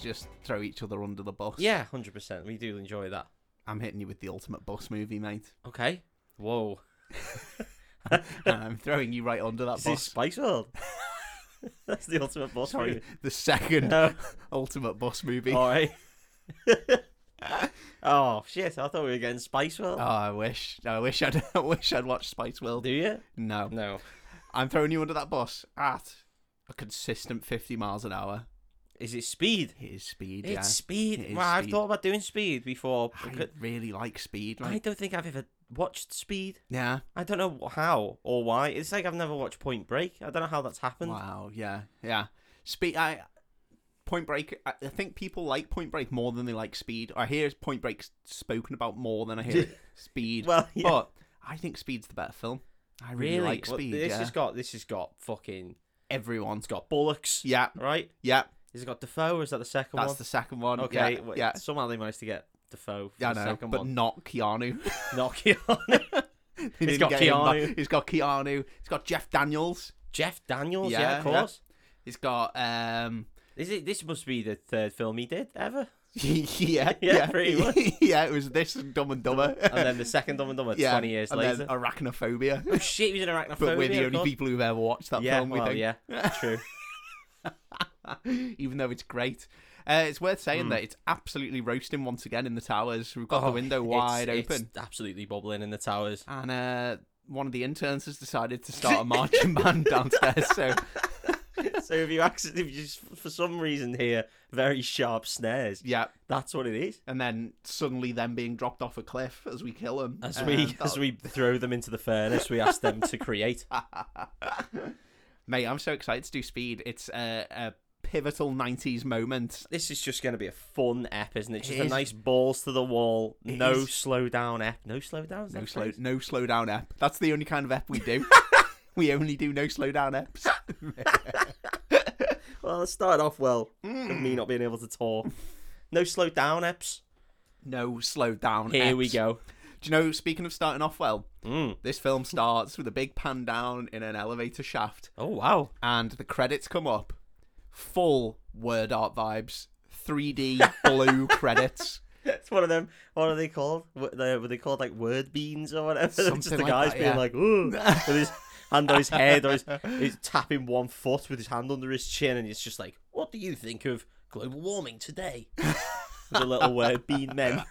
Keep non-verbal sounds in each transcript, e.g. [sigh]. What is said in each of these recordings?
just throw each other under the bus. Yeah, hundred percent. We do enjoy that. I'm hitting you with the ultimate boss movie, mate. [laughs] Okay. Whoa. And I'm throwing you right under that Is this bus. [laughs] Spice World? That's the ultimate boss. Sorry, movie. [laughs] the second No. [laughs] ultimate boss movie. All right. [laughs] oh shit! I thought we were getting Spice World. Oh, I wish. I wish I'd. [laughs] I wish I'd watched Spice World. Do you? No, No. I'm throwing you under that bus at a consistent 50 miles an hour. Is it Speed? It is speed. yeah. It's Speed. It is Wow, I've Speed. thought about doing Speed before. I because- really like speed. I Like, don't think I've ever watched Speed. yeah. I don't know how or why. It's like I've never watched Point Break. I don't know how that's happened. Wow. Yeah. Yeah. Speed. I. Point Break. I I think people like Point Break more than they like Speed. I hear Point Break spoken about more than I [laughs] hear Speed. Well, yeah. But I think Speed's the better film. I really, like Well, Speed. this yeah. has got this has got fucking Everyone's it's got bullocks. Yeah. Right? Yeah. Is it got Defoe or is that the second That's one? the second one. Okay, Yeah. wait, yeah. somehow they managed to get Defoe for Yeah, I the know, second but one. not Keanu. [laughs] Knock on. They [laughs] He's didn't got get him back. Keanu. He's got Keanu. He's got Jeff Daniels. Jeff Daniels, yeah, Yeah, of yeah. course. He's got um [laughs] Is it this must be the third film he did ever? yeah, Yeah, yeah, [laughs] pretty much. yeah, it was this and Dumb and Dumber. And then the second Dumb and Dumber yeah, twenty years and later. then Arachnophobia. [laughs] [laughs] Oh shit, he was in arachnophobia. But we're the of only course. people who've ever watched that yeah, film, we well, think. [laughs] yeah, true. Even though it's great. Uh, it's worth saying that it's absolutely roasting once again in the towers. We've got the Hmm. Oh, window it's- wide it's open. absolutely bubbling in the towers. [laughs] And uh, one of the interns has decided to start a marching band downstairs. [laughs] So so if you accident, if you just for some reason hear very sharp snares, yeah, that's what it is. and then suddenly them being dropped off a cliff as we kill Uh, them. As we Um, as we throw them into the furnace, we ask them to create. Mate, I'm so excited to do Speed. It's a, a pivotal 90s moment. This is just going to be a fun ep, isn't it? Just a is. nice balls to the wall, no is. slow down ep, no slow down. No slow, no slow down ep. That's the only kind of ep we [laughs] do. we only do no slow down eps. Well, it started off well. with Me not being able to talk. No slow down eps. No slow down. Here we eps. go. Do you know? Speaking of starting off well, Mm. this film starts with a big pan down in an elevator shaft, Oh wow. and the credits come up. Full word art vibes. [laughs] 3D blue credits. [laughs] It's one of them. What are they called? What they were they called like word beans or whatever? [laughs] It's just Something the like guys that, being yeah. like, [laughs] ooh, with his hand on his head or [laughs] his, he's tapping one foot with his hand under his chin, and it's just like, what do you think of global warming [laughs] today? the little word bean men.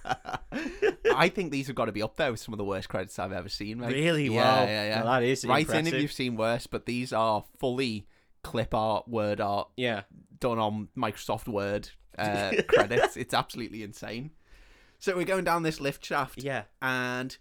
I think these have got to be up there with some of the worst credits I've ever seen. Mate. Really? Yeah, wow. yeah, yeah. Now that is Write impressive. in if you've seen worse, but these are fully clip art, word art, Yeah. done on Microsoft [laughs] Word uh, credits. It's absolutely insane. So we're going down this lift shaft, Yeah. and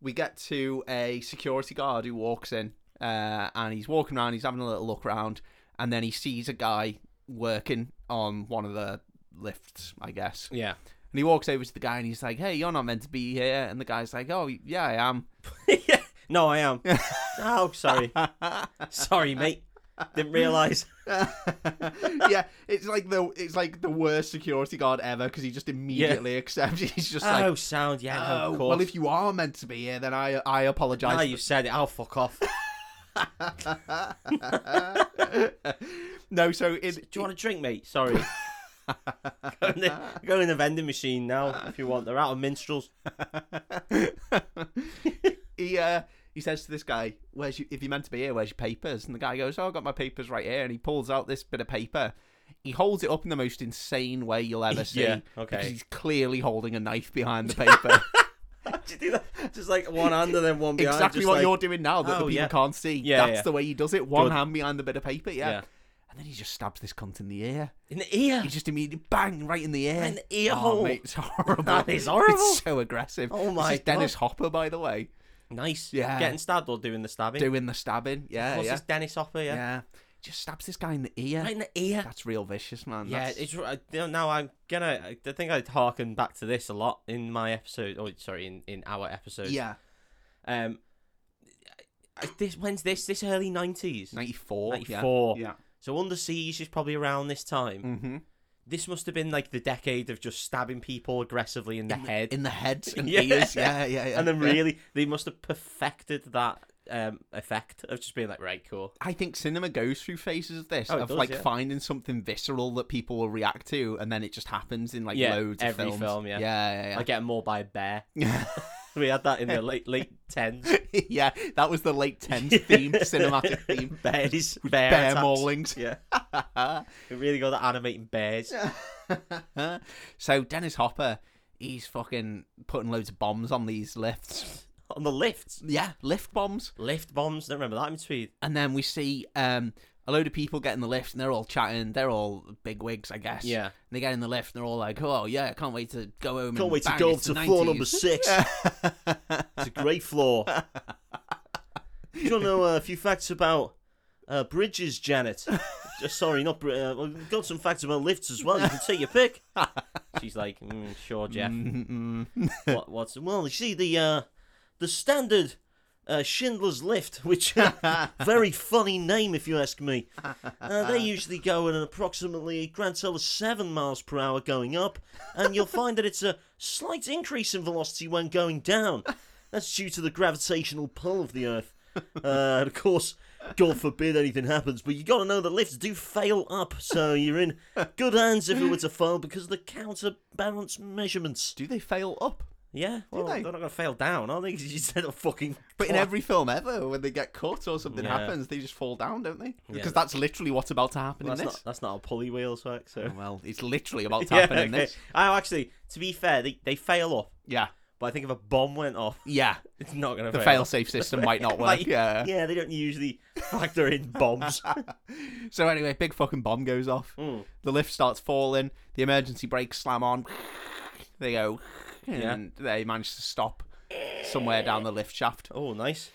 we get to a security guard who walks in, uh, and he's walking around, he's having a little look around, and then he sees a guy working on one of the lifts, I guess. Yeah. And he walks over to the guy and he's like, "Hey, you're not meant to be here." And the guy's like, "Oh, yeah, I [laughs] am." [laughs] [laughs] No, I am. oh, sorry. sorry, mate. Didn't realise. yeah, it's like the it's like the worst security guard ever because he just immediately accepts. [laughs] He's just oh, like, sound. Yeah. no, "Oh, of course. well, if you are meant to be here, then I I apologize." now you said it, I'll fuck off. Do no, so it, you want a drink, mate? Sorry. go, in the, go in the vending machine now if you want. They're out of minstrels. he uh, he says to this guy, "Where's you? If you're meant to be here, where's your papers?" And the guy goes, "Oh, I've got my papers right here." And he pulls out this bit of paper. He holds it up in the most insane way you'll ever see. [laughs] Yeah, okay. Because he's clearly holding a knife behind the paper. [laughs] How'd you do that? Just like one hand and then one [laughs] behind. exactly just what like- you're doing now that Oh, the people yeah. can't see. Yeah, That's yeah. the way he does it. One Good. hand behind the bit of paper. Yeah. Yeah. And then he just stabs this cunt in the ear. In the ear. He just immediately bang right in the ear. In the ear Oh, hole. mate, it's horrible. [laughs] That is horrible. It's so aggressive. Oh This my is Dennis Hopper, by the way, Nice. Yeah. Getting stabbed or doing the stabbing. doing the stabbing. Yeah, What's yeah, this Dennis Hopper? Yeah. yeah. Just stabs this guy in the ear. Right in the ear. That's real vicious, man. Yeah, That's- it's I don't know. I'm gonna. I think I'd harken back to this a lot in my episode. Oh, sorry, in in our episode. yeah. Um. I- This when's this? This early nineties. Ninety four. Ninety four. oh, Yeah. So under siege is probably around this time. Mm-hmm. This must have been like the decade of just stabbing people aggressively in the head, [laughs] In the heads and Yeah. ears. Yeah, yeah, yeah. and then yeah. really they must have perfected that um, effect of just being like, right, cool. I think cinema goes through phases of this Oh, it of does, like yeah. finding something visceral that people will react to, and then it just happens in like Yeah, loads every of films. film, yeah. yeah, yeah, I get mauled by a bear. [laughs] yeah. We had that in the [laughs] late late tens. yeah, that was the [laughs] late tens theme, cinematic theme. Bears, bear, Bear attacks. maulings. [laughs] Yeah, we really got that animating bears. [laughs] so Dennis Hopper, he's fucking putting loads of bombs on these lifts. on the lifts. Yeah, lift bombs. Lift bombs. Don't remember that in between. And then we see um, a load of people get in the lift and they're all chatting. They're all big wigs, I guess. Yeah. And they get in the lift and they're all like, oh, yeah, I can't wait to go home. Can't and wait to bang, go up it's to the floor 90s." number six. it's a great floor. Do you want to know uh, a few facts about uh, bridges, Janet? Uh, sorry, not bri- uh, We've got some facts about lifts as well. You can take your pick. [laughs] She's like, mm, sure, Jeff. what, what's well? You see the uh, the standard uh, Schindler's Lift, [laughs] which very funny name if you ask me. Uh, they usually go at an approximately grand total of seven miles per hour going up, and you'll find that it's a slight increase in velocity when going down. That's due to the gravitational pull of the Earth. Uh, and of course, God forbid anything happens, but you got to know that lifts do fail up, so you're in good hands if it were to fail because of the counterbalance measurements. Do they fail up? Yeah, well, they? they? are not going to fail down, are they? 'Cause you said a fucking. [laughs] But in clock. every film ever, when they get cut or something Yeah. happens, they just fall down, don't they? Yeah. Because that's literally what's about to happen Well, in that's, not, this. that's not a pulley wheel track, so. [laughs] Well, it's literally about to Yeah, happen in okay. this. Oh, actually, to be fair, they, they fail off. Yeah. But I think if a bomb went off, [laughs] Yeah. it's not going to The fail safe [laughs] system might not work. Like, Yeah. Yeah, they don't usually [laughs] factor in bombs. [laughs] So anyway, big fucking bomb goes off. Mm. The lift starts falling. The emergency brakes slam on. They go, and they manage to stop somewhere down the lift shaft. Oh, nice.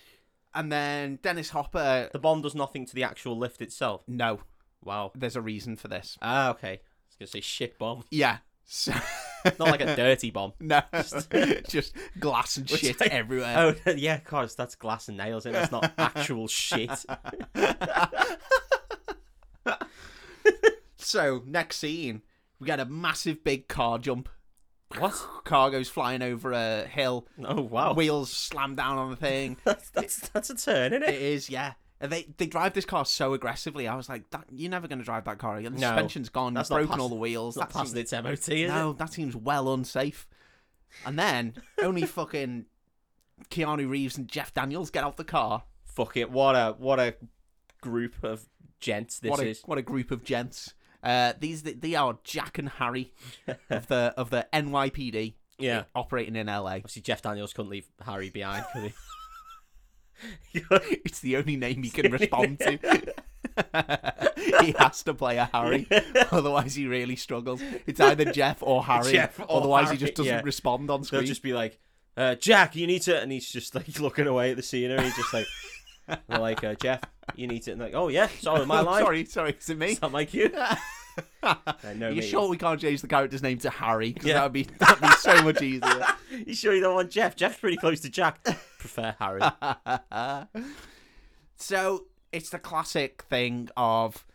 And then Dennis Hopper. The bomb does nothing to the actual lift itself. No, Wow. there's a reason for this. Ah, okay. I was going to say shit bomb. [laughs] Yeah. [laughs] So, Not like a dirty [laughs] bomb. no, just glass and shit like- everywhere. Oh, [laughs] yeah, of course. That's glass and nails in. [laughs] That's not actual shit. So next scene, we get a massive big car jump. What? Car goes flying over a hill. Oh, wow. Wheels slam down on the thing. That's, that's, that's a turn, isn't It is, yeah. And They they drive this car so aggressively. I was like, that, you're never going to drive that car again. The No. suspension's gone. That's you've not broken pass- all the wheels. It's not That seems, passing its MOT, is no, that seems well unsafe. And then only fucking Keanu Reeves and Jeff Daniels get out the car. it? Fuck it. What a what a group of gents this What a, is. what a group of gents. Uh, these they, they are Jack and Harry of the of the NYPD Yeah. operating in LA. Obviously, Jeff Daniels couldn't leave Harry behind, could [laughs] he? [laughs] It's the only name he can respond to. he has to play a [laughs] Harry, otherwise he really struggles. It's either Jeff or Harry. Jeff or otherwise he Harry, just doesn't yeah. respond on They'll screen. just be like, uh, Jack, you need to. And he's just like [laughs] looking away at the scenery. He's [laughs] just like, they're like, uh, Jeff, you need to. And like, oh, yeah, sorry, [laughs] my Oh, line. Sorry, sorry, is it me? Is that [laughs] my cue? Uh, no, Are you mate. sure we can't change the character's name to Harry? Because Yeah. that would be that'd be so [laughs] much easier. You sure you don't want Jeff? Jeff's pretty close [laughs] to Jack. Prefer Harry. so it's the classic thing of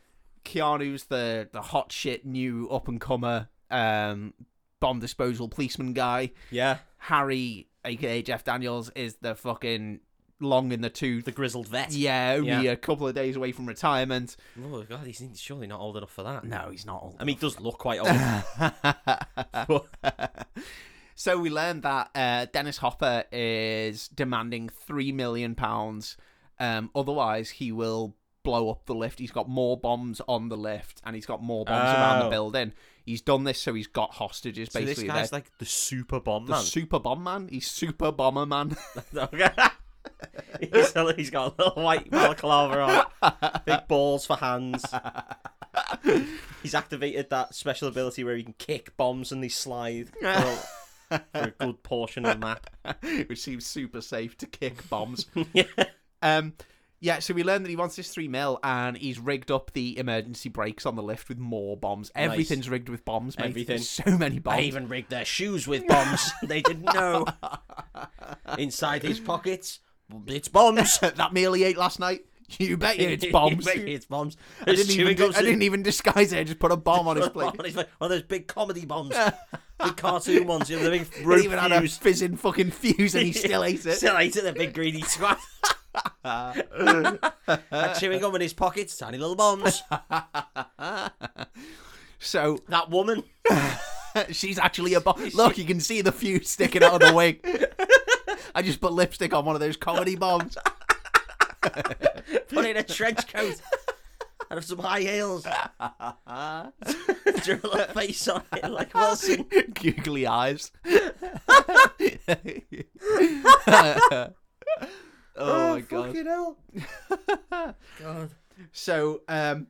Keanu's the the hot shit new up and comer um, bomb disposal policeman guy. yeah, Harry, aka Jeff Daniels, is the fucking long in the [laughs] tooth. the grizzled vet. Yeah, only Yeah. a couple of days away from retirement. Oh, God, he's surely not old enough for that. No, he's not old. I mean, he does look quite old. [laughs] so we learned that uh, Dennis Hopper is demanding three million pounds. Um, otherwise, he will blow up the lift. He's got more bombs on the lift, and he's got more bombs around the Oh. building. He's done this, so he's got hostages. so this Basically, guy's They're like the super bomb the man. super bomb man. He's super bomber man. Okay. he's, he's got a little white balaclava on, [laughs] big balls for hands. He's activated that special ability where he can kick bombs and they slide for a, for a good portion of the map. [laughs] which seems super safe to kick [laughs] bombs. yeah. Um, yeah, so we learned that he wants this three mil, and he's rigged up the emergency brakes on the lift with more bombs. Everything's rigged with bombs, mate. Everything. There's so many bombs. I even rigged their shoes with bombs. [laughs] they didn't know. Inside his pockets, it's [laughs] bombs. that meal he ate last night. You bet [laughs] you it's bombs. I it's bombs. didn't, even, di- I didn't even disguise it. I just put a bomb on his [laughs] plate. One of those big [laughs] comedy bombs. big cartoon ones, you know, the big It rope even had a [laughs] fuse. fizzing fucking fuse, and he still ate it. [laughs] Still ate it, the big greedy twat. And chewing gum in his pockets, tiny little bombs. so [laughs] that woman. she's actually a [laughs] bomb. Look, you can see the fuse sticking out of the [laughs] wing. I just put lipstick on one of those comedy bombs. Put in a trench coat and have some high heels. Drew a little face on it [laughs] like Wilson. [laughs] Googly [laughs] eyes. [laughs] oh my god. [laughs] Fucking hell. God. So um,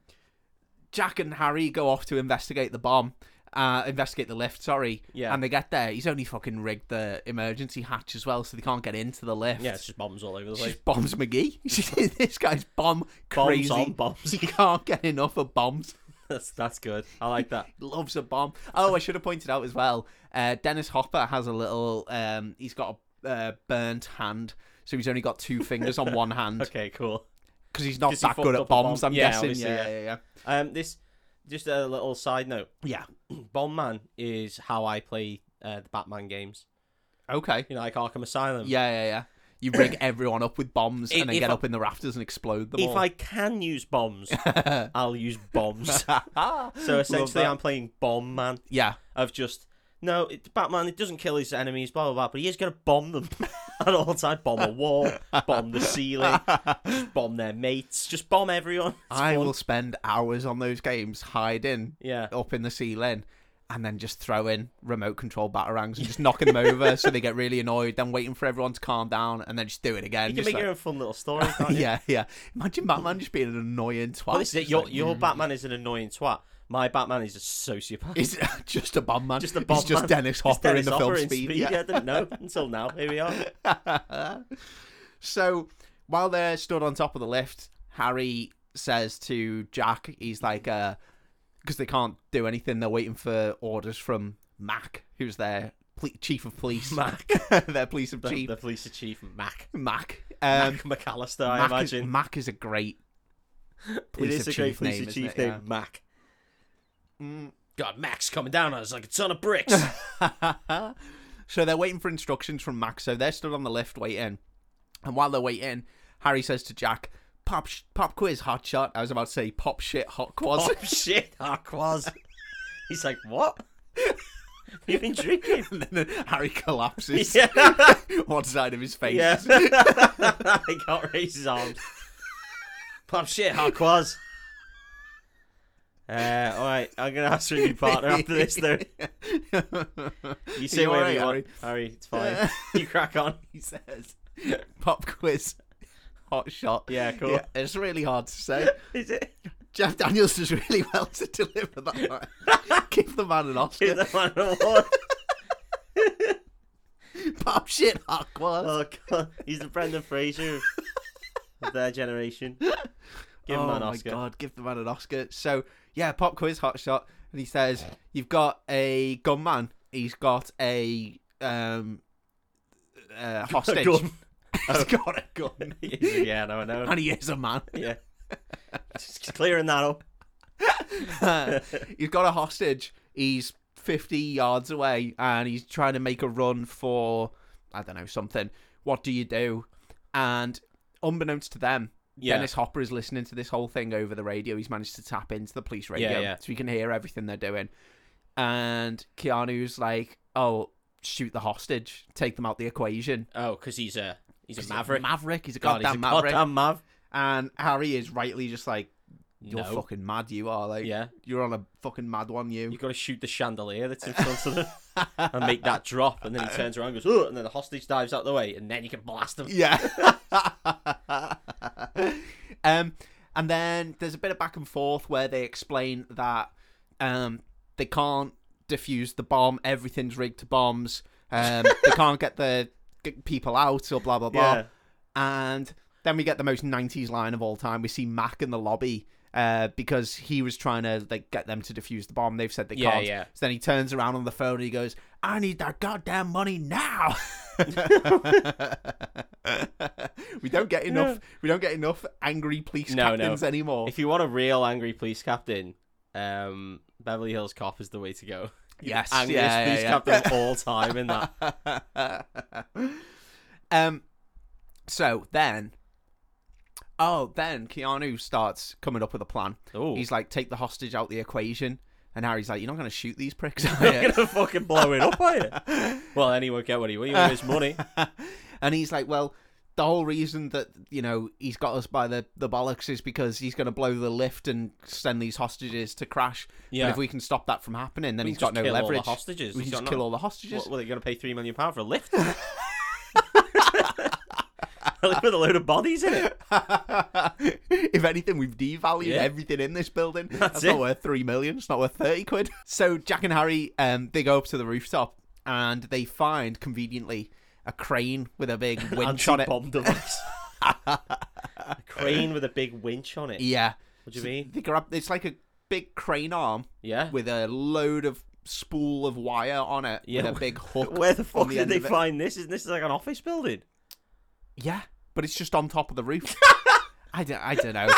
Jack and Harry go off to investigate the bomb, uh, investigate the lift. Sorry, Yeah. And they get there. He's only fucking rigged the emergency hatch as well, so they can't get into the lift. Yeah, it's just bombs all over the She [laughs] place. just bombs McGee. [laughs] She- this guy's bomb Bombs crazy. on bombs. He can't get enough of bombs. That's, that's good. I like that. Loves a bomb. Oh, I should have pointed out as well. Uh, Dennis Hopper has a little. Um, he's got a uh, burnt hand, so he's only got [laughs] two fingers on one hand Okay, cool. because he's not 'Cause he that fucked good up at a bomb. bombs. I'm Yeah, guessing. obviously, Yeah, yeah. yeah, yeah. Um, this just a little side note. Yeah. [clears throat] Bomb Man is how I play uh, the Batman games. Okay. You know, like Arkham Asylum. Yeah, yeah, yeah. You [laughs] rig everyone up with bombs If- and then if get I- up in the rafters and explode them If all. I can use bombs, I'll use bombs. so Love essentially, that. I'm playing Bomb Man. Ah. yeah, Of just no, it, Batman. It doesn't kill his enemies, blah blah blah. But he is going to bomb them [laughs] at all times. Bomb a wall, bomb the ceiling, just bomb their mates, just bomb everyone. It's I fun. will spend hours on those games hiding [laughs] Yeah. up in the ceiling and then just throw in remote control batarangs and just knocking them over so they get really annoyed. Then waiting for everyone to calm down and then just do it again. You can Just make like- your own fun [laughs] little story, can't you? yeah, yeah. Imagine Batman just being an annoying twat. Well, this is it. Just Your, like, mm. your Batman is an annoying twat. My Batman is a [laughs] sociopath. [laughs] He's just a bomb man. just a bomb He's just man. Dennis Just Hopper Dennis in the Hopper film Speed. Yeah. I didn't know until now. Here [laughs] we are. so while they're stood on top of the lift, Harry says to Jack, he's like, because they can't do anything, they're waiting for orders from Mac, who's their ple- chief of police. [laughs] Mac. [laughs] their police of The, chief. the police chief Mac. Mac. Um, Mac McAllister, I Mac Is, imagine. Mac is a great It police is a of great chief police name, isn't it? chief named Yeah. Mac. God, Mac's coming down on us like a ton of bricks. [laughs] so they're waiting for instructions from Max. So they're stood on the lift waiting. And while they're waiting, Harry says to Jack, Pop, sh- pop quiz, hot shot. I was about to say pop shit, hot quiz. [laughs] oh, shit, Aquaz. [laughs] He's like, what? [laughs] You've been drinking. [laughs] [laughs] [laughs] and then Harry collapses yeah. [laughs] one side of his face. yeah. [laughs] [laughs] he can't raise his arms. Pop shit, Aquaz. Uh, all right, I'm gonna ask for a new partner after [laughs] this. [laughs] Though you say You all right, whatever you want, Harry? Harry. It's [laughs] fine. you crack on. he says, pop quiz, hot shot. Yeah, cool. it's really hard to [laughs] say. Is it? Jeff Daniels does really well to deliver that. [laughs] line. Give the man an Oscar. Give the man an award. Pop shit, hot quiz. [laughs] Oh god, he's the Brendan Fraser of their [laughs] generation. Give him oh an my Oscar. god, give the man an Oscar. So yeah, pop quiz, hot shot, and he says you've got a gunman. He's got a um [laughs] uh, hostage. gun. [laughs] He's got a [laughs] gun, [laughs] yeah, no, I know. and he is a man. [laughs] Yeah, just clearing that up. he's got a hostage. He's fifty yards away, and he's trying to make a run for I don't know something. What do you do? And unbeknownst to them, Yeah, Dennis Hopper is listening to this whole thing over the radio. He's managed to tap into the police radio, yeah. so he can hear everything they're doing. And Keanu's like, "Oh, shoot the hostage, take them out the equation." Oh, because he's a he's a He's a maverick. Maverick. He's a God, goddamn he's a maverick. goddamn mav. And Harry is rightly just like, "You're No. fucking mad. You are like, Yeah, you're on a fucking mad one. You." you've got to shoot the chandelier that's in front [laughs] of them and make that drop, and then he turns around, and goes, oh, and then the hostage dives out the way, and then you can blast him. Yeah. [laughs] um, and then there's a bit of back and forth where they explain that um, they can't defuse the bomb. Everything's rigged to bombs. [laughs] Um, they can't get the g- people out or blah blah blah. Yeah. And then we get the most '90s line of all time. We see Mac in the lobby. Uh, because he was trying to like get them to defuse the bomb, they've said they Yeah, can't. yeah. So then he turns around on the phone and he goes, "I need that goddamn money now." [laughs] we don't get enough. We don't get enough angry police No, no. captains anymore. If you want a real angry police captain, um, Beverly Hills Cop is the way to go. Yes, angriest yeah, yeah, police yeah. captain of all time in that. um, so then Oh, then Keanu starts coming up with a plan. Oh, [laughs] He's like, take the hostage out the equation. And Harry's like, you're not going to shoot these [laughs] pricks, not are you? gonna fucking blow it up, [laughs] are you? Well, then he won't get what he wants. He won't get his money. and he's like, well, the whole reason that, you know, he's got us by the, the bollocks is because he's going to blow the lift and send these hostages to crash. Yeah. And if we can stop that from happening, then We he's can got no just kill all the leverage. hostages. We He's can [laughs] just got kill no- all the hostages. What, were they going to pay three million pound for [laughs] a lift? [laughs] With a load of bodies [laughs] in it. if anything, we've devalued Yeah. everything in this [laughs] building. That's, it. not worth three million. It's not worth thirty quid. [laughs] So Jack and Harry, um, they go up to the rooftop and they find conveniently a crane with a [laughs] big winch on it. [laughs] Anti-bomb device. a crane with a big winch on [laughs] it. Yeah, What do you mean? they grab. It's like a big crane arm Yeah. with a load of spool of wire on it Yeah. with a [laughs] big hook. Where the fuck the did end they of it. find this? Isn't this like an office building? yeah, but it's just on top of the [laughs] roof. I don't. I don't know.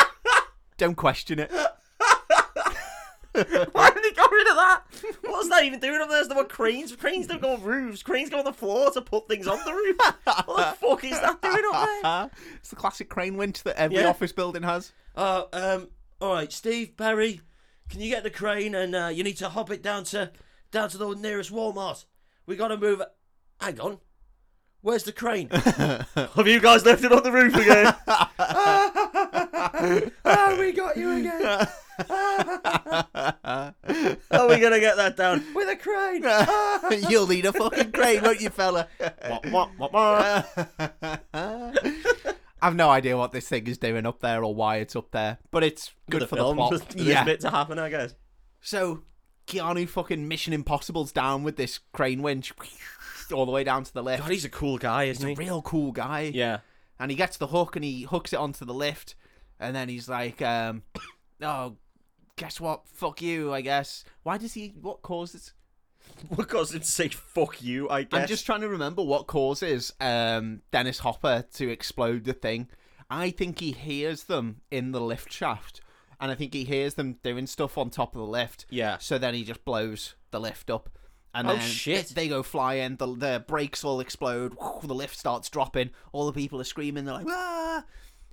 don't question it. Why did they get rid of that? What's that even doing up there? Is there what cranes? Cranes don't go on roofs. Cranes go on the floor to put things on the roof. What the fuck is that doing up there? it's the classic crane winch that every Yeah. office building has. [laughs] Oh, um, all right, Steve Barry, can you get the crane and uh, you need to hop it down to down to the nearest Walmart. We got to move. it." Hang on, where's the crane? [laughs] Have you guys left it on the roof again? [laughs] oh, we got you again. [laughs] Are we gonna get that down with a crane? [laughs] You'll need a fucking crane, won't you, fella? [laughs] I've no idea what this thing is doing up there or why it's up there, but it's good for the plot. yeah. yeah. bit to happen, I guess. So Keanu fucking Mission Impossible's down with this crane winch all the way down to the lift. God, Oh, he's a cool guy, isn't he? Real cool guy. Yeah. and he gets the hook and he hooks it onto the lift and then he's like um [coughs] oh guess what fuck you i guess why does he what causes Because it say "fuck you," I guess. i'm just trying to remember what causes um dennis hopper to explode the thing i think he hears them in the lift shaft and i think he hears them doing stuff on top of the lift yeah. so then he just blows the lift up and Oh, then shit. they go flying the, the brakes all explode [laughs] the lift starts dropping all the people are screaming they're like ah!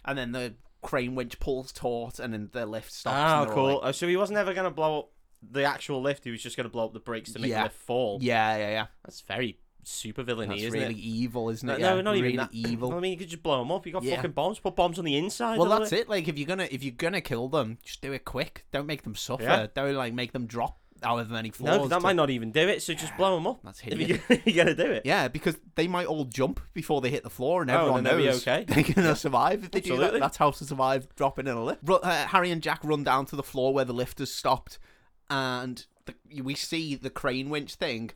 and then the crane winch pulls taut and then the lift stops Ah, and they're all cool. like- Oh, so he wasn't ever going to blow up the actual lift. He was just going to blow up the brakes to make Yeah. the lift fall. yeah yeah yeah That's very super villainy, that's isn't really it? evil isn't No, it yeah, no, not really even that. evil I mean, you could just blow them up. You got Yeah. fucking bombs. Put bombs on the inside. well of that's it like if you're gonna if you're gonna kill them just do it quick don't make them suffer Yeah. don't like make them drop however many floors No, 'cause that to- might not even do it. [sighs] So just blow them up. That's [laughs] If you- you're going to do it. Yeah, because they might all jump before they hit the floor, and Oh, everyone then they'll be knows okay. [laughs] they're going to survive if they do Absolutely. that. That's how to survive dropping in a lift. Ru- uh, Harry and Jack run down to the floor where the lift has stopped, and the, we see the crane winch thing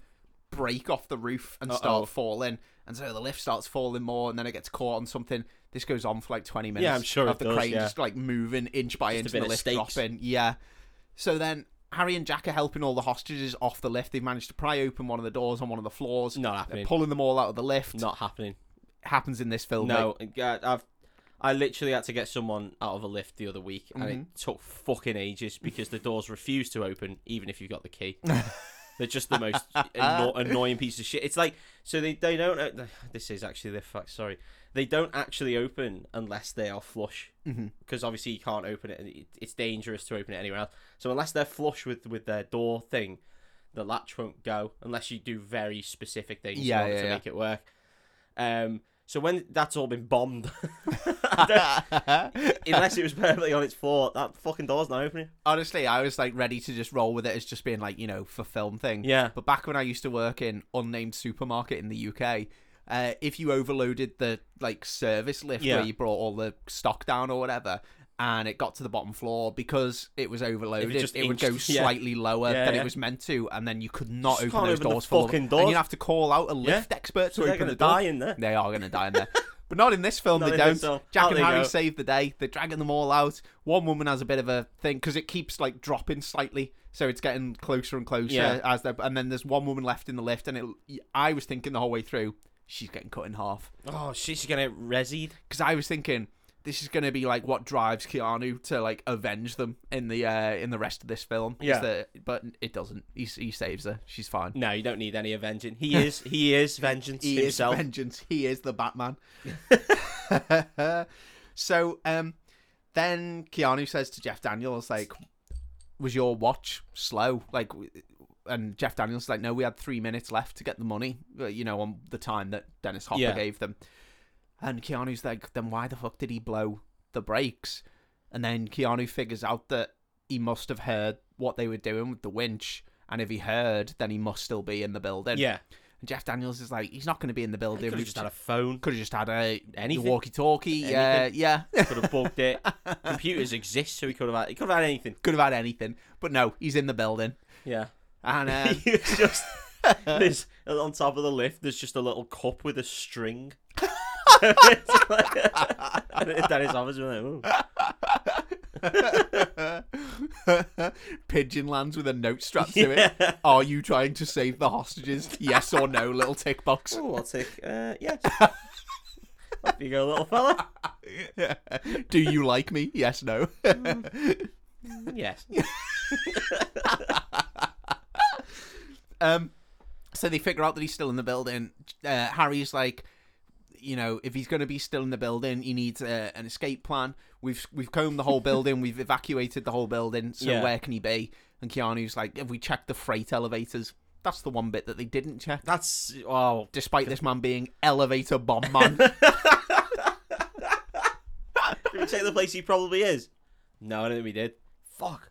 break off the roof and Uh-oh. start falling. And so the lift starts falling more, and then it gets caught on something. This goes on for like 20 minutes. I'm sure of it the does, crane yeah. just like moving inch by Just a inch, bit and the of lift stakes. dropping. Yeah. So then Harry and Jack are helping all the hostages off the lift. They've managed to pry open one of the doors on one of the floors. Not They're happening. pulling them all out of the lift. Not happening. Happens in this film. mate. No, God, I've I literally had to get someone out of a lift the other week, and Mm-hmm. it took fucking ages because the doors refuse to open, even if you've got the key. They're just the most [laughs] anno- annoying piece of shit. It's like so they they don't. o- This is actually the fact. Sorry, they don't actually open unless they are flush, Mm-hmm. because obviously you can't open it, and it, it's dangerous to open it anywhere else. So unless they're flush with with their door thing, the latch won't go unless you do very specific things Yeah, in order yeah, to yeah. make it work. Um, so when that's all been bombed, [laughs] I don't- unless it was perfectly on its floor, that fucking door's not opening. Honestly, I was like ready to just roll with it as just being like, you know, for film thing. Yeah. But back when I used to work in unnamed supermarket in the UK, uh, if you overloaded the like service lift Yeah. where you brought all the stock down or whatever, and it got to the bottom floor because it was overloaded, it, just would go inched- yeah. slightly lower Yeah, than yeah. it was meant to, and then you could not Just open can't those open the doors for fucking them. doors. And you'd have to call out a lift expert So to they're open gonna the door. die in there. They are going to die in there. [laughs] But not in this film, Not they in don't. this film. Out Jack and they Harry go. save the day. They're dragging them all out. One woman has a bit of a thing because it keeps like dropping slightly, so it's getting closer and closer Yeah. as they. And then there's one woman left in the lift, and it. I was thinking the whole way through, she's getting cut in half Oh, she's gonna get resied. because I was thinking this is going to be like what drives Keanu to like avenge them in the uh, in the rest of this film. Is Yeah. that- but it doesn't. He he saves her. She's fine. No, you don't need any avenging. [laughs] He is, he is vengeance He himself. [laughs] is vengeance. He is the Batman. [laughs] So um, then Keanu says to Jeff Daniels, like, was your watch slow? Like, w- and Jeff Daniels is like, no, we had three minutes left to get the money, uh, you know, on the time that Dennis Hopper Yeah. gave them. And Keanu's like, then why the fuck did he blow the brakes? And then Keanu figures out that he must have heard what they were doing with the winch. And if he heard, then he must still be in the building. Yeah. And Jeff Daniels is like, he's not going to be in the building. Could have We've just had a phone. could have just had a Anything. [laughs] walkie-talkie. Yeah, yeah. [laughs] Could have bugged it. Computers exist, so he could have had, he could have had anything. could have had anything, but no, he's in the building. Yeah. And um, [laughs] He [laughs] was just there's on top of the lift. There's just a little cup with a [laughs] string. It's like- and Dennis Hopper's like, "Ooh." um, [laughs] pigeon lands with a note strapped to it. Yeah. Are you trying to save the hostages? Yes or no, little tick [laughs] box. Oh, I'll take. Uh, yeah. [laughs] Up you go, little fella. Do you like me? Yes, no. [laughs] Yes. Um, so they figure out that he's still in the building. Uh, Harry's like, you know, if he's going to be still in the building, he needs uh, an escape plan. We've we've combed the whole building. We've evacuated the whole building. So Yeah. where can he be? And Keanu's like, have we checked the freight elevators? That's the one bit that they didn't check. That's oh. Despite this man being elevator bomb man, [laughs] Did we check the place he probably is? No, I don't think we did. Fuck.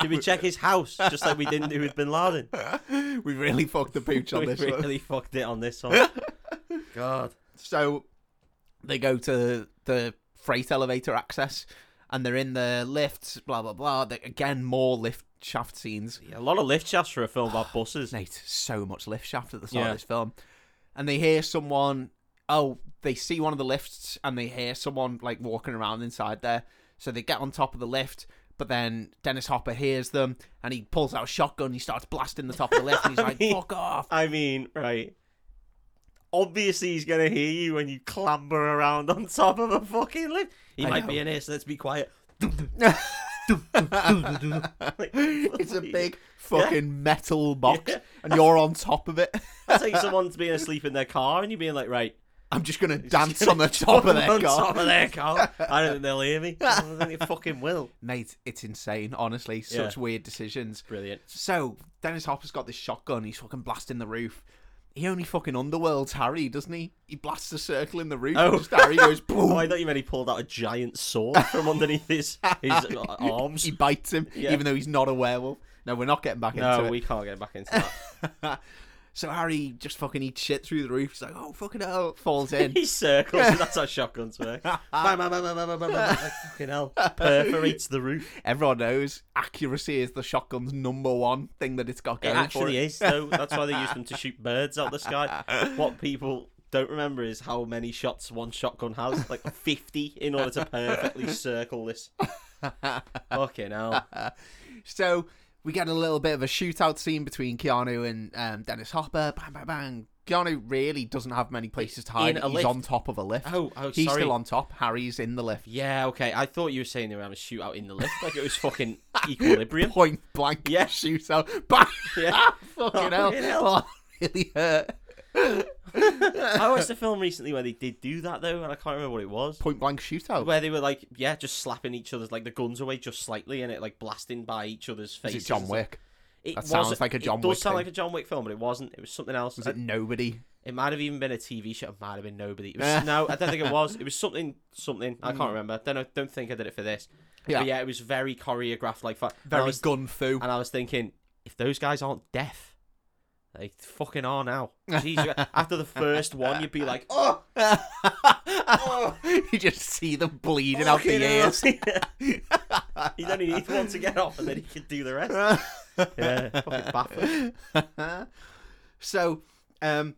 did we check his house just like we didn't do with Bin Laden? we really fucked the pooch on We this one. really fucked it on this [laughs] one. God. So they go to the freight elevator access, and they're in the lifts. Blah blah blah. They- again, more lift shaft scenes. Yeah, a lot of lift shafts for a film about buses. Mate, so much lift shaft at the start Yeah. of this film. And they hear someone, oh, they see one of the lifts and they hear someone like walking around inside there. So they get on top of the lift, but then Dennis Hopper hears them and he pulls out a shotgun. He starts blasting the top of the lift and he's I like, mean- fuck off. I mean, right. Obviously, he's gonna hear you when you clamber around on top of a fucking lift. He I might know. be in here, so let's be quiet. Like, [laughs] [laughs] it's [laughs] a big fucking metal box Yeah. and you're on top of it. [laughs] That's like someone's being asleep in their car, and you're being like, right, I'm just going to just dance gonna on [laughs] the [laughs] top of their on car. top of their car. I don't think they'll [laughs] hear me. I don't think they fucking will. Mate, it's insane, honestly. Such weird decisions. Brilliant. So Dennis Hopper's got this shotgun. He's fucking blasting the roof. He only fucking underworlds Harry, doesn't he? He blasts a circle in the roof. Oh. and just Harry [laughs] goes boom. Oh, I thought you meant he pulled out a giant sword from underneath his [laughs] his uh, arms. He bites him, Yeah. even though he's not a werewolf. No, we're not getting back into No, it. we can't get back into [laughs] that. So Harry just fucking eats shit through the roof. He's like, oh fucking hell, falls [laughs] in. He circles. [laughs] and That's how shotguns work. Bang, bang, bang, bang, bang, bang, bang, bang. Fucking hell. Perforates the roof. Everyone knows accuracy is the shotgun's number one thing that it's got It going for actually it. is, though. That's why they use them to shoot birds out [laughs] the sky. What people don't remember is how many shots one shotgun has. [laughs] Like 50 in order to perfectly circle this. Fucking hell. So we get a little bit of a shootout scene between Keanu and um, Dennis Hopper. Bang, bang, bang. Keanu really doesn't have many places to hide. In He's a lift. on top of a lift. Oh, oh, He's sorry. still on top. Harry's in the lift. Yeah, okay. I thought you were saying they were having a shootout in the lift. Like it was fucking [laughs] equilibrium. Point blank Yeah. shootout. [laughs] Bang! Yeah. Fucking hell. Fucking hell. Oh, really hurt. I watched a film recently where they did do that, though, and I can't remember what it was. Point blank shootout. where they were like, yeah, just slapping each other's like the guns away just slightly, and it like blasting by each other's Is faces. it John Wick? It That wasn't- sounds like a John It does Wick sound thing. like a John Wick film, but it wasn't. It was something else. Was it nobody? It might have even been a TV show. It might have been nobody. It was, no, I don't think [laughs] it was. It was something, something. I can't remember. Don't know, don't think I did it for this. Hmm. Yeah. But yeah, it was very choreographed, like fa- And I Very was, gun fu. [laughs] and I was thinking, if those guys aren't deaf, they fucking are now. [laughs] Jeez, you- after the first one, you'd be like, [laughs] oh, [laughs] you just see them bleeding out the fucking hell. ears. [laughs] [laughs] you don't need one to get off, and then you can do the rest. Yeah, fucking baffled. so, um,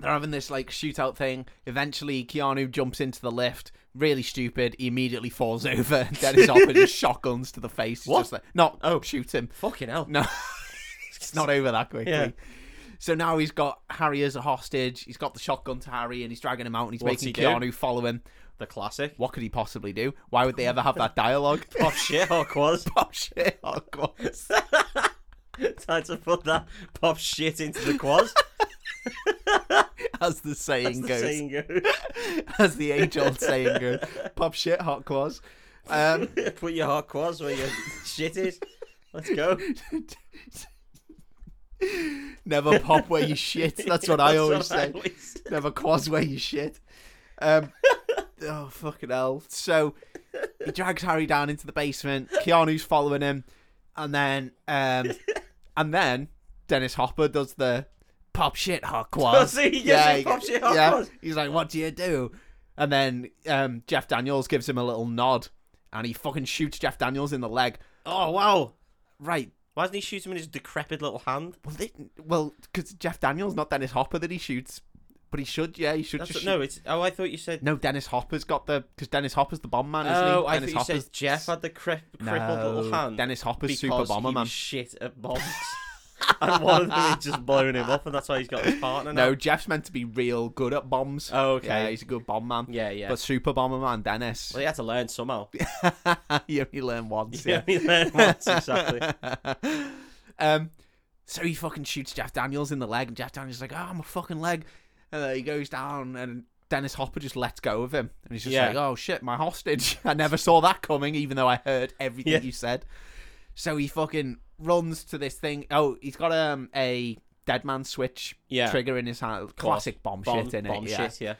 they're having this like shootout thing. Eventually, Keanu jumps into the lift. Really stupid. He immediately falls [laughs] over. Dennis Hopper just shotguns to the face. He's What? Just like, not Oh. oh, shoot him. [laughs] Fucking hell. No, it's not over that quickly. Yeah. So now he's got Harry as a hostage. He's got the shotgun to Harry, and he's dragging him out, and he's What's making he do? Keanu follow him. The classic. What could he possibly do? Why would they ever have that dialogue? [laughs] Pop [laughs] shit, Hawk [laughs] was. oh shit! Oh god! Time to put that pop shit into the quaz. as the saying the goes, saying goes. as the [laughs] age-old saying goes. Pop shit, hot claws. Um, [laughs] Put your hot claws where your [laughs] shit is. Let's go. [laughs] never pop where you [laughs] shit. [laughs] That's what I always say. always- [laughs] Never quaz where you shit. [laughs] Um, oh fucking hell! So he drags Harry down into the basement. Keanu's following him, and then [laughs] um, and then Dennis Hopper does the pop shit hot Oh, quaz. see, he gives Yeah, him pop shit hot yeah. claws. He's like, "What do you do?" And then um, Jeff Daniels gives him a little nod, and he fucking shoots Jeff Daniels in the leg. Oh, wow. Right. Why doesn't he shoot him in his decrepit little hand? Well, they, well, because Jeff Daniels, not Dennis Hopper, that he shoots, but he should. Yeah, he should That's just. what, shoot. no, it's. Oh, I thought you said. No, Dennis Hopper's got the because Dennis Hopper's the bomb man, isn't he? oh, I Dennis thought you said Jeff had the cri- crippled little No, hand. Dennis Hopper's super because bomber he man. was shit [laughs] at bombs. and one of them had just [laughs] blown him up, and that's why he's got his [laughs] partner now. No, Jeff's meant to be real good at bombs. Oh, [laughs] Yeah, okay. he's a good bomb man. Yeah, yeah. But super bomber man, Dennis. well, he had to [laughs] learn somehow. you only learn once. yeah, Yeah. [laughs] he learned once, exactly. [laughs] um, so he fucking shoots Jeff Daniels in the leg, and Jeff Daniels is like, "Oh, my fucking leg," and then he goes down, and Dennis Hopper just lets go of him, and he's just Yeah. like, "Oh shit, my hostage! [laughs] I never saw that coming, even though I heard everything Yeah. you said." So he fucking runs to this thing. Oh, he's got um a dead man switch Yeah. trigger in his hand, course. classic bomb, bomb shit in bomb it, yeah shit, yeah.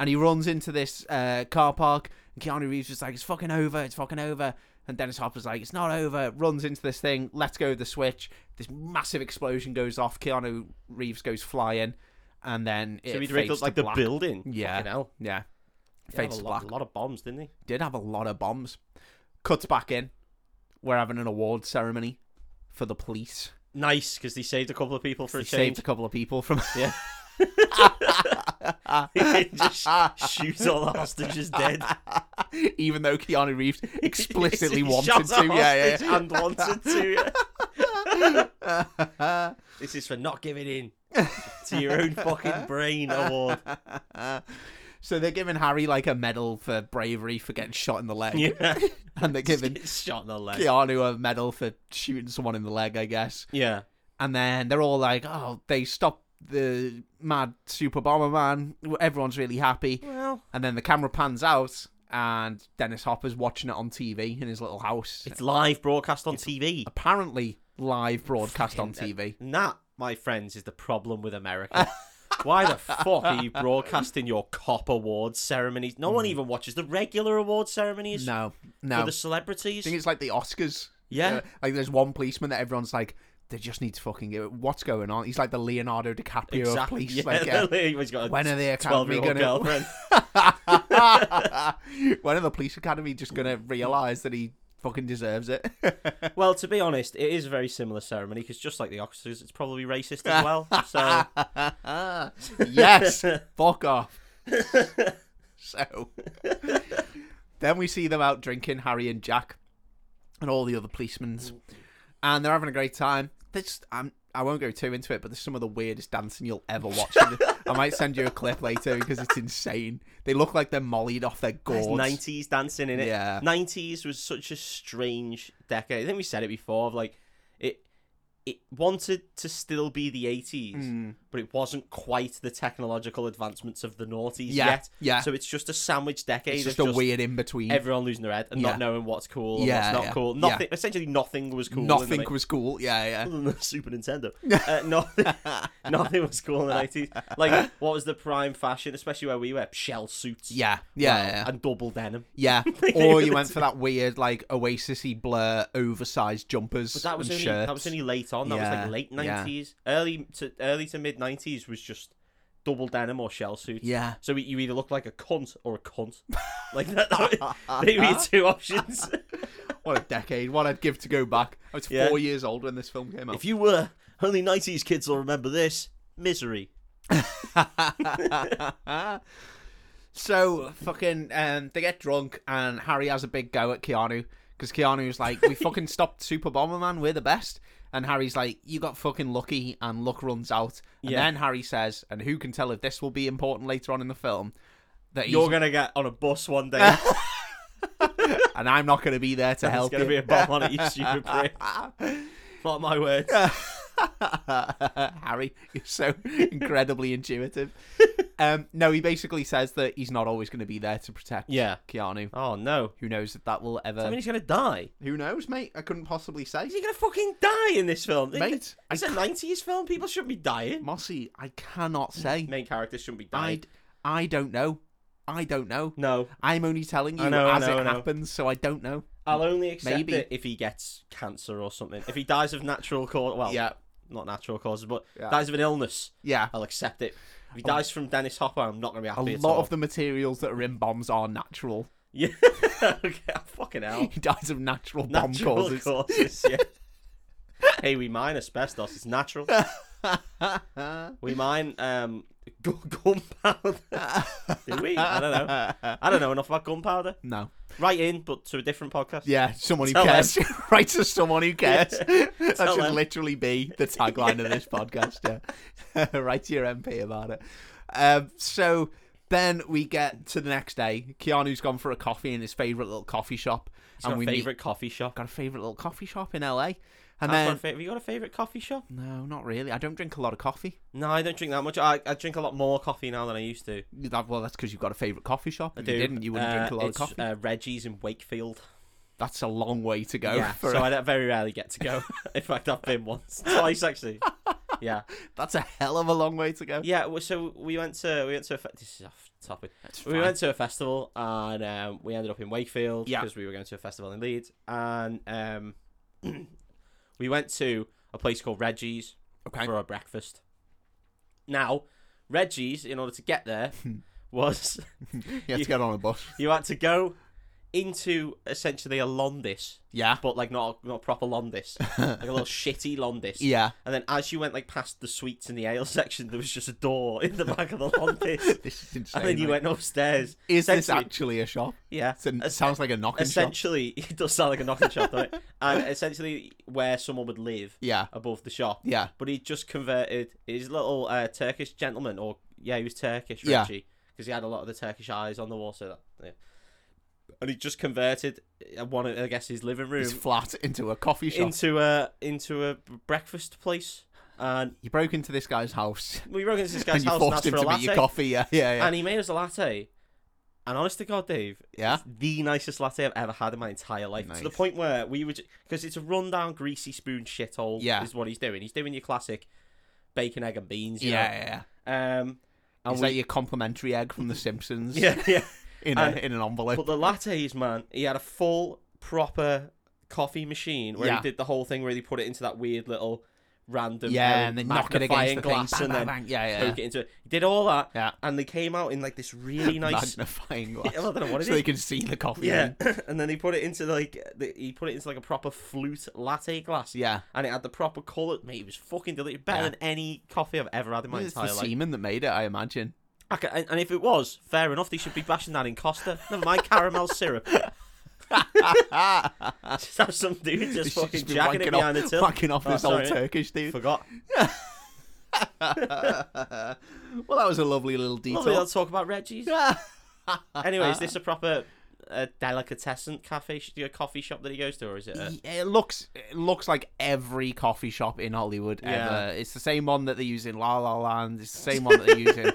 and he runs into this uh, car park. And Keanu Reeves is like, "It's fucking over! It's fucking over!" And Dennis Hopper's like, "It's not over!" Runs into this thing, lets go of the switch. This massive explosion goes off. Keanu Reeves goes flying, and then it So he'd rigged fades up like to the black. building. Yeah. [laughs] Fucking hell. Yeah, He had fades a to black. lot, a lot of bombs, didn't he? Did have a lot of bombs. Cuts back in. We're having an award ceremony for the police. Nice, because he saved a couple of people for They a change. [laughs] saved a couple of people from. Yeah. just [laughs] shoots all the hostages dead. [laughs] [laughs] Even though Keanu Reeves explicitly He wanted shot a to, yeah, hostage And wanted to, yeah. yeah, yeah. [laughs] This is for not giving in to your own fucking brain award. So they're giving Harry like a medal for bravery for getting shot in the leg, Yeah. [laughs] and they're giving [laughs] shot in the leg. Keanu a medal for shooting someone in the leg, I guess. Yeah. And then they're all like, "Oh, they stopped the mad super bomber man." Everyone's really happy, Well, and then the camera pans out, and Dennis Hopper's watching it on TV in his little house. it's live broadcast on TV. apparently live broadcast on Fucking- TV. And that, my friends, is the problem with America. Why the fuck are you broadcasting your cop awards ceremonies? No one even watches the regular award ceremonies No, for Hmm. no. the I celebrities. think it's like the Oscars. yeah. Uh, like there's one policeman that everyone's like, they just need to fucking get what's going on. He's like the Leonardo DiCaprio of Exactly. police. Yeah, like, [laughs] uh, he's got a when are the academy 12-year-old gonna? [laughs] girlfriend. when are the police academy just gonna realize that he fucking deserves it? [laughs] Well, to be honest, it is a very similar ceremony because just like the officers, it's probably [laughs] racist as well. So [laughs] yes, fuck off. so then we see them out drinking, Harry and Jack, and all the other policemen's, and they're having a great time. They just, I'm, I won't go too into it, but there's some of the weirdest dancing you'll ever watch. I might send you a clip later because it's insane. They look like they're mollied off their it's gourds. 90s dancing in it. Yeah. 90s was such a strange decade. I think we said it before. Of like it, it wanted to still be the 80s, Hmm. but it wasn't quite the technological advancements of the noughties Yeah, yet. yeah. So it's just a sandwich decade. It's just a of just weird in between. Everyone losing their head and Yeah. not knowing what's cool and Yeah, what's not yeah, cool. yeah. Nothing. Essentially, nothing was cool. in the Nothing was cool. Yeah, yeah. other than the [laughs] [laughs] Super Nintendo. uh, nothing, [laughs] nothing was cool in the nineties. Like, what was the prime fashion, especially where we were? Shell suits. Yeah, yeah, Well, yeah. And double denim. Yeah, [laughs] Like, or they you were went for that weird like Oasisy blur oversized jumpers But that was and only shirts. that was only late on. That was Yeah, like late yeah. nineties, early to early to mid nineties was just double denim or shell suits. Yeah, So you either look like a cunt or a cunt. [laughs] Like that, that [laughs] was- they were your two options. what a decade! What I'd give to go back. I was Yeah. four years old when this film came out. [laughs] if you were only nineties kids will remember this misery. so fucking, um, they get drunk and Harry has a big go at Keanu because Keanu's like, [laughs] "We fucking stopped Super Bomberman. We're the best." And Harry's like, "You got fucking lucky," and luck runs out. And Yeah. then Harry says, "And who can tell if this will be important later on in the film?" That he's, You're gonna get on a bus one day. and and I'm not going to Ah. be there to [laughs] There's help. gonna you." be a bomb on it, you stupid prick. Mark my words. [laughs] Harry, you're so incredibly intuitive. Um, no, he basically says that he's not always going to be there to protect Yeah. Keanu. Oh no. Who knows if that will ever? I mean, he's gonna die. Who knows, mate? I couldn't possibly say. Is he gonna fucking die in this film? Mate, it's a nineties film. People shouldn't be dying. Mossy, I cannot say. Main characters shouldn't be dying. I, I don't know. I don't know. No, I'm only telling I you know, I as know, I it know. happens, so I don't know. I'll only accept Maybe. it if he gets cancer or something. If he dies of natural cause, well, Yeah, not natural causes, but Yeah. dies of an [laughs] illness, yeah. I'll accept it. If he dies from Dennis Hopper, I'm not gonna be A happy. at lot all. of the materials that are in bombs are natural. [laughs] yeah. [laughs] okay, fucking hell. [laughs] He dies of natural, Oh. Natural bomb causes. causes, [laughs] yeah. hey, we mine asbestos. It's natural. We mine [laughs] um gu- gunpowder. Do we? I don't know. [laughs] I don't know enough about gunpowder. [laughs] no. Right in, but to a different podcast. Yeah, someone who Tell cares. [laughs] right to someone who cares. that [laughs] Tell should them. literally be [laughs] the tagline of this podcast. Yeah. [laughs] right to your MP about it. Um, so then we get to the next day. Keanu's gone for a coffee in his favourite little coffee shop. It's my we meet- favorite coffee shop. got a favourite little coffee shop in LA. And That's my then, fa- Have you got a favorite coffee shop? no, not really. I don't drink a lot of coffee. No, I don't drink that much. I, I drink a lot more coffee now than I used to. That, well, that's because you've got a favourite coffee shop. I If do. you didn't, you wouldn't drink a Uh, lot of it's, coffee. Uh, Reggie's in Wakefield. that's a long way to go. yeah, for so a- I don't- very rarely get [laughs] to go. [laughs] in fact, I've been once, twice actually. Yeah, [laughs] that's a hell of a long way to go. yeah. well, So we went to we went to a fe- this is off topic. That's We fine. went to a festival and um, we ended up in Wakefield Yeah. because we were going to a festival in Leeds and um, we went to a place called Reggie's Okay. for our breakfast. Now, Reggie's, in order to [laughs] get there, was You have [laughs] to get on a bus. you had to go into essentially a Londis, Yeah. but like not a, not a proper Londis, like a [laughs] little shitty Londis. Yeah. And then as you went like past the sweets and the ale section, there was just a door [laughs] in the back of [laughs] the Londis. This [laughs] is insane. And then you mate. went upstairs. Is this essentially- actually a shop? Yeah. It's an- It sounds like a knocking shop. essentially it does sound like a knocking [laughs] shop doesn't it? and essentially where someone would live Yeah. above the shop Yeah. Oh, but he just converted his little uh, turkish gentleman or yeah he was turkish Yeah. Reggie, because he had a lot of the turkish eyes on the wall so that yeah. and he just converted uh, one of i guess his living room It's flat into a coffee shop. into a into a breakfast place and You broke into this guy's house [laughs] we broke into this and guy's you house and forced asked him for a to latte make your coffee. Yeah. Yeah. Yeah. and he made us a latte and honest to god dave yeah. the nicest latte I've ever had in my entire life. To the Nice. point where we would, because it's a rundown, greasy spoon shithole. Yeah. is what he's doing. He's doing your classic bacon, egg, and beans. Yeah. You Yeah. yeah. Know? Um. And Is we, [laughs] that your complimentary egg from The Simpsons? yeah, [laughs] yeah. In, a, and- in an envelope. But the lattes, man, he had a full proper coffee machine where Yeah. he did the whole thing where he put it into that weird little random yeah. um, And then knock it against magnifying the glass thing. and Bang, then bang, bang. Yeah. Yeah. poke it into it. He did all that, Yeah. and they came out in like this [laughs] really nice Magnifying [laughs] I glass. don't know what it so they is. can see the coffee. Yeah, in. [laughs] and then he put it into like the, he put it into like a proper flute latte glass. Yeah. and it had the proper colour. Mate, it was fucking delicious. Better Yeah. than any coffee I've ever had in my It's the entire life. semen that made it, I imagine. I ca- and, and if it was, fair enough. They should be bashing that in Costa. Never mind [laughs] caramel syrup. [laughs] just have some dude just She's fucking been jacking it wanking off- behind the till. wanking off Oh, this sorry. old Turkish dude. [laughs] Forgot. well, that was a lovely little detail. Lovely. I'll talk [laughs] about Reggie's. anyway, is this this a proper uh, delicatessen cafe, sh- a coffee shop that he goes to, or is it? A... it looks it looks like every coffee shop in Hollywood Yeah. ever. It's the same one that they use in La La Land. It's the same one that they use [laughs] in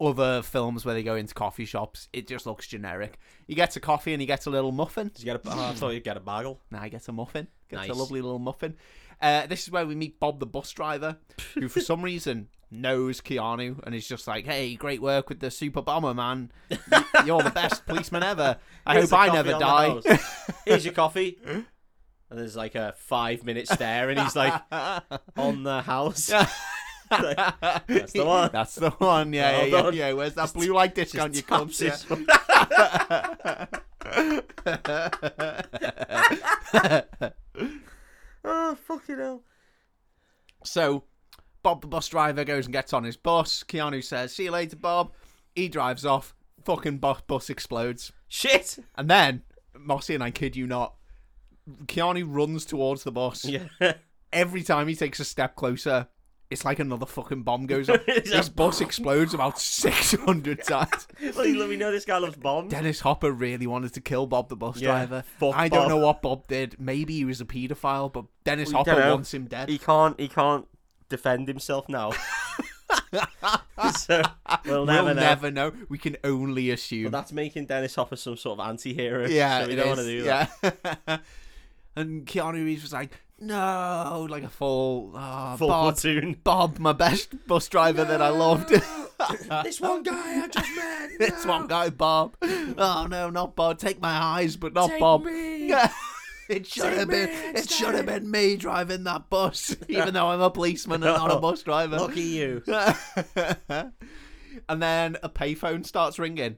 other films where they go into coffee shops. It just looks generic. He gets a coffee and he gets a little muffin. Did you get a? Oh, I thought you'd get [laughs] a bagel. Now he gets a muffin. Gets a Nice. lovely little muffin. Uh, this is where we meet Bob the bus driver, who for some reason knows Keanu and is just like, "Hey, great work with the super bomber, man. You- [laughs] You're the best policeman ever. I Here's hope I the never coffee on die." [laughs] the house. Here's your coffee. And there's like a five minute stare, and he's like on the house. Like, That's the one. That's the one. Yeah, Well yeah, yeah, done. yeah. Where's that blue light discount you Just comes? taps his- oh fucking hell! So, Bob the bus driver goes and gets on his bus. Keanu says, "See you later, Bob." He drives off. Fucking bus bus explodes, Shit! and then Mossy and I kid you not, Keanu runs towards the bus. Yeah, [laughs] Every time he takes a step closer. It's like another fucking bomb goes off. It's This a- bus explodes about 600 times. well, you let me know this guy loves [laughs] bombs. Dennis Hopper really wanted to kill Bob the bus Yeah, driver. fuck I don't Bob. know what Bob did. Maybe he was a paedophile, but Dennis We Hopper dunno. wants him dead. He can't. He can't defend himself now. [laughs] so We'll we'll never never, know. know. We can only But assume. that's making Dennis Hopper some sort of anti-hero. yeah, so we it don't want is, to do that. yeah. [laughs] and Keanu Reeves was like, "No," like a full, oh, Full Bob, platoon. Bob, my best bus driver that I loved. [laughs] this one guy I just [laughs] met. It's one guy, Bob. Oh no, not Bob. Take my eyes, but not Take Bob. me. Yeah. [laughs] It should Take have been. me It should have instead. been me driving that bus, [laughs] even though I'm a policeman and not a No. bus driver. [laughs] Lucky you. and then a payphone starts ringing.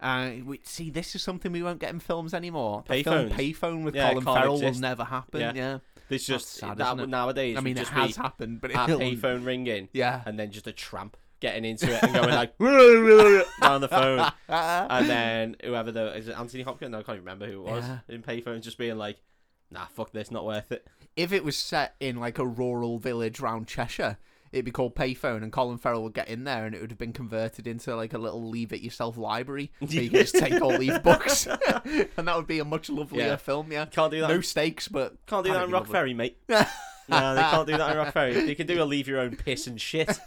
Uh, we, see, this is something we won't get in films anymore. The film Payphones? payphone with Yeah, it Colin can't Farrell will exist. never happen. Yeah, Yeah. There's just sad, that isn't it? nowadays. I mean, would it just has be happened, but it a will payphone ringing, Yeah, and then just a tramp getting into it and going [laughs] like down the phone, Uh, and then whoever the is it Anthony Hopkins? No, I can't even remember who it was Yeah. in payphones, just being like, "Nah, fuck this, not worth it." if it was set in like a rural village round Cheshire, it'd be called Payphone, and Colin Farrell would get in there, and it would have been converted into like a little leave it yourself library where you can just take all [laughs] these books, [laughs] and that would be a much lovelier Yeah. film. Yeah, Can't do that. no stakes, but can't do that'd that in be Rock lovely. Ferry, mate. no, they can't do that in Rock Ferry. They can do a leave your own piss and [laughs] shit,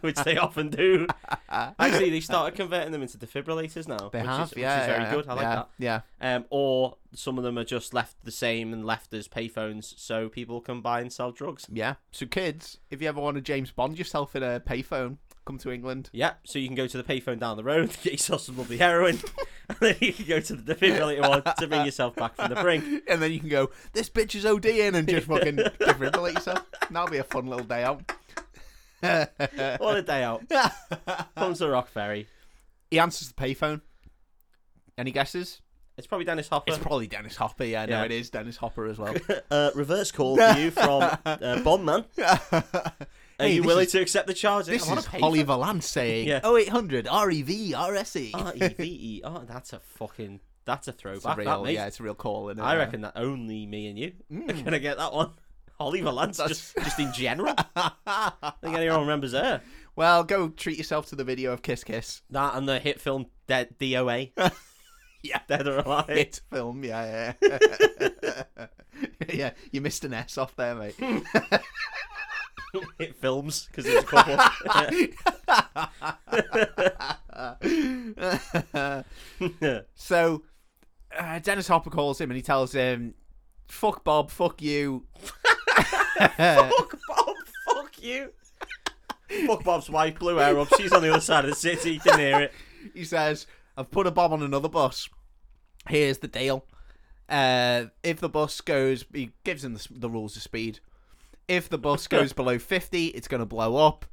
which they often do. Actually, they started converting them into defibrillators now, they which, have, is, yeah, which is very yeah, good. I like yeah, that. Yeah, Um, or some of them are just left the same and left as payphones, so people can buy and sell drugs. yeah. So kids, if you ever want to James Bond yourself in a payphone, come to England. [laughs] Yeah, so you can go to the payphone down the road, [laughs] get yourself some lovely heroin, [laughs] and then you can go to the defibrillator one to bring yourself back from the brink. And then you can go, this bitch is ODing and just [laughs] fucking defibrillate yourself. That'll be a fun little day out. What a day out! Comes to Rock Ferry. He answers the payphone. Any guesses? It's probably Dennis Hopper. It's probably Dennis Hopper. Yeah, no, Yeah. it is Dennis Hopper as well. [laughs] uh, reverse [laughs] call for you from uh, Bondman. Are Hey, you this willing is- to accept the charge? This I is Holly Valance saying "Oh Yeah. 0800 REV [laughs] RSE. R E V E R. That's a fucking. That's a It's a throwback. real, that, mate. yeah, it's a real call. Isn't it? I reckon that only me and you [laughs] are gonna get that one. Holly Valance, just just in [laughs] general. I think anyone remembers her. Well, go treat yourself to the video of Kiss Kiss. That and the hit film Dead [laughs] DOA. Yeah. Dead or Alive. Hit film, yeah, yeah. [laughs] [laughs] yeah, you missed an S off there, mate. [laughs] hit films because there's a [laughs] couple. so uh, Dennis Hopper calls him and he tells him, "Fuck Bob, fuck you." fuck Bob, fuck you. Fuck Bob's wife blew her up. She's on the other side of the city. You can hear it. He says, "I've put a Bob on another bus. Here's the deal: uh, if the bus goes, he gives him the, s- the rules of speed. If the bus [laughs] goes below fifty, it's going to blow up.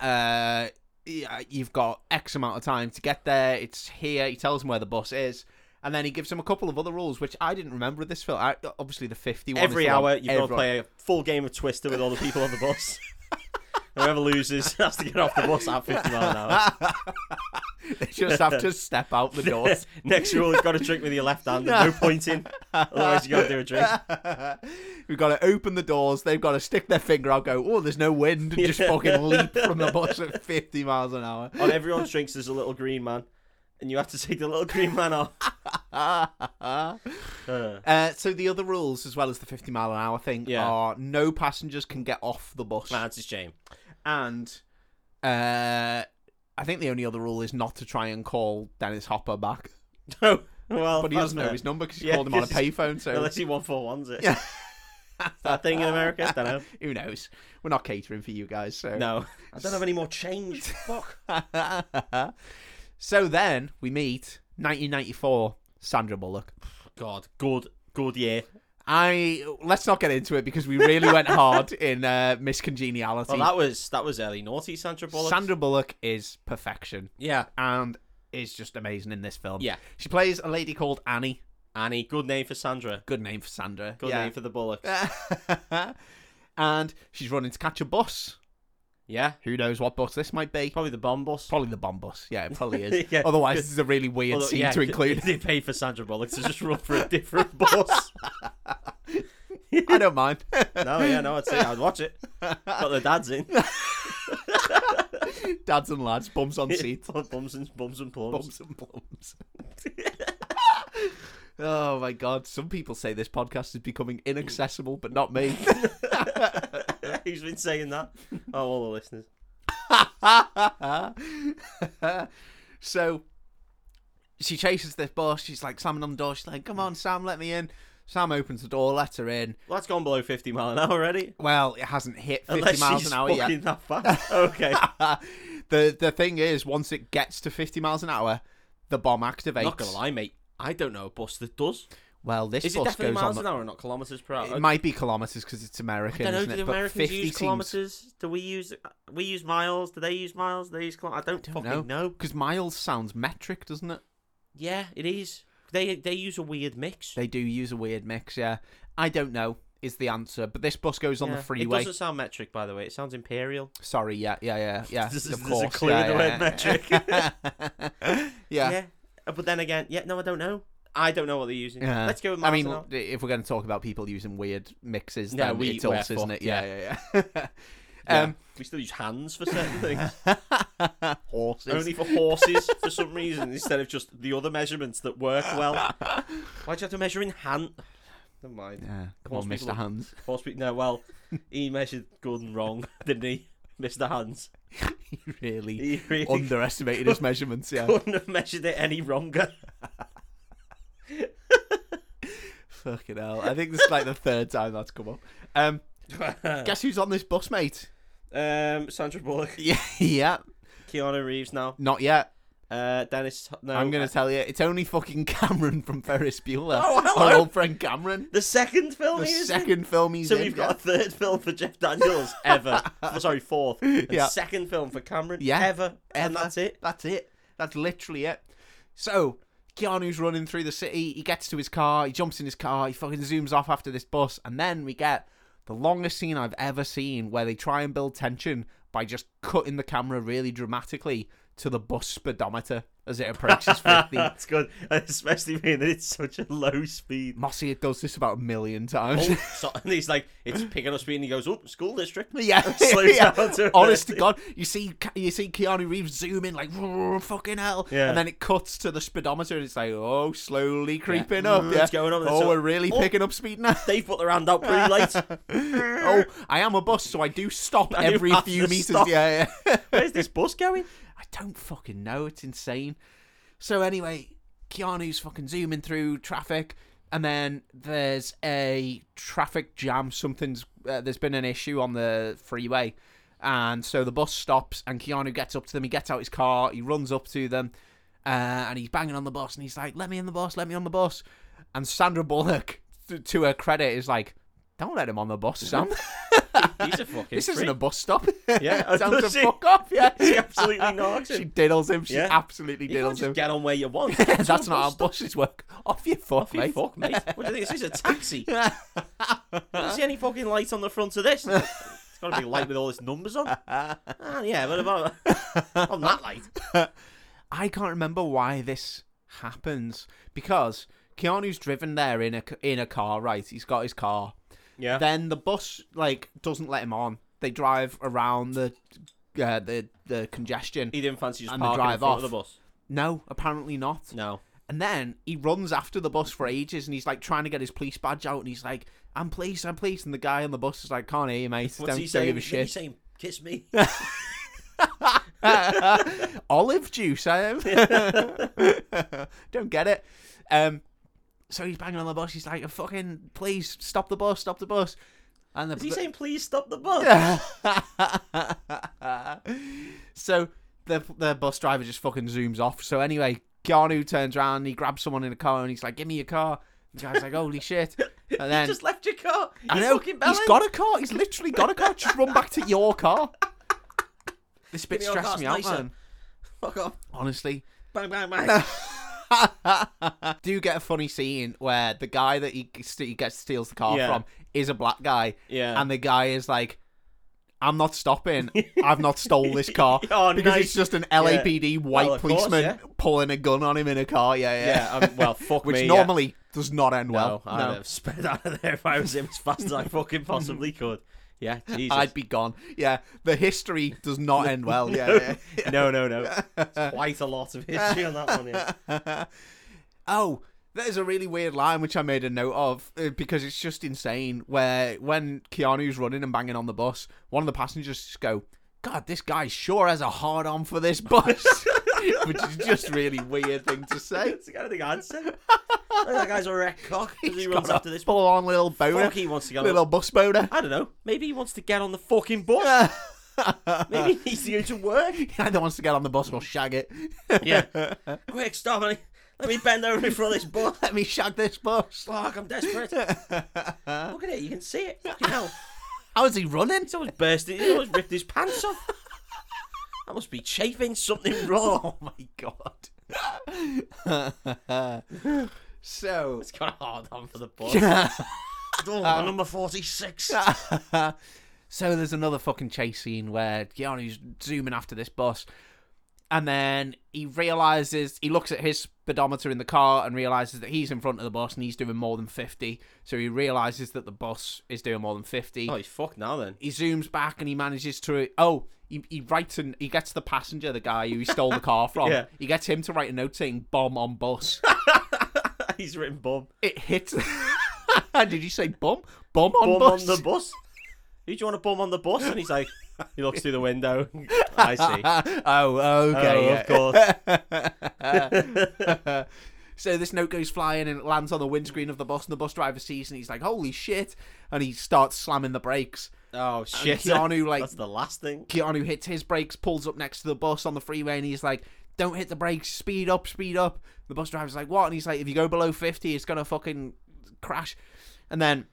Uh, yeah, you've got X amount of time to get there. It's here. He tells him where the bus is." And then he gives him a couple of other rules, which I didn't remember with this film. I, obviously, the 50 one. is Every the one hour, you've got to everyone- play a full game of Twister with all the people on the bus. [laughs] Whoever loses [laughs] has to get off the bus at 50 mile an hour. They [laughs] just have [laughs] to step out the door. Next rule, you've got to drink with your left hand. There's no pointing. Otherwise, you've got to do a [laughs] drink. [laughs] We've got to open the doors. They've got to stick their finger out, go, oh, there's no wind, and just [laughs] fucking leap from the bus at 50 miles an hour. On everyone's drinks, there's a little green man. And you have to take the little green man off. [laughs] Uh, Uh, so the other rules, as well as the 50 mile an hour thing, Yeah. are no passengers can get off the bus. that's a shame. And uh, I think the only other rule is not to try and call Dennis Hopper [laughs] back. No. Well, But he that's doesn't know fair. his number because he Yeah, called him on a 'cause he's- payphone, so [laughs] Unless he 141s [laughs] it. Yeah. that thing in America? I don't know. who knows? We're not catering for you guys, so. No. [laughs] I don't have any more change. Fuck. so then we meet 1994 Sandra Bullock. [laughs] God. Good. Good year. I let's not get into it because we really went [laughs] hard in uh, Miss Congeniality. Well, that was that was early naughty Sandra Bullock. Sandra Bullock is perfection yeah. and is just amazing in this film. Yeah. she plays a lady called Annie. Annie. Good name for Sandra. Good name for Sandra. Good name for the Bullocks. for. [laughs] and she's running to catch a bus. Yeah. Who knows what bus this might be? Probably the bomb bus. Probably the bomb bus. Yeah, it [laughs] probably is. Yeah. Otherwise, this is a really weird Although, scene yeah, to include. [laughs] They pay for Sandra Bullock to just run for a different [laughs] bus. I don't mind. [laughs] no, yeah, no, I'd say I'd watch it. Got the dads in. Dads and lads, bums [laughs] on seats. bums and bums and plums. [laughs] bums and plums. oh my god! Some people say this [laughs] podcast is becoming inaccessible, but not me. Who's been saying that? Oh, all the listeners. so she chases this boss. She's like slamming on the door. She's like, "Come on, Sam, let me in." Sam opens the door, lets her in. Well, that's gone below 50 mile an hour [laughs] already. Well, it hasn't hit 50 Unless miles she's an hour yet. fucking [laughs] that fast. Okay. the the thing is, once it gets to 50 miles an hour, the bomb activates. Not gonna lie, mate. I don't know a bus that does. Well, this Is it bus definitely goes on. miles an The, hour, not kilometers per hour? it might be kilometers because it's American, I don't isn't know. it? Do But Americans 50 use kilometers? Do we use we use miles? Do they use miles? Do they use kilometers? I don't, don't fucking know. because miles sounds metric, doesn't it? Yeah, it is. They they use a weird mix. They do use a weird mix. Yeah, I don't know is the answer, but this bus goes on Yeah. the freeway. It doesn't sound metric, by the way. It sounds imperial. Sorry, yeah, yeah, [laughs] yeah, yeah. This is- of this is a course, clue yeah, in the yeah, word yeah. [laughs] yeah. Yeah. Uh, But then again, yeah, no, I don't know. I don't know what they're using. Yeah. Let's go with I miles mean, an hour. if we're going to talk about people using weird mixes, No, then we- it's we're us, isn't fucked, it? Yeah, yeah, [laughs] yeah. [laughs] um, Yeah. we still use hands for certain things. [laughs] horses. Only for horses for some reason, instead of just the other measurements that work [laughs] well. Why'd you have to measure in hand? Never mind. Yeah, come Horse on, people- Mr. Hands. Horse pe- No, well, he measured Gordon wrong, [laughs] didn't he? Mr. Hands. [laughs] he really [laughs] He really underestimated [laughs] his measurements. Yeah, couldn't have measured it any wronger. fucking hell. I think this is like the third time that's come up. [laughs] Um, guess who's on this bus, mate? [laughs] um, Sandra Bullock, [laughs] Yeah, yeah. Keanu Reeves now. Not yet. Uh, Dennis. No, I'm gonna uh, tell you, it's only fucking [laughs] Cameron from Ferris Bueller. Oh, hello. Our old friend Cameron. the second film. The he was in. second film he's So in. we've got a third film for Jeff Daniels [laughs] ever. Oh, sorry, fourth. And Yeah. Second film for Cameron Yeah. ever, Ever. and that's it. That's it. That's literally it. So Keanu's running through the city. He gets to his car. He jumps in his car. He fucking zooms off after this bus, and then we get the longest scene I've ever seen, where they try and build tension by just cutting the camera really dramatically to the bus speedometer as it [laughs] approaches fifty. That's good, especially being that it's such a low [laughs] speed. Mossy it does this about a million times. Oh, so, and he's like, it's picking up speed, and he goes, "Oh, school district." [laughs] Yeah, Slows [laughs] yeah. down to honest to 30. God, you see, you see Keanu Reeves zoom in like "Whoa, fucking hell, Yeah. and then it cuts to the speedometer and it's like, oh, slowly creeping up. Mm, Yeah. it's going up. Oh, So- we're really Oh. picking up speed [laughs] now. They've put their hand out pretty late. [laughs] oh, I am a bus, so I do stop I do every have few to meters. stop. Yeah, yeah. [laughs] Where's this bus going? I don't fucking know. It's insane. So anyway, Keanu's fucking zooming through traffic, and then there's a traffic jam. Something's uh, there's been an issue on the freeway, and so the bus stops, and Keanu gets up to them. He gets out his car. He runs up to them, uh, and he's banging on the bus, and he's like, "Let me in the bus! Let me on the bus!" And Sandra Bullock, to, to her credit, is like. Don't let him on the bus, [laughs] Sam. He's [laughs] a fucking. [laughs] this isn't freak. a bus stop. [laughs] Yeah, Tell him to she- fuck off. [laughs] Yeah, She absolutely knocks she [laughs] him. diddles him. She Yeah. absolutely You can't diddles just him. get on where you [laughs] want. That's not how buses work. Off your fuck, Fuck, mate. mate. fuck, mate. What do you think? This is a taxi. I don't see any fucking lights on the front of this. It's got to be a light with all its numbers on. Ah, yeah, but about [laughs] on that light. [laughs] I can't remember why this happens because Keanu's driven there in a in a car, right? He's got his car. Yeah. Then the bus like doesn't let him on. They drive around the uh, the the congestion. he didn't fancy just And the parking in drive front off. of the bus. No, apparently not. No. And then he runs after the bus for ages, and he's like trying to get his police badge out, and he's like, "I'm police, I'm police," and the guy on the bus is like, "Can't hear you, mate. What's don't he don't saying? give a He's shit." saying, kiss me. [laughs] olive juice. I am. [laughs] Don't get it. Um, so he's banging on the bus. He's like, "Fucking, please stop the bus! Stop the bus!" And the Is he saying, please stop the bus? [laughs] so the the bus driver just fucking zooms off. So anyway, Keanu turns around. And he grabs someone in a car and he's like, "Give me your car." The guy's like, "Holy [laughs] shit!" And then Just left your car. You I know fucking bellend. he's got a car. He's literally got a car. Just run back to your [laughs] car. This bit me your stressed car's me out, nicer. man. Fuck off. Honestly, Bang, bang, bang. do get a funny scene where the guy that he, st- he gets steals the car Yeah. from is a black guy, Yeah. and the guy is like, "I'm not stopping. I've not stole this car [laughs] Oh, because nice. it's just an LAPD white Well, of course, policeman yeah. pulling a gun on him in a car. Yeah, yeah. yeah, [laughs] um, well, fuck Which me. yeah. normally does not end well. I'd No. have sped out of there if I was him as fast as I fucking possibly could. Yeah, Jesus. I'd be gone. Yeah, the history does not end well. [laughs] Yeah, yeah. [laughs] no, no, no. Quite a lot of history on that one. Yeah. Oh, There's a really weird line which I made a note of uh, because it's just insane. Where when Keanu's running and banging on the bus, one of the passengers just go, "God, this guy sure has a hard on for this bus," [laughs] which is just really weird thing to say. That's the kind of thing I'd say. Look, that guy's a wreck cock because [laughs] he He's runs got a after this. full-on little boner, Fuck, he wants to go. little bus boner. [laughs] I don't know. Maybe he wants to get on the fucking bus. Maybe he needs to go to work. Either wants to get on the bus or shag it. [laughs] [laughs] Yeah. Quick, stop me. Let me bend over in front of this bus. Let me shag this bus. Fuck, I'm [laughs] desperate. Look at it. You can see it. Fucking hell. How is he running? [laughs] He's always bursting. He's always ripped his pants off. I must be chafing something wrong. Oh my god. [laughs] so It's got a hard on for the bus. Oh, number 46. [laughs] so there's another fucking chase scene where Keanu's zooming after this bus, and then he realizes he looks at his speedometer in the car and realizes that he's in front of the bus and he's doing more than 50. So he realizes that the bus is doing more than 50. Oh, he's fucked now then. He zooms back and he manages to. Oh, he, he writes and he gets the passenger, the guy who he stole the car from. Yeah. He gets him to write a note saying "bomb on bus." [laughs] he's written bomb. it hits. [laughs] Did you say bomb? Bomb on [laughs] Bum bus. [laughs] on the bus? Who do you want to bum on the bus? And he's like, he looks through the window. [laughs] I see. oh, okay. oh, yeah. of course. [laughs] So this note goes flying and it lands on the windscreen of the bus, and the bus driver sees, and he's like, "Holy shit!" And he starts slamming the brakes. Oh, shit. [laughs] Keanu, like- That's the last thing. Keanu hits his brakes, pulls up next to the bus on the freeway, and he's like, "Don't hit the brakes! Speed up! Speed up!" The bus driver's like, "What?" And he's like, "If you go below fifty, it's gonna fucking crash." And then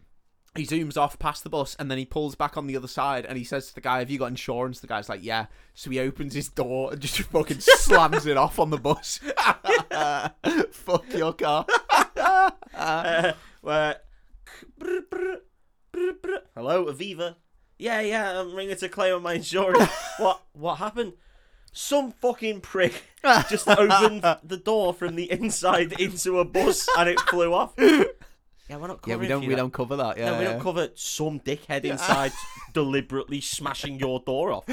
he zooms off past the bus, and then he pulls back on the other side, and he says to the guy, "Have you got insurance?" The guy's like, "Yeah." So he opens his door and just [laughs] fucking slams it off on the bus. [laughs] Fuck your car. Uh, where... brr, brr, brr, brr. Hello, Aviva. Yeah, yeah, I'm ringing to claim on [laughs] my insurance. what What happened? Some [laughs] fucking prick just opened the door from the inside into a bus and it flew off. Yeah, we're not Yeah, covering we don't for you we that. don't uh, cover [laughs] that. Yeah, No, we yeah. don't cover some [laughs] dickhead inside deliberately smashing your door off.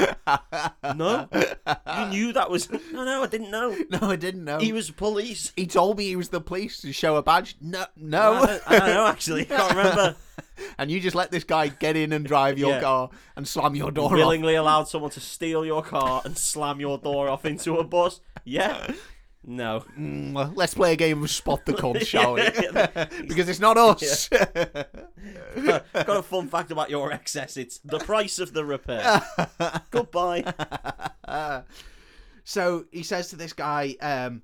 No, you knew that was. No, no, I didn't know. no, I didn't know. He He, was police. told me he was the police to show a badge. No, no. I don't, I don't know. Actually, I can't remember. and you just let this guy get in and drive your Yeah. car and slam your door off. Willingly allowed someone to steal your car and slam your door off into a bus. Yeah. No. [laughs] Mm, well, let's play a game of spot the cunt, shall we? Yeah. [laughs] because it's not us. Got a fun fact about your excess. It's the price of the repair. Goodbye. so he says to this guy, um,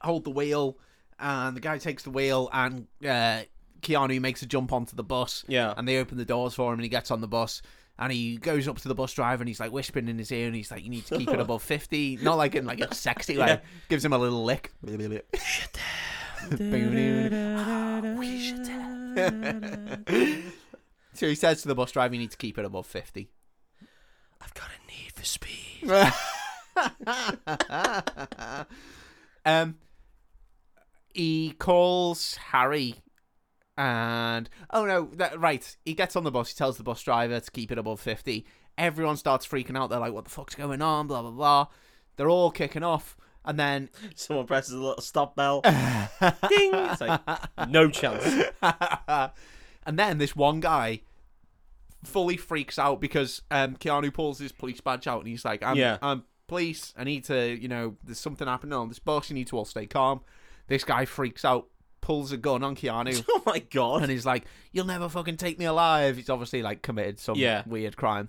"Hold the wheel," and the guy takes the wheel, and uh, Keanu makes a jump onto the bus. Yeah. and they open the doors for him, and he gets on the bus. And he goes up to the bus driver and he's like whispering in his ear and he's like, "You need to keep [laughs] it above 50. not like in like a sexy way. Yeah. Gives him a little [laughs] lick. [laughs] so he says to the bus driver, "You need to keep it above 50. I've got a need for speed. um, he calls Harry, and oh no, that, right. He gets on the bus. He tells the bus driver to keep it above fifty. Everyone starts freaking out. They're like, "What the fuck's going on?" Blah blah blah. They're all kicking off, and then Someone presses a little stop bell. Ding. It's like, [laughs] no chance. and then this one guy fully freaks out because um, Keanu pulls his police badge out and he's like, I'm, Yeah. I'm police. I need to, you know, there's something happening on this bus. You need to all stay calm. This guy freaks out, pulls a gun on Keanu. [laughs] Oh my god. And he's like, "You'll never fucking take me alive." He's obviously like committed some Yeah. weird crime.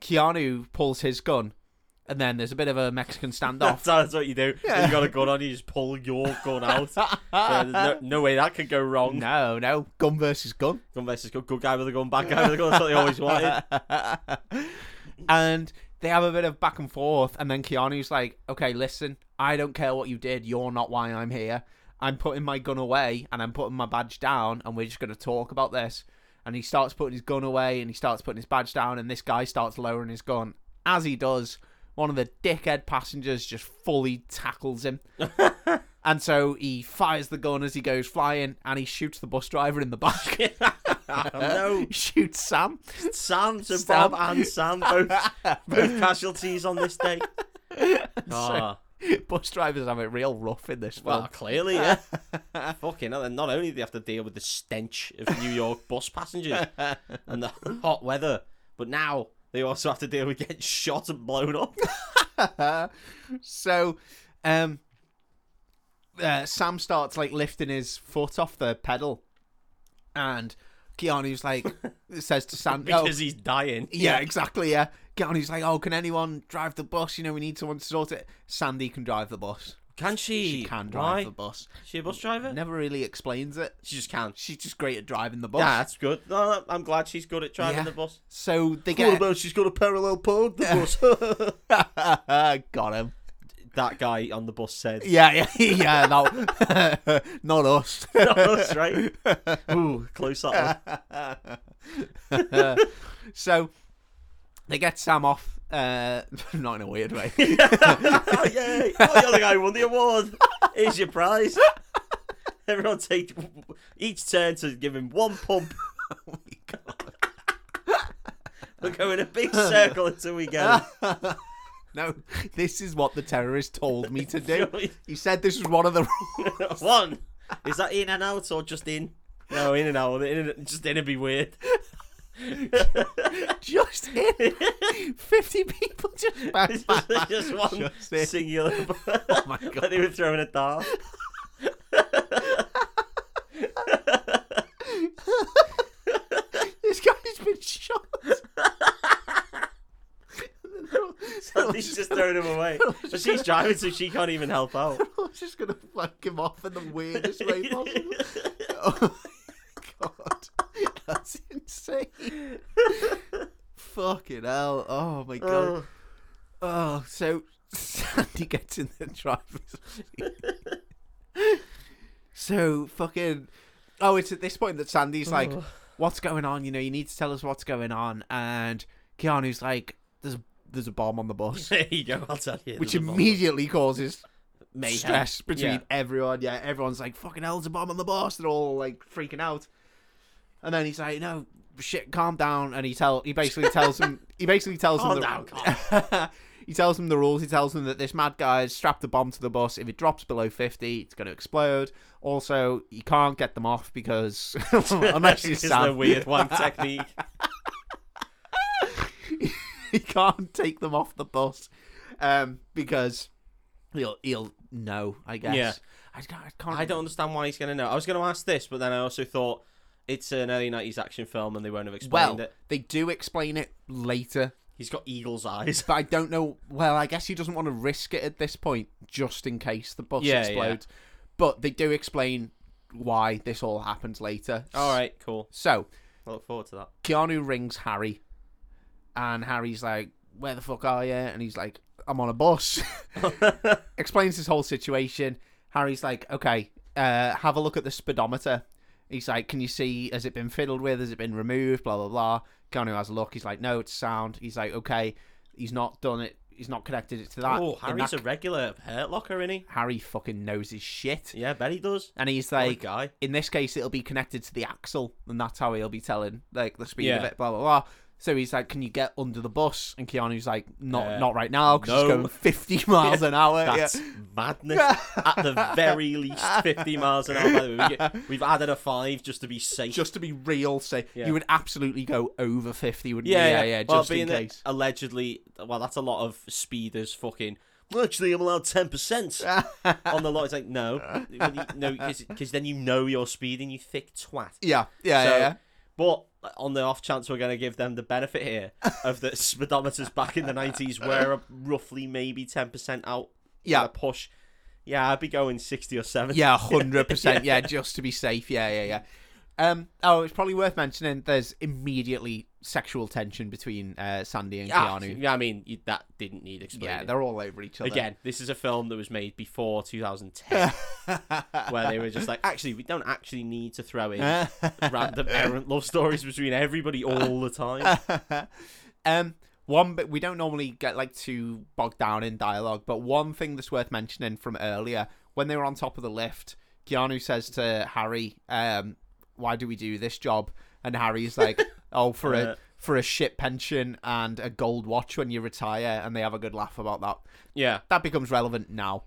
Keanu pulls his gun, and then there's a bit of a Mexican standoff. [laughs] That's, that's what you do. When you got a gun on, you just pull your gun out. Yeah, there's no, no way that could go wrong. no, no, gun versus gun. Gun versus gun. Good guy with a gun, bad guy with a gun. That's what they always wanted. and they have a bit of back and forth, and then Keanu's like, "Okay, listen, I don't care what you did. You're not why I'm here. I'm putting my gun away, and I'm putting my badge down, and we're just gonna talk about this." And he starts putting his gun away, and he starts putting his badge down, and this guy starts lowering his gun. As he does, one of the dickhead passengers just fully tackles him. And so he fires the gun as he goes flying, and he shoots the bus driver in the back. [laughs] no. shoots Sam. Sam, so Sam. [laughs] Bob and Sam, both, both casualties on this day. Ah, Bus drivers have it real rough in this Well, film. [laughs] clearly, yeah. Fucking hell, and not only do they have to deal with the stench of New York bus [laughs] passengers and the hot weather, but now they also have to deal with getting shot and blown [laughs] up. so, um, uh, Sam starts like lifting his foot off the pedal, and Keanu's [laughs] like says to Sam, "Oh, because he's dying. yeah, exactly, yeah." Keanu's like, "Oh, can anyone drive the bus? You know, we need someone to sort it." Sandy can drive the bus. Can she? She can drive Why? the bus. She a bus driver? Never really explains it. She just can't. She's just great at driving the bus. Yeah, that's good. No, no, I'm glad she's good at driving Yeah. the bus. So they get about she's got a parallel park the bus? [laughs] got him. that guy on the bus said. Yeah, yeah, [laughs] yeah. No, [laughs] not us. [laughs] That's right. [laughs] Ooh, close that one. So they get Sam off, uh, [laughs] not in a weird way. oh, yay! Oh, you're the guy who won the award. Here's your prize. Everyone take each turn to give him one pump. We'll go in a big circle until we get [laughs] no, this is what the terrorist told me to [laughs] do. him. He said this was one of the rules. one. Is that in and out or just in? No, in and out. In and, just in would be weird. [laughs] [laughs] Just in. [laughs] 50 people just It's just, just one [laughs] Just in. singular. [laughs] Oh my like god. they were throwing a dart. This guy's been [laughs] shot. [laughs] So he's just throwing him [laughs] away. But she's driving, so she can't even help out. I was just gonna fuck him off in the weirdest [laughs] way possible. Oh my god, [laughs] that's [laughs] insane! Fucking hell! Oh my god! Oh. Oh, so Sandy gets in the driver's seat. so fucking. Oh, it's at this point that Sandy's like, Oh. "What's going on? You know, you need to tell us what's going on." And Keanu's like, "There's there's a bomb on the bus." There you go. I'll tell you. Which there's a bomb. immediately causes Mayhem. stress between Yeah. everyone. Yeah, everyone's like, fucking hell, there's a bomb on the bus. They're all like freaking out. And then he's like, no, shit, calm down. And he tell he basically tells [laughs] him he basically tells Calm him [laughs] down, the he tells him the rules. He tells him that this mad guy's strapped a bomb to the bus. If it drops below fifty, it's going to explode. Also, you can't get them off because [laughs] [laughs] unless you It's the Sam, weird one [laughs] technique. [laughs] he can't take them off the bus um, because he'll he'll know. I guess. Yeah. I can't. I, can't I don't understand why he's going to know. I was going to ask this, but then I also thought it's an early 90s action film and they won't have explained Well, it. they do explain it later, He's got eagle's eyes. [laughs] but I don't know. Well, I guess he doesn't want to risk it at this point, just in case the bus Yeah, explodes. But they do explain why this all happens later. All right, cool. So I look forward to that. Keanu rings Harry, and Harry's like, "Where the fuck are you?" And he's like, "I'm on a [laughs] bus." Explains his whole situation. Harry's like, "Okay, uh, have a look at the speedometer." He's like, "Can you see? Has it been fiddled with? Has it been removed? Blah blah blah." Keanu has a look. He's like, "No, it's sound." He's like, "Okay, he's not done it. He's not connected it to that." oh, In Harry's that- a regular hurt locker, isn't he? Harry fucking knows his shit, Yeah, Oh bet he does. and he's What a like, [laughs] guy. in this case it'll be connected to the axle and that's how he'll be telling like the speed of Yeah. it blah blah blah so he's like can you get under the bus and keanu's like not Uh, not right now because no. it's going 50 [laughs] miles an hour Yeah. That's madness. At the [laughs] very least, 50 miles an hour. By the way, we get, we've added a five just to be safe. just to be real say Yeah. you would absolutely go over 50 wouldn't yeah, you yeah, yeah Well, just being in that case allegedly, well, that's a lot of speeders fucking. "Well, Actually, I'm allowed ten [laughs] percent on the lot. It's like no, Well, you- no, because then you know you're speeding, you thick twat. yeah yeah So, yeah, [laughs] yeah. But on the off chance we're going to give them the benefit here of the speedometers back in the nineties were roughly maybe ten percent out. Yeah. with a push. Yeah, I'd be going sixty or seventy. Yeah, hundred percent. Yeah, just to be safe. Yeah, yeah, yeah. Um, oh, it's probably worth mentioning. There's immediately sexual tension between uh, Sandy and Ah, Keanu. yeah. I mean you, that didn't need Yeah, explaining. they're all over each other. Again, this is a film that was made [laughs] before 2010, where they were just like, actually, we don't actually need to [laughs] throw in random errant love stories between everybody all the [laughs] time. um, one bit we don't normally get like too bogged down in dialogue, but one thing that's worth mentioning from earlier when they were on top of the lift, Keanu says to Harry, um, "Why do we do this job?" And Harry's like, "Oh, for Uh. a for a shit pension and a gold watch when you retire, and they have a good laugh about that. Yeah. That becomes relevant now.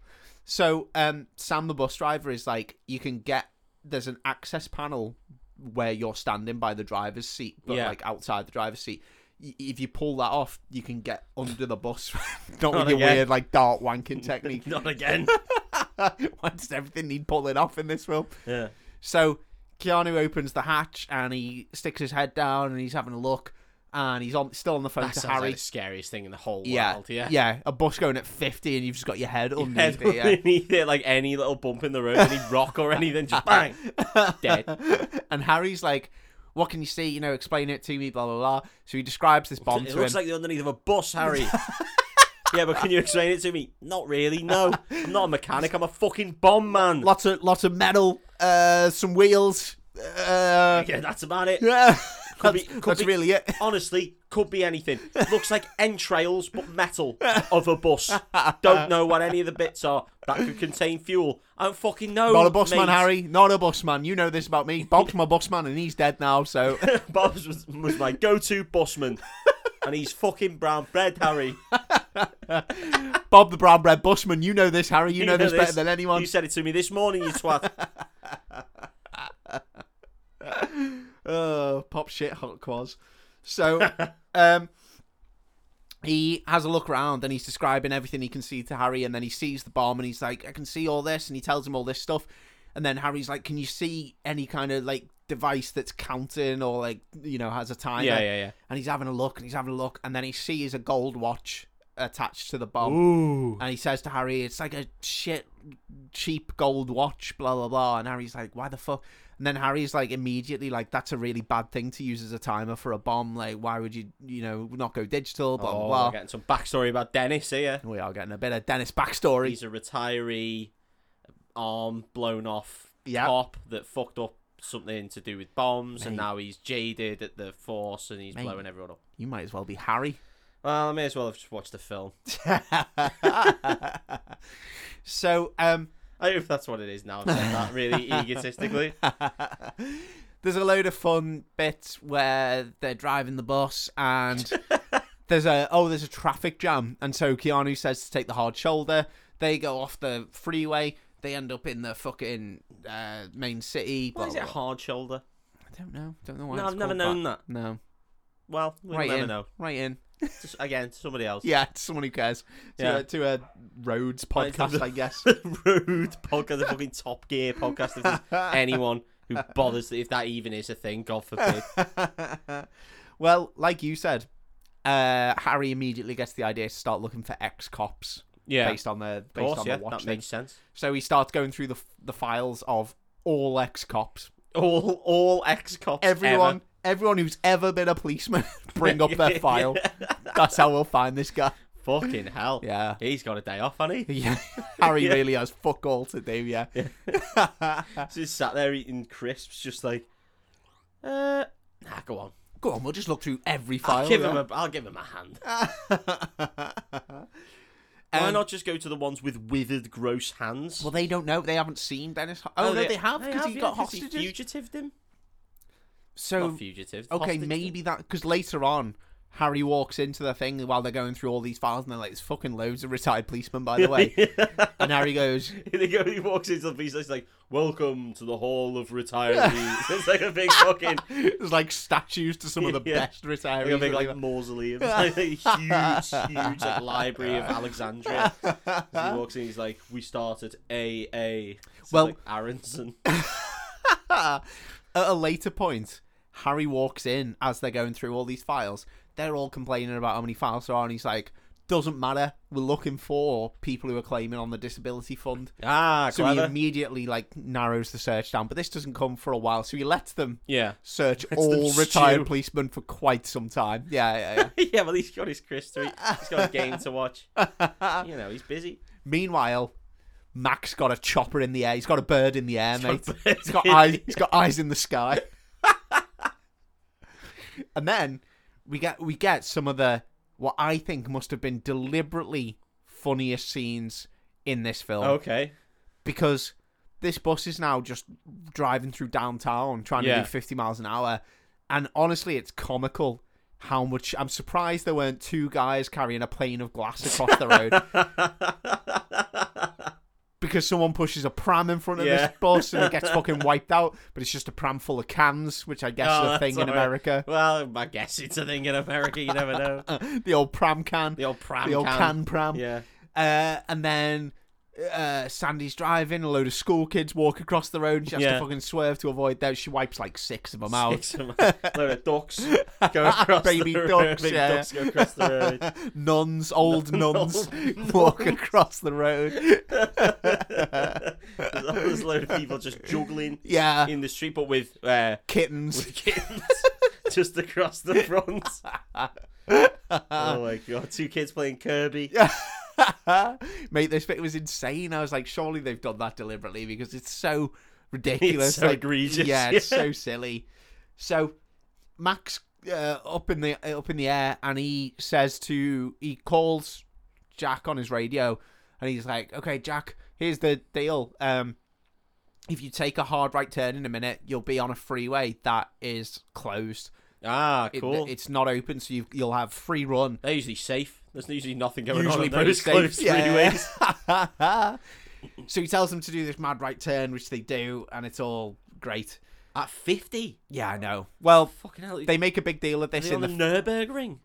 So um, Sam, the bus driver, is like, you can get there's an access panel where you're standing by the driver's seat, but Yeah. like outside the driver's seat. Y- If you pull that off, you can get under the bus. [laughs] Not with Not your again. weird like dart wanking technique. Not again. [laughs] Why does everything need pulling off in this film? yeah. So Keanu opens the hatch and he sticks his head down and he's having a look and he's on still on the phone That to sounds Harry. like the scariest thing in the whole yeah, world. Yeah. a bus going at fifty and you've just got your head underneath Head it. Yeah. [laughs] underneath it, like any little bump in the road, any rock or [laughs] anything, just bang. Dead. and Harry's like, "What can you see? You know, explain it to me." Blah blah blah. So he describes this bomb It to him. looks like the underneath of a [laughs] bus, Harry. yeah, but can you explain it to me? Not really. [laughs] No, I'm not a mechanic. I'm a fucking bomb man. lots of lots of metal, uh, some wheels. Uh, yeah, that's about [laughs] it. yeah, that's, be- could that's be- really it. Honestly, could be anything. Looks like entrails, but metal of a bus. Don't know what any of the bits are that could contain fuel. I don't fucking know. Not a bus man, mate. [laughs] Harry. Not a bus man. You know this about me. Bob's my bus man, and he's dead now. So [laughs] Bob's was, was my go-to busman, and he's fucking brown bread, Harry. Bob the brown bread busman. You know this, [laughs] Harry. [laughs] You, know, this, better than anyone. You said it to me this morning, you twat. Oh, pop shit hot quaz. [laughs] So, um, he has a look around and he's describing everything he can see to Harry, and then he sees the bomb and he's like, "I can see all this," and he tells him all this stuff, and then Harry's like, "Can you see any kind of like device that's counting or like you know has a timer?" Yeah, yeah, yeah. And he's having a look and he's having a look, and then he sees a gold watch attached to the bomb. Ooh. And he says to Harry, "It's like a shit, cheap gold watch, blah blah blah." And Harry's like, "Why the fuck?" And then Harry's like, immediately like, "That's a really bad thing to use as a timer for a bomb. Like, why would you, you know, not go digital?" Blah Oh, blah we're blah. getting some backstory about Dennis here. We are getting a bit of Dennis backstory. He's a retiree, arm blown off Yeah. cop that fucked up something to do with bombs, and Ah. Mate. now he's jaded at the force and he's Mate. blowing everyone up. you might as well be Harry. Well, I may as well have just watched the film. so, um, I hope that's what it is now. I've said that really [laughs] egotistically. [laughs] there's a load of fun bits where they're driving the bus [laughs] and there's a oh there's a traffic jam and so Keanu says to take the hard shoulder. They go off the freeway. They end up in the fucking uh, main city. Why is blah, it a blah, blah. hard shoulder? I don't know. Don't know why. No, it's I've never called known that. that. No. Well, we'll right never in. know. Right in. Just, again, somebody else. Yeah, [laughs] to someone who cares. To, Yeah. a, to a roads Right, it's podcast, a- I [laughs] guess. Rude podcast, the fucking Top Gear podcast. If there's [laughs] anyone who bothers, if that even is a thing, God forbid. well, like you said, uh, Harry immediately gets the idea to start looking for ex cops Yeah, based on the of based course, on yeah, the watch that thing. makes sense. So he starts going through the the files of all ex cops, All all ex cops. everyone, everyone who's ever been a policeman, [laughs] bring up [laughs] their file. That's how we'll find this guy. Fucking hell. Yeah, He's got a day off, hasn't [laughs] he? [laughs] yeah. Harry Yeah. really has fuck all to do. Yeah, He's Just sat there eating crisps, just like, uh, nah, go on. go on, we'll just look through every file. I'll give yeah. him a, I'll give him a [laughs] hand. Um, Why Um, not just go to the ones with withered, gross hands? Well, they don't know. They haven't seen Dennis. Ho- oh, no, they, have because he yeah, got 'cause he hostages. fugitived [laughs] him. so [laughs] Not fugitive. okay, hostage. maybe that because later on. Harry walks into the thing while they're going through all these files, and they're like, "There's fucking loads of retired policemen, [laughs] by the way." and Harry goes, They go- he walks into the police. It's like, "Welcome to the Hall of [laughs] Retirees." it's like a big fucking, There's like statues to some of the Yeah. best retirees. like a big that like they've- mausoleum, [laughs] It's like a huge, huge like [laughs] library of Alexandria. As he walks in, he's like, "We start at A A." Well- like [laughs] Aronson. At a later point, Harry walks in as they're going through all these files. They're all complaining about how many files there are, and he's like, "Doesn't matter. We're looking for people who are claiming on the disability fund." ah, So he immediately like narrows the search down, but this doesn't come for a while. So he lets them yeah. search Lets them all retired stew. policemen for quite some time. Yeah, yeah, yeah. [laughs] yeah, well, he's got his Chris three. He's got a game to watch. You know, he's busy. Meanwhile, Mac's got a chopper in the air. He's got a bird in the air, mate. got a bird He's got in the eyes. He's got eyes in the sky. [laughs] and then we get we get some of the what I think must have been deliberately funniest scenes in this film Okay. because this bus is now just driving through downtown trying Yeah. to do 50 miles an hour and honestly it's comical how much. I'm surprised there weren't two guys carrying a plane of glass across the road [laughs] because someone pushes a pram in front of Yeah. this bus and it [laughs] gets fucking wiped out. But it's just a pram full of cans, which I guess Oh, is a that's thing in alright. America. well, I guess it's a thing in America. You never [laughs] know. the old pram can, The old pram. the old can, pram. Yeah. Uh, and then uh, Sandy's driving, a load of school kids walk across the road, and she has to Yeah. fucking swerve to avoid them. She wipes like six of them out. Sticks them out. Load of ducks [laughs] go across Baby the road. ducks, Baby yeah. ducks go across the road. [laughs] Nuns, old nuns, walk across the road. There's always a load of people just juggling [laughs] Yeah, in the street, but with uh, kittens. with kittens just across the [laughs] front. oh my god! Two kids playing Kirby. Mate, this bit was insane. I was like, surely they've done that deliberately because it's so ridiculous. It's so like, egregious, Yeah, it's yeah. so silly. So Max uh, up in the up in the air, and he says to he calls Jack on his radio, and he's like, "Okay, Jack, here's the deal. Um, if you take a hard right turn in a minute, you'll be on a freeway that is closed. Ah, It- cool. it's not open, so you, you'll have free run." They're usually safe. There's usually nothing going usually on. on pretty those safe. closed [laughs] freeways. [laughs] Yeah. so he tells them to do this mad right turn, which they do, and it's all great. At 50? Yeah, I know. Well, Fucking hell. they make a big deal of this They in on the. the Nürburgring.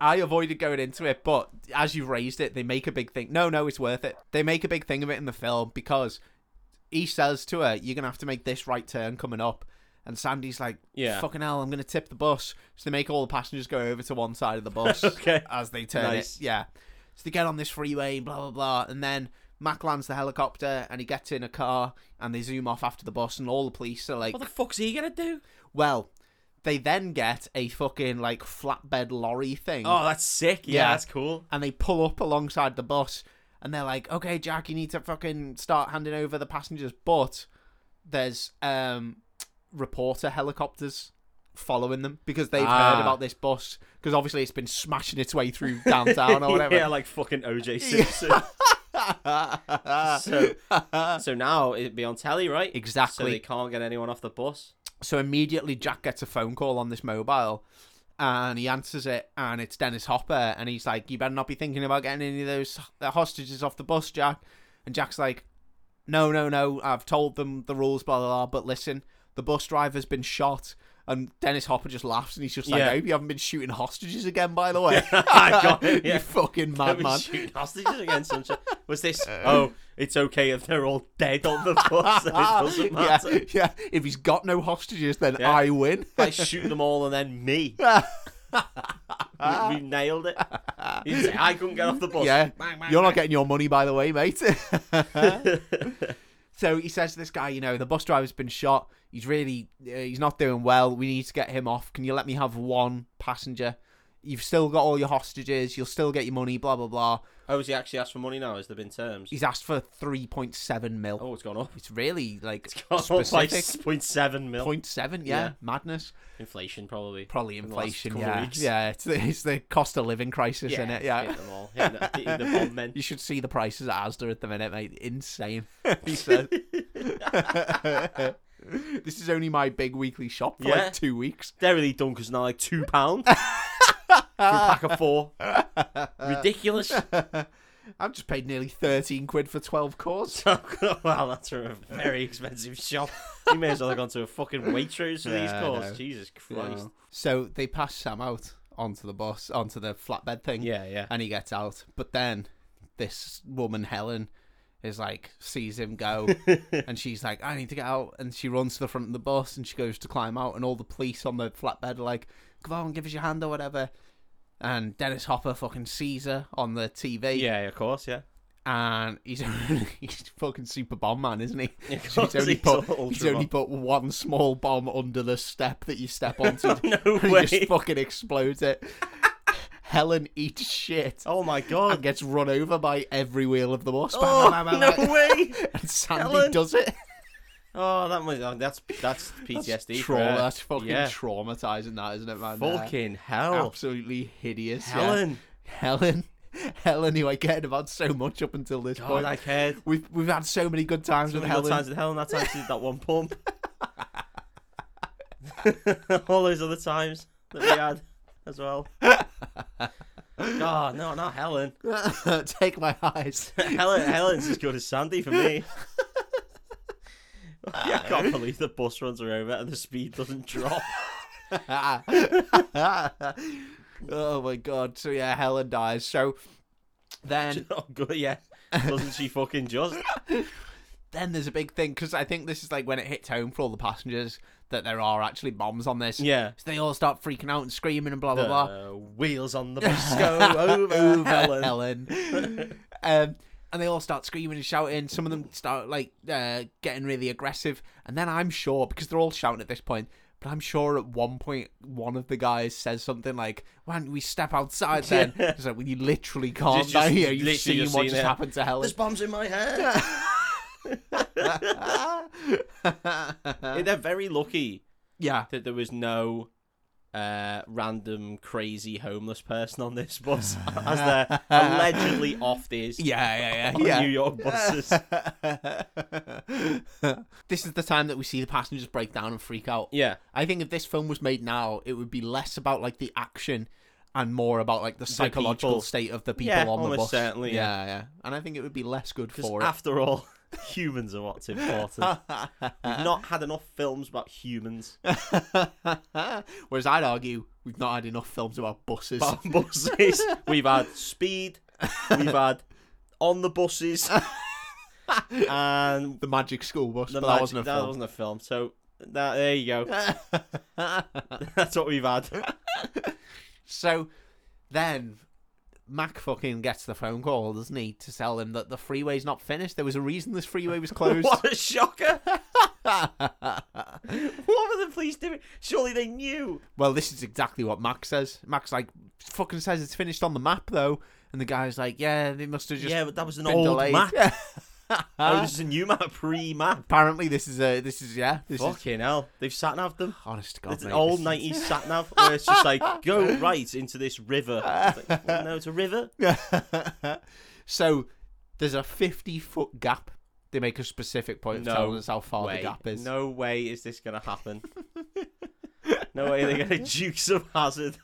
I avoided going into it, but as you've raised it, they make a big thing. No, no, it's worth it. They make a big thing of it in the film because he says to her, "You're gonna have to make this right turn coming up." And Sandy's like, Yeah. fucking hell, I'm gonna tip the bus." So they make all the passengers go over to one side of the bus [laughs] Okay. as they turn Nice. it. Yeah. So they get on this freeway, blah blah blah, and then Mac lands the helicopter and he gets in a car and they zoom off after the bus and all the police are like, What the fuck's he gonna do? "Well." They then get a fucking like flatbed lorry thing Oh, that's sick. Yeah, Yeah. that's cool. and they pull up alongside the bus and they're like, "Okay, Jack, you need to fucking start handing over the passengers." But there's um reporter helicopters following them because they've Ah. heard about this bus because obviously it's been smashing its way through downtown [laughs] or yeah, whatever. like fucking OJ Simpson. so, [laughs] so now it'd be on telly, right? So they exactly. can't get anyone off the bus. So immediately Jack gets a phone call on this mobile and he answers it and it's Dennis Hopper and he's like, You better not be thinking about getting any of those h- hostages off the bus, Jack. And Jack's like, No, no, no, I've told them the rules, blah, blah, blah, but listen, the bus driver's been shot. And Dennis Hopper just laughs and he's just like, I Yeah. hope you haven't been shooting hostages again, by the way. [laughs] I got it, [laughs] yeah. You fucking I've been madman. shooting hostages again, sunshine. Was [laughs] this? oh, it's okay if they're all dead on the bus. so [laughs] it [laughs] doesn't yeah, matter. yeah. If he's got no hostages, then Yeah. I win. [laughs] I shoot them all and then [laughs] me. we, we nailed [laughs] it. He's like, I couldn't get off the bus. Yeah. Bang, bang, You're not bang. getting your money, by the way, mate. [laughs] so he says to this guy, you know, the bus driver's been shot. He's really, uh, he's not doing well. We need to get him off. Can you let me have one passenger? You've still got all your hostages. You'll still get your money, blah, blah, blah. Oh, has he actually asked for money now? Has there been terms? He's asked for 3.7 mil. Oh, it's gone up. It's really like It's gone up by specific. 6.7 mil. 0.7, yeah, Yeah. madness. Inflation, probably. [laughs] Probably In the last inflation, couple of yeah. weeks. Yeah, it's the, it's the cost of living crisis, in it? Yeah. Hit them all. Hit the, hit the bomb men. You should see the prices at Asda at the minute, mate. Insane. [laughs] he said. this is only my big weekly shop for Yeah. like two weeks. They're really done because now like £2 [laughs] pound for a pack of four. Ridiculous. [laughs] I've just paid nearly 13 quid for 12 cores. wow, that's from a very expensive shop. You may as well have gone to a fucking Waitrose for these Yeah, I know. calls. Jesus Christ. So they pass Sam out onto the bus, onto the flatbed thing, Yeah, yeah. and he gets out. But then this woman, Helen, is like, sees him [laughs] go, and she's like, I need to get out. And she runs to the front of the bus and she goes to climb out, and all the police on the flatbed are like, Come on, give us your hand or whatever. And Dennis Hopper fucking sees her on the TV. Yeah, of course, yeah. and he's [laughs] he's fucking super bomb man, isn't he? [laughs] Of So course he's only he's put all he's ultra only put one small bomb under the step that you [laughs] step onto. No and way. He just fucking explodes [laughs] it. Helen eats shit Oh my [laughs] and god. gets run over by every wheel of the bus. Oh, no way. And Sandy Helen. does it. Oh, that was, oh, that's that's PTSD. for Trauma. her. That's fucking Yeah. traumatizing, that isn't it, man? Fucking hell. absolutely hideous. yeah. Helen. Helen, [laughs] Helen, who I cared about so much up until this God, point. I cared. We've we've had so many good times So with many good Helen. times with Helen, that time she did that one pump. All those other times that we had. as well. God, no, not Helen. [laughs] Take my eyes. Helen, Helen's as good as Sandy for me. [laughs] I can't believe the bus runs her over and the speed doesn't drop. [laughs] oh my god. So yeah, Helen dies. So then oh, good, yeah. Doesn't she fucking just? then there's a big thing because I think this is like when it hits home for all the passengers that there are actually bombs on this. Yeah. So they all start freaking out and screaming and blah blah blah. The wheels on the [laughs] bus go over, Helen. Helen. um, and they all start screaming and shouting. Some of them start like uh, getting really aggressive. And then I'm sure because they're all shouting at this point. But I'm sure at one point one of the guys says something like, "Why don't we step [laughs] outside then?" Yeah. It's like, "Well, you literally can't just- die here. You've literally seen just what seen just it. happened to [laughs] Helen." [laughs] There's bombs in my hair. They're very lucky yeah, that there was no uh, random crazy homeless person on [laughs] this bus, as they're allegedly off these yeah, yeah, on yeah. New yeah. [laughs] York buses. this is the time that we see the passengers break down and freak out. yeah, I think if this film was made now, it would be less about like the action and more about like the psychological people. state of the people Yeah, on the almost bus. certainly, yeah, yeah. And I think it would be less good because for it. after all, [laughs] humans are [laughs] what's important. We've not had enough films about humans. [laughs] Whereas I'd argue we've not had enough films about buses. About buses, we've had speed, we've had on [laughs] the buses, [laughs] and the Magic School Bus, the but magic- that wasn't a that film. wasn't a film. So that, there you [laughs] go. [laughs] That's what we've had. so then Mac fucking gets the phone call, doesn't he, to tell him that the freeway's not finished. There was a reason this freeway [laughs] was closed. What a [laughs] shocker! What were the police doing? Surely they knew. Well, this is exactly what Max says. Max like fucking says it's finished on the map though, and the guy's like, "Yeah, they must have just yeah, but that was an been old delayed." map. [laughs] oh, this is a new map, pre-map. Apparently, this is a this is yeah this is Fucking hell, they've sat nav them. honest to God, It's an mate, old this is- '90s [laughs] sat nav where it's just like go right into this river. [laughs] It's like, well, no, it's a river. [laughs] so there's a fifty foot gap. They make a specific point of No telling us how far way. the gap is. No way is this gonna happen. [laughs] no way they're gonna juke some hazard.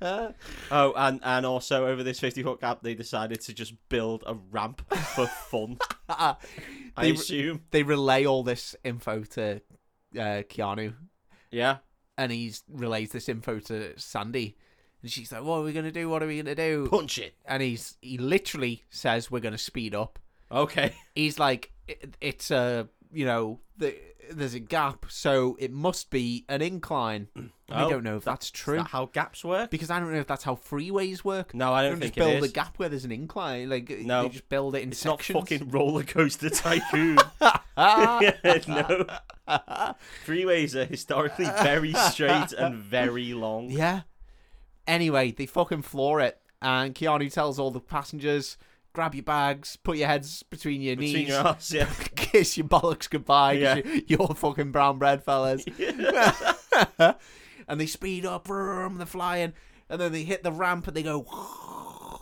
[laughs] oh, and and also over this 50 foot gap, they decided to just build a ramp for [laughs] fun. I They- assume. They relay all this info to uh, Keanu, Yeah. and he relays this info to Sandy, and she's like, "What are we gonna do? What are we gonna do?" Punch it. and he's he literally says we're going to speed up. Okay. He's like it, it's a you know the, there's a gap, so it must be an incline. I Oh, don't know if that's Is true that how gaps work? because I don't know if that's how freeways work. no, I They don't just think it build is. a gap where there's an incline. Like No. they just build it in It's not sections. fucking roller coaster [laughs] tycoon. Ah! no. [laughs] Freeways are historically very straight and very long. [laughs] yeah. Anyway, they fucking floor it, and Keanu tells all the passengers, "Grab your bags, put your heads between your Between knees, your arse, yeah. [laughs] kiss your bollocks goodbye. 'cause Yeah. you- You're fucking brown bread, [laughs] fellas. [laughs] and they speed up, vroom, they're flying, and then they hit the ramp and they go [laughs]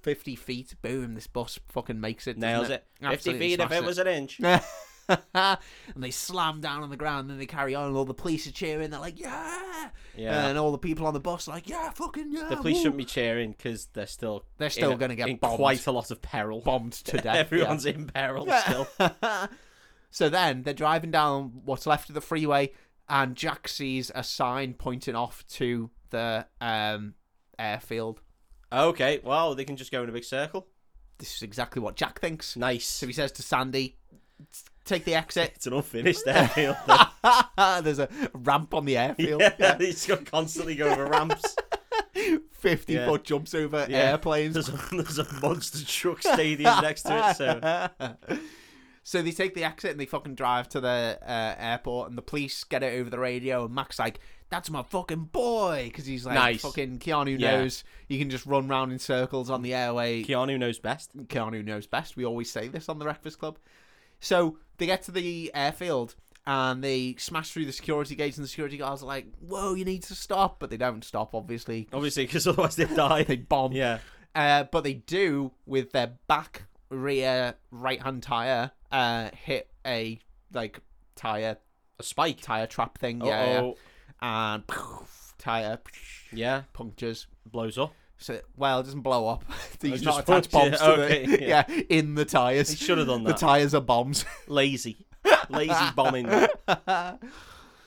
50 feet. Boom, this bus fucking makes it. doesn't Nails it. 50 Absolutely feet if smashes it was an inch. [laughs] and they slam down on the ground and they carry on, and all the police are cheering. They're like, yeah. Yeah. And all the people on the bus are like, yeah, fucking yeah. The police woo." shouldn't be cheering because they're still They're still in a- gonna get in bombed. quite a lot of peril. [laughs] bombed to [laughs] death. yeah. Everyone's in peril still. so then they're driving down what's left of the freeway, and Jack sees a sign pointing off to the um, airfield. Okay, well they can just go in a big circle. This is exactly what Jack thinks. Nice. So he says to Sandy, "Take the exit." [laughs] It's an unfinished airfield. [laughs] There's a ramp on the [laughs] airfield. yeah, they just go constantly go over ramps. Fifty Yeah. foot jumps over Yeah. airplanes. [laughs] There's a, there's a monster [laughs] truck stadium next to it, so So they take the exit and they fucking drive to the uh, airport, and the police get it over the radio. And Mac's like, "That's my fucking boy," because he's like, Nice. "Fucking Keanu Yeah. knows. You can just run round in circles on the airway. [laughs] Keanu knows best. Keanu knows best." We always say this on the Breakfast Club. So they get to the airfield and they smash through the security gates, and the security guards are like, "Whoa, you need to stop!" But they don't stop, obviously. Obviously, because otherwise they'd die. [laughs] They bomb. Yeah. Uh, but they do with their back rear right hand tire uh, hit a like tire A spike. tire trap thing, Uh yeah, yeah. oh. and poof, tire Yeah, punctures. blows up. So well, it doesn't blow up. [laughs] He's just not attached bombs punctured it. to the- Okay, yeah. in the tires. He should have [laughs] done the that. tires are bombs. [laughs] [laughs] Lazy, lazy bombing.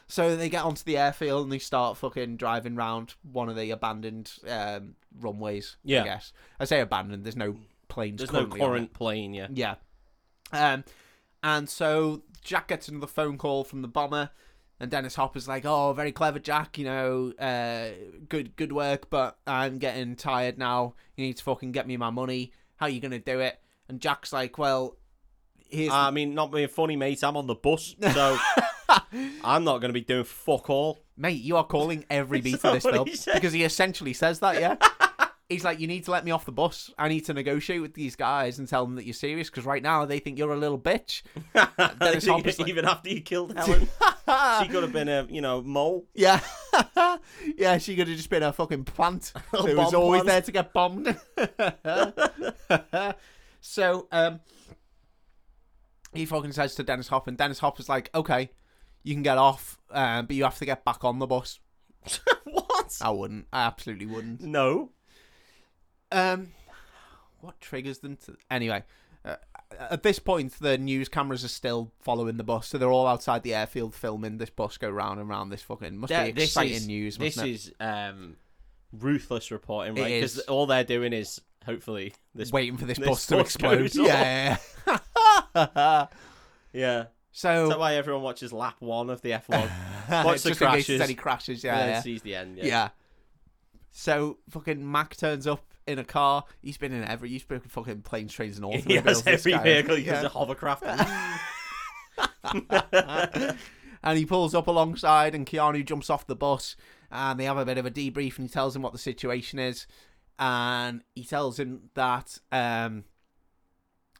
so they get onto the airfield and they start fucking driving round one of the abandoned um, runways. Yeah. I guess I say abandoned. There's no planes. There's no currently on it. current plane. Yeah, Yeah. Um, and so Jack gets another phone call from the bomber, and Dennis Hopper's like, "Oh, very clever, Jack. You know, uh, good, good work. But I'm getting tired now. You need to fucking get me my money. How you gonna do it?" And Jack's like, "Well, here's I mean, not being funny, mate. I'm on the bus, [laughs] so I'm not going to be doing fuck all. mate, you are calling [laughs] every beat Is for that this what film he said? because he essentially says that, [laughs] yeah." He's like, you need to let me off the bus. I need to negotiate with these guys and tell them that you're serious because right now they think you're a little [laughs] bitch. Dennis Hopper's like- Even after you [laughs] killed Helen, she could have been a you know mole. Yeah, [laughs] yeah, she could have just been a fucking plant [laughs] A who was bomb always plant. there to get bombed. [laughs] so um, he fucking says to Dennis Hopper, and Dennis Hopper's like, "Okay, you can get off, uh, but you have to get back on the bus." [laughs] what? I wouldn't. I absolutely wouldn't. No. Um, what triggers them to? Anyway, uh, at this point, the news cameras are still following the bus, so they're all outside the airfield filming this bus go round and round. This fucking must That- be this exciting is- news. This mustn't it? is um, ruthless reporting, right? It Because is. all they're doing is hopefully this. waiting for this, this bus to bus explode. goes off. Yeah. Yeah. Is [laughs] that so why everyone watches lap one of the [laughs] F one? What's Watch the just in case crashes. there's any crashes. and Yeah, then yeah. sees the end. [laughs] Yeah. yeah. So fucking Mac turns up in a car. He's been in every. He's been in fucking planes, trains, and [laughs] He automobiles. has this every guy. vehicle. He has Yeah. a hovercraft. and he pulls up alongside, and Keanu jumps off the bus, and they have a bit of a debrief, and he tells him what the situation is, and he tells him that um,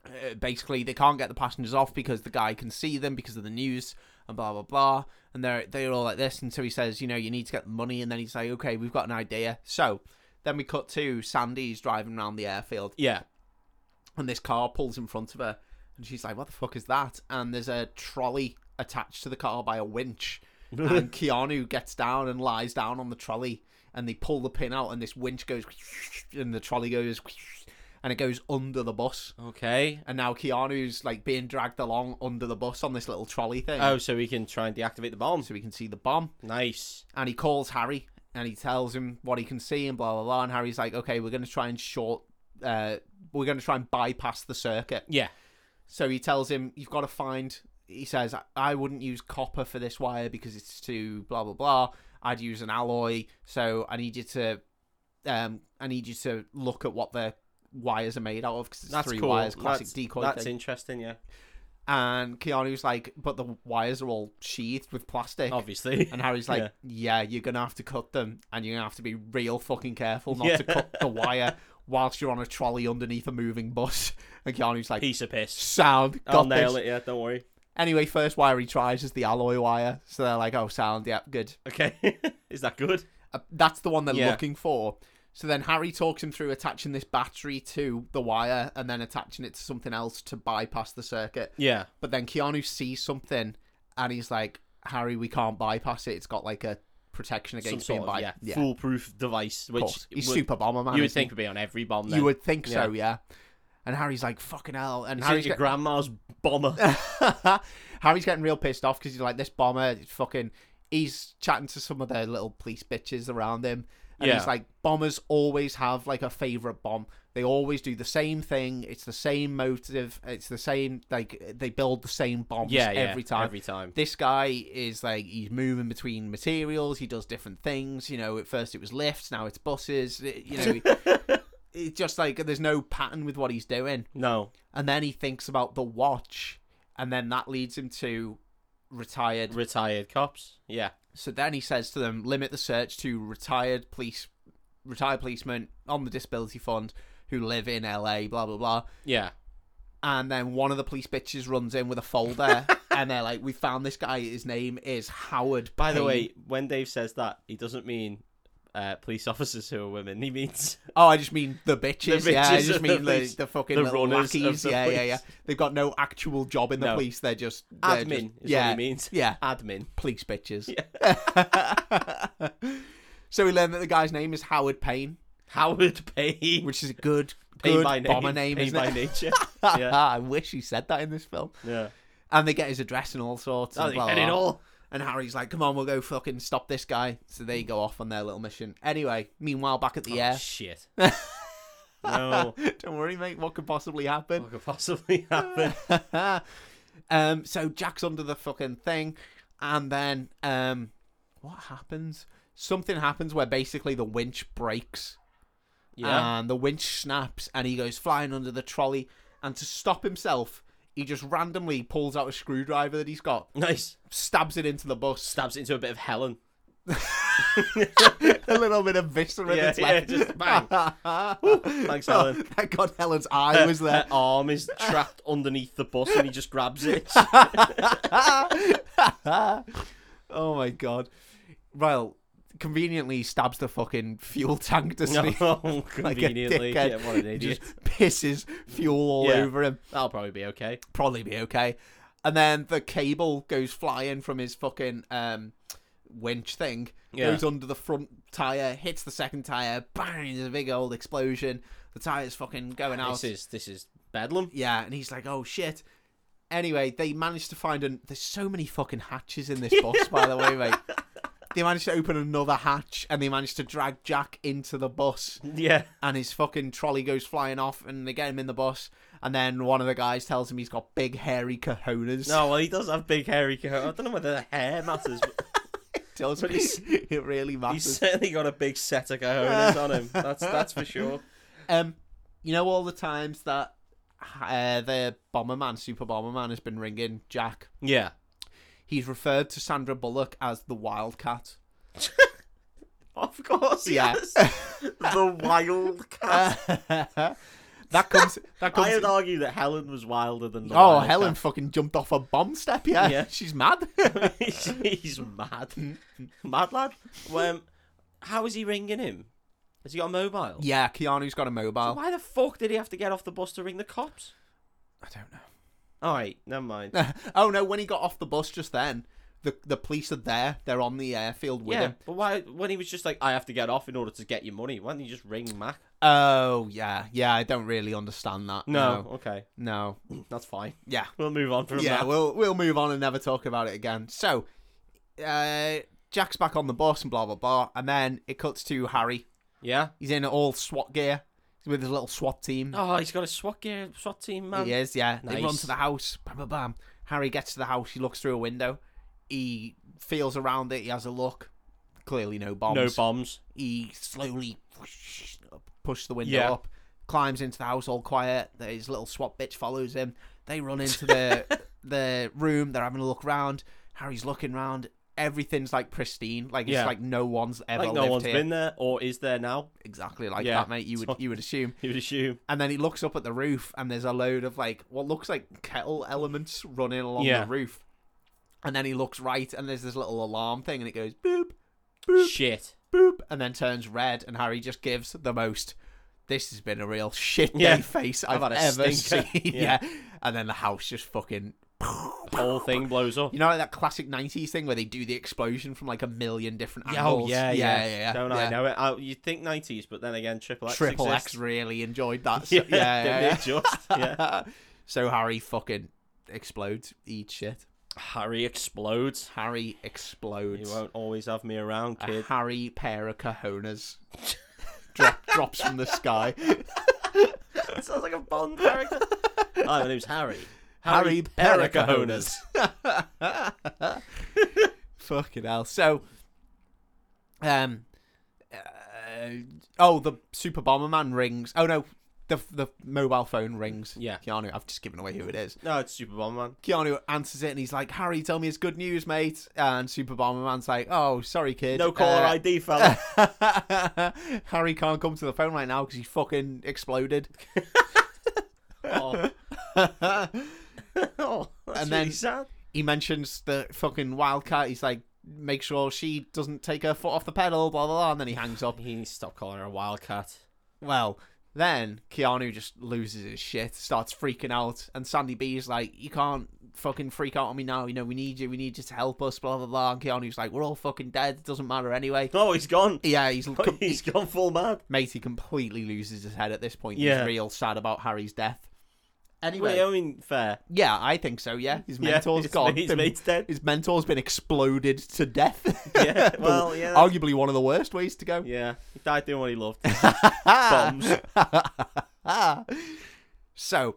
uh, basically they can't get the passengers off because the guy can see them because of the news and blah blah blah, and they're they're all like this, and so he says, you know, you need to get the money, and then he's like, okay, we've got an idea, so. Then we cut to Sandy's driving around the airfield yeah. and this car pulls in front of her and she's like what the fuck is that and there's a trolley attached to the car by a winch and keanu gets down and lies down on the trolley and they pull the pin out and this winch goes and the trolley goes and it goes under the bus Okay. and now keanu's like being dragged along under the bus on this little trolley thing Oh, so we can try and deactivate the bomb. so we can see the bomb Nice. and he calls Harry and he tells him what he can see and blah blah blah. And Harry's like, okay, we're going to try and short, uh, we're going to try and bypass the circuit. Yeah. So he tells him, you've got to find. He says, "I- I wouldn't use copper for this wire because it's too blah blah blah. I'd use an alloy. So I need you to, um, I need you to look at what the wires are made out of because it's That's three cool. wires, classic that's, decoy That's thing. interesting. Yeah. And Keanu's like, but the wires are all sheathed with plastic. Obviously. [laughs] And Harry's like, yeah. Yeah. you're gonna have to cut them, and you're gonna have to be real fucking careful not Yeah. to cut the [laughs] wire whilst you're on a trolley underneath a moving bus." [laughs] And Keanu's like, Piece of piss. "Sound, got I'll nail this." it. Yeah. Don't worry. Anyway, first wire he tries is the alloy wire, so they're like, "Oh, sound, yeah, good." Okay. is that good? Uh, that's the one they're Uh, Yeah. looking for. So then Harry talks him through attaching this battery to the wire and then attaching it to something else to bypass the circuit. Yeah. But then Keanu sees something, and he's like, "Harry, we can't bypass it. It's got like a protection Some against sort being of bypassed." yeah, foolproof device, which course. He's would- super bomber man. you would isn't he? think would be on every bomb. Then. you would think Yeah. so, yeah. And Harry's like, fucking hell. And It's like Harry's, your grandma's bomber. get- [laughs] Harry's getting real pissed off because he's like, this bomber, is fucking. He's chatting to some of the little police bitches around him. And Yeah. he's like, bombers always have like a favorite bomb. They always do the same thing. It's the same motive. It's the same, like, they build the same bombs yeah, yeah. every time. Every time. this guy is like he's moving between materials he does different things you know at first it was lifts now it's buses it- you know it's just like there's no pattern with what he's doing No. and then he thinks about the watch and then that leads him to retired Retired cops. Yeah. so then he says to them limit the search to retired police retired policemen on the disability fund who live in LA blah blah blah Yeah. and then one of the police bitches runs in with a [laughs] folder and they're like we found this guy his name is Howard By the Payne." way, when Dave says that, he doesn't mean uh, police officers who are women. He means Oh, I just mean the bitches. The yeah, I bitches just of mean the the, police. the fucking The little runners of lackeys. the yeah, yeah, police. yeah. They've got no actual job in the No. police. They're just they're admin. [laughs] just- is yeah, what he means. yeah, Admin. police bitches. [laughs] So we learned that the guy's name is Howard Payne, Howard Payne. which is a good, Payne good by name. bomber name, Payne isn't by it? nature. yeah. [laughs] I wish he said that in this film. Yeah. And they get his address and all sorts. Oh, And, they blah, get blah, it blah. all. and Harry's like, come on, we'll go fucking stop this guy. So they go off on their little mission. Anyway, meanwhile, back at the Oh, air. shit. no. [laughs] [laughs] Don't worry, mate, what could possibly happen? What could possibly happen? [laughs] um, so Jack's under the fucking thing, and then um, what happens? Something happens where basically the winch breaks, Yeah. and the winch snaps, and he goes flying under the trolley. And to stop himself, he just randomly pulls out a screwdriver that he's got, nice. stabs it into the bus, Stabs it into a bit of Helen. a little bit of viscera Yeah, that's yeah, left. [laughs] just bang. Thanks, Oh, Helen. Thank God Helen's eye was there. [laughs] Her arm is [laughs] trapped underneath the bus and he just grabs it. oh my god. Well, conveniently he stabs the fucking fuel tank, doesn't he? [laughs] no, [laughs] [laughs] Like a conveniently. dickhead. yeah, what an He idiot. Just pisses fuel all Yeah. over him. That'll probably be okay. Probably be okay. And then the cable goes flying from his fucking um, winch thing. Yeah. Goes under the front tire, hits the second tire, bang! There's a big old explosion. The tire's fucking going out. This is this is bedlam. Yeah, and he's like, "Oh shit." Anyway, they managed to find an. There's so many fucking hatches in this bus, by the way, [laughs] mate. They managed to open another hatch, and they managed to drag Jack into the bus, Yeah. and his fucking trolley goes flying off, and they get him in the bus, and then one of the guys tells him he's got big hairy cojones. No, Oh, well, he does have big hairy coat. I don't know whether the hair matters, but [laughs] tells but me he's- it really [laughs] he's matters. certainly got a big set of cojones on him. That's that's for sure. Um, you know all the times that uh, the Bomberman, Super Bomberman, has been ringing Jack. Yeah. He's referred to Sandra Bullock as the Wildcat. [laughs] Of course, Yeah. yes. [laughs] the wild cat. [laughs] that comes. That I would comes. argue that Helen was wilder than the Oh, wild Helen cat. fucking jumped off a bomb step. Yeah, Yeah. [laughs] she's mad. [laughs] He's mad. mad lad. Well, um, how is he ringing him? Has he got a mobile? yeah, Keanu's got a mobile. Why the fuck did he have to get off the bus to ring the cops? I don't know. All right, never mind. oh no, when he got off the bus just then, the the police are there. They're on the airfield with yeah, him. but why? When he was just like, I have to get off in order to get your money. Why didn't you just ring Mac? Oh yeah, yeah. I don't really understand that. okay, no. no. [clears throat] that's fine. Yeah, [laughs] We'll move on from yeah. that. We'll we'll move on and never talk about it again. So, uh, Jack's back on the bus and blah blah blah, and then it cuts to Harry. Yeah. He's in all SWAT gear with his little SWAT team. Oh, he's got a SWAT gear, SWAT team man. He is, yeah. Um, They run Nice. to the house. Bam, bam, bam. Harry gets to the house. He looks through a window. He feels around it. He has a look. Clearly, no bombs. No bombs. he slowly whoosh, pushes the window Yeah. up, climbs into the house all quiet. His little swap bitch follows him. They run into [laughs] the the room. They're having a look round. Harry's looking round. Everything's like pristine. Like it's Yeah. like no one's ever Like lived no one's here. been there or is there now. Exactly like Yeah. that, mate. You would you would assume. You would assume. And then he looks up at the roof, and there's a load of like what looks like kettle elements running along Yeah. the roof. And then he looks right, and there's this little alarm thing, and it goes boop, boop, Shit. boop, and then turns red. And Harry just gives the most. This has been a real shit day Yeah. face I've I've, had a ever stinker." [laughs] seen. Yeah. yeah. And then the house just fucking. The whole thing blows up. You know, like that classic '90s thing where they do the explosion from like a million different angles. yeah, yeah. yeah, oh, yeah. Don't I know it? I, you'd think 90s, but then again, Triple X. Triple X exists. really enjoyed that. So- [laughs] Yeah, yeah, yeah, didn't yeah. it just? Yeah. [laughs] so Harry fucking explodes, eats shit. Harry explodes. Harry You explodes. won't always have me around, a [laughs] kid. Harry pair of cojones [laughs] drop, drops from the [laughs] sky. Sounds like a Bond character. Hi, my name's Harry. Harry Pericahonas. fucking hell. So, um, uh, oh, the Super Bomberman rings. Oh no, the the mobile phone rings. Yeah. Keanu. I've just given away who it is. No, it's Super Bomberman. Keanu answers it and he's like, "Harry, tell me it's good news, mate." And Super Bomberman's like, "Oh, sorry, kid. No caller Uh, ID, [laughs] fella. [laughs] Harry can't come to the phone right now because he fucking exploded. oh, oh, that's And really then- sad. [laughs] He mentions the fucking wildcat. He's like, make sure she doesn't take her foot off the pedal, blah, blah, blah. And then he hangs up. He needs to stop calling her a wildcat. Well, then Keanu just loses his shit, starts freaking out. And Sandy B is like, you can't fucking freak out on me now. You know, we need you. We need you to help us. Blah blah blah." And Keanu's like, "We're all fucking dead. It doesn't matter anyway." Oh, he's gone. [laughs] Yeah, he's com- He's gone full mad. mate. He completely loses his head at this point. Yeah. He's real sad about Harry's death. Anyway, Well, I mean, fair. yeah, I think so. Yeah, his [laughs] Yeah, mentor's his- gone. his Been- mate's dead. [laughs] His mentor's been exploded to death. [laughs] Yeah, The- well, yeah. arguably one of the worst ways to go. Yeah, he died doing what he [laughs] loved. so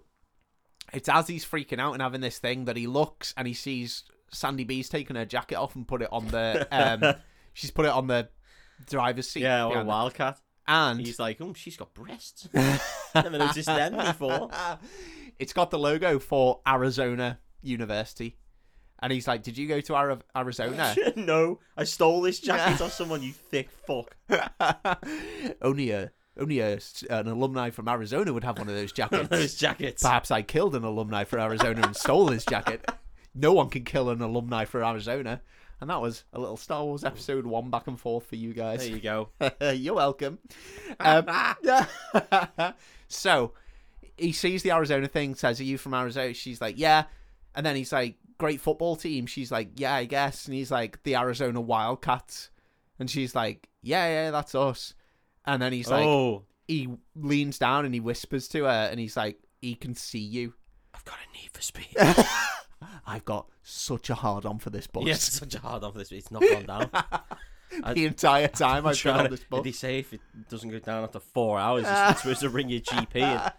it's as he's freaking out and having this thing that he looks and he sees Sandy B's taking her jacket off and put it on [laughs] the um she's put it on the driver's seat. yeah, or a behind her. wildcat. And He's like, oh, she's got [laughs] breasts. Never noticed them [laughs] before. it's got the logo for Arizona University. And he's like, Did you go to Ara- Arizona? no, I stole this jacket off someone. You thick fuck. [laughs] only a only a, an alumni from Arizona would have [laughs] one of those jackets. Those jackets. Perhaps I killed an alumni for Arizona and stole his jacket. No one can kill an alumni for Arizona. And that was a little Star Wars episode one back and forth for you There guys. you go. [laughs] You're welcome. [laughs] Um, [laughs] so he sees the Arizona thing, says, Are you from Arizona? She's like, Yeah. And then he's like, Great football team. She's like, Yeah, I guess. And he's like, The Arizona Wildcats. And she's like, Yeah, yeah, that's us. And then he's like, oh, He leans down and he whispers to her and he's like, He can see you. I've got a need for [laughs] speed. I've got such a hard on for this bus. yes, [laughs] such a hard on for this. It's not gone down. the entire time I've been Trying on to- this They bus. say if it doesn't go down after four hours, it's it's supposed to ring your [laughs] GP.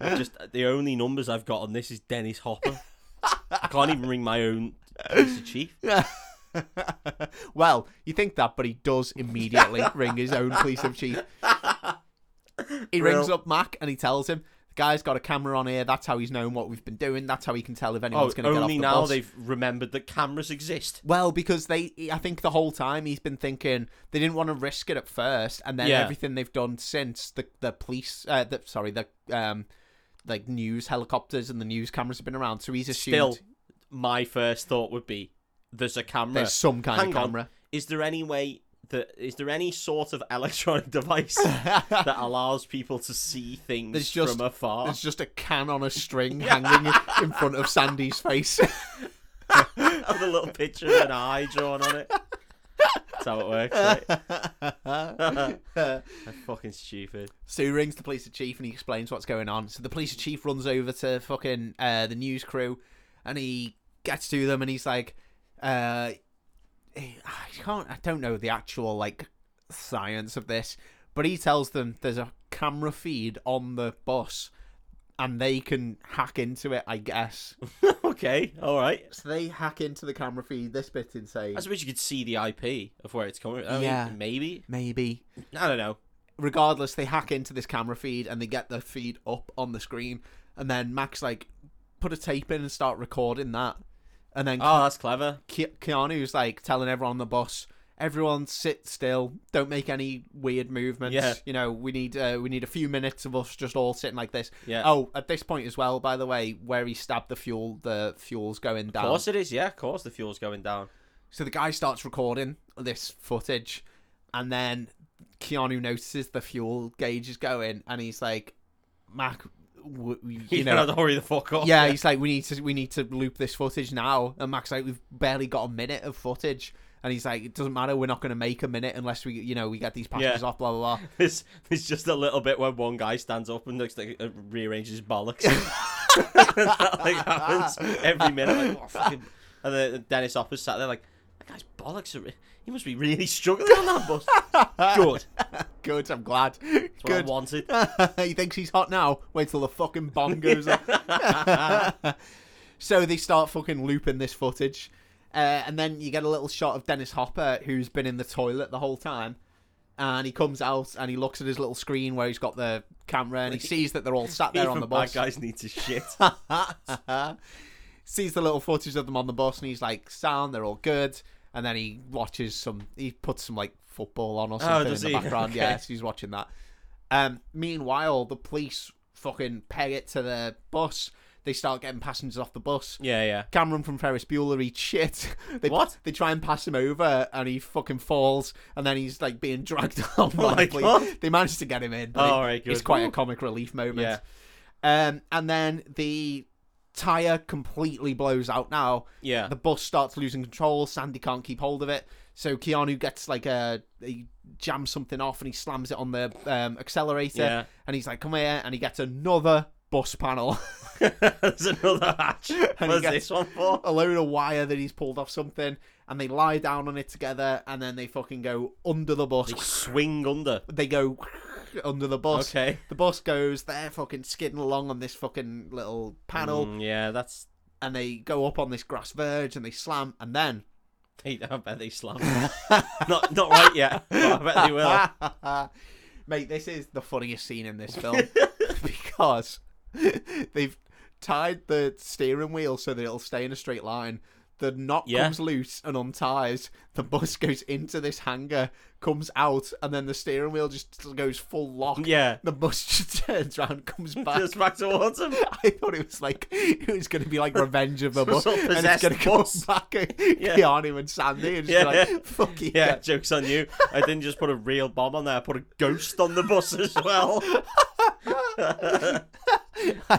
And just the only numbers I've got on this is Dennis Hopper. I can't even ring my own police chief. well, you think that, but he does [laughs] immediately ring his own police of chief. He Real. rings up Mac and he tells him, the guy's got a camera on here. That's how he's known what we've been doing. That's how he can tell if Oh, anyone's going to get off only the now bus. they've remembered that cameras exist. Well, because they, I think the whole time he's been thinking they didn't want to risk it at first, and then Yeah. everything they've done since the the police, uh, the, sorry, the um, like news helicopters and the news cameras have been around, so he's assumed Still, my first thought would be there's a camera. there's some kind Hang of on. camera. Is there any way that is there any sort of electronic [laughs] device that allows people to see things There's just- from afar? There's just a can on a string [laughs] hanging in front of Sandy's face. with a little picture of an eye drawn on it. That's how it works. Right? [laughs] That's fucking stupid. So he rings the police chief and he explains what's going on. So the police chief runs over to fucking uh, the news crew, and he gets to them and he's like, uh, he- I can't, I don't know the actual like science of this, but he tells them there's a camera feed on the bus, and they can hack into it, I guess. okay, all right. so they hack into the camera feed. This bit's insane. I suppose you could see the IP of where it's coming. I mean, Yeah. maybe. Maybe I don't know. regardless, they hack into this camera feed and they get the feed up on the screen. And then Max like put a tape in and start recording that. And then Oh, that's clever. Ke- Keanu's like telling everyone on the bus, everyone sit still, don't make any weird movements. Yeah. You know, we need uh, we need a few minutes of us just all sitting like this. Yeah. Oh, at this point as well, by the way, where he stabbed the fuel, the fuel's going down. Of course it is. Yeah, of course the fuel's going down. So the guy starts recording this footage, and then Keanu notices the fuel gauge is going, and he's like, "Mac, w- w- [laughs] You, you know, know." to [laughs] hurry the fuck up. Yeah, he's like, we need to we need to loop this footage now. And Mac's like, we've barely got a minute of footage. And he's like, it doesn't matter, we're not gonna make a minute unless we you know, we get these passages Yeah. off, blah blah blah. There's, there's just a little bit where one guy stands up and looks like uh, rearranges his bollocks. [laughs] that like happens every minute. Like, what a fucking... And then Dennis Hopper's sat there like, that guy's bollocks are. Re- he must be really struggling on that [laughs] bus. Good. Good, [laughs] I'm glad. What I Good. wanted. [laughs] he thinks he's hot now. Wait till the fucking bomb goes up. so they start fucking looping this footage. Uh, and then you get a little shot of Dennis Hopper, who's been in the toilet the whole time. And he comes out and he looks at his little screen where he's got the camera and he sees that they're all sat there Even on the [laughs] bus. Bad guys need [laughs] to shit. sees the little footage of them on the bus and he's like, sound, they're all good. And then he watches some, he puts some like football on or something in Oh, does the he? [laughs] background. Okay. Yes, he's watching that. Um, meanwhile, the police fucking peg it to the bus. They start getting passengers off the bus. yeah, yeah. Cameron from Ferris Bueller eats shit. [laughs] They, What? They try and pass him over and he fucking falls and then he's like being dragged [laughs] on. by the Oh my police. God. They manage to get him in. Oh, But it- all right, good. It's quite a Woo. comic relief moment. Um, and then the tire completely blows out now. Yeah. [laughs] The bus starts losing control. Sandy can't keep hold of it. So Keanu gets like a he jams something off and he slams it on the um, accelerator. Yeah. And he's like, "Come here!" And he gets another bus panel, [laughs] There's another hatch. he What's gets- this one for? a load of wire that he's pulled off something, and they lie down on it together, and then they fucking go under the bus. They swing under. They go [laughs] under the bus. Okay. The bus goes. They're fucking skidding along on this fucking little panel, Mm, yeah, that's. and they go up on this grass verge, and they slam, and then I bet they slam. [laughs] not not right yet. But I bet they will. [laughs] Mate, this is the funniest scene in this [laughs] film because they've tied the steering wheel so that it'll stay in a straight line. The knot Yeah. comes loose and unties. The bus [laughs] goes into this hangar, comes out, and then the steering wheel just goes full lock. Yeah. The bus [laughs] just turns around, comes back. Just back towards them. [laughs] I thought it was like it was going to be like Revenge of the [laughs] Some Bus, sort of and it's possessed going to come bus. back [laughs] at Yeah. Keanu and Sandy, and just Yeah. be like, "Fuck you, Yeah, joke's on you. I didn't just put a real bomb on there, I put a ghost on the bus [laughs] as well. I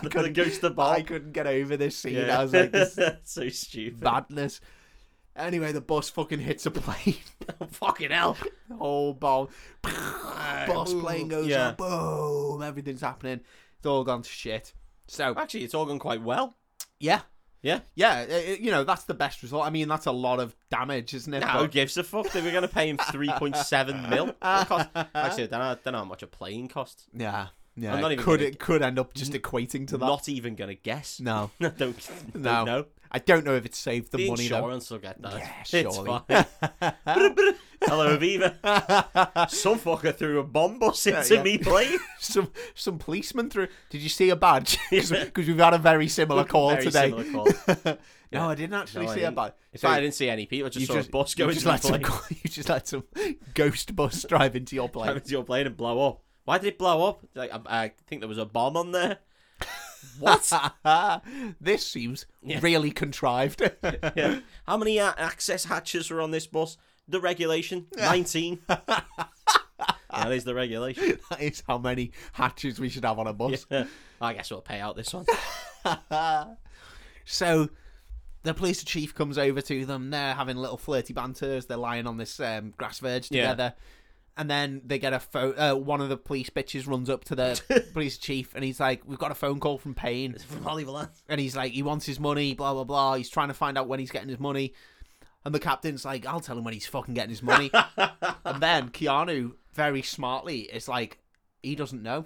the couldn't- ghost of I Bob. couldn't get over this scene. Yeah. I was like, [laughs] this is so stupid. madness. Anyway, the bus fucking hits a plane. [laughs] Fucking hell. Whole bomb. Bus plane goes Yeah. up. Boom. Everything's happening. It's all gone to shit. So, Actually, it's all gone quite well. yeah. Yeah. Yeah. i- i- you know, that's the best result. I mean, that's a lot of damage, isn't it? Nah, who gives a fuck? They were going to pay him [laughs] 3.7 mil. What cost? Actually, I don't, know, I don't know how much a plane cost. yeah. Yeah. I'm not even could, gonna- It could end up just equating to that. Not even going to guess. [laughs] no. I don't, don't No. know. I don't know if it saved the, The money, though. insurance will get that. Yeah, it's surely. fine. [laughs] Hello, Aviva. Some fucker threw a bomb bus into yeah. me plane. [laughs] some some policeman through. Did you see a badge? [laughs] [laughs] Because we've had a very similar call Very today. similar call. [laughs] No, I didn't actually No, I see a didn't. badge. In So fact, I didn't see any people. I just you saw a bus you go into just the let some plane, go- [laughs] you just let some ghost bus drive into your [laughs] drive plane. into your plane and blow up. Why did it blow up? Like, I, I think there was a bomb on [laughs] there. What? this seems Yeah. really contrived. yeah. How many uh, access hatches were on this bus? The [laughs] regulation, nineteen. that is the regulation. [laughs] that is how many hatches we should have on a bus. Yeah. I guess we'll pay [laughs] out this one. So the police chief comes over to them. They're having little flirty banters. They're lying on this um, grass verge Yeah. together. And then they get a phone. Uh, one of the police bitches runs up to the police chief and he's like, We've got a phone call from Payne. From Hollywood. and he's like, he wants his money, blah blah blah. He's trying to find out when he's getting his money, and the captain's like, I'll tell him when he's fucking getting his [laughs] money. and then Keanu, very smartly, is like, he doesn't know.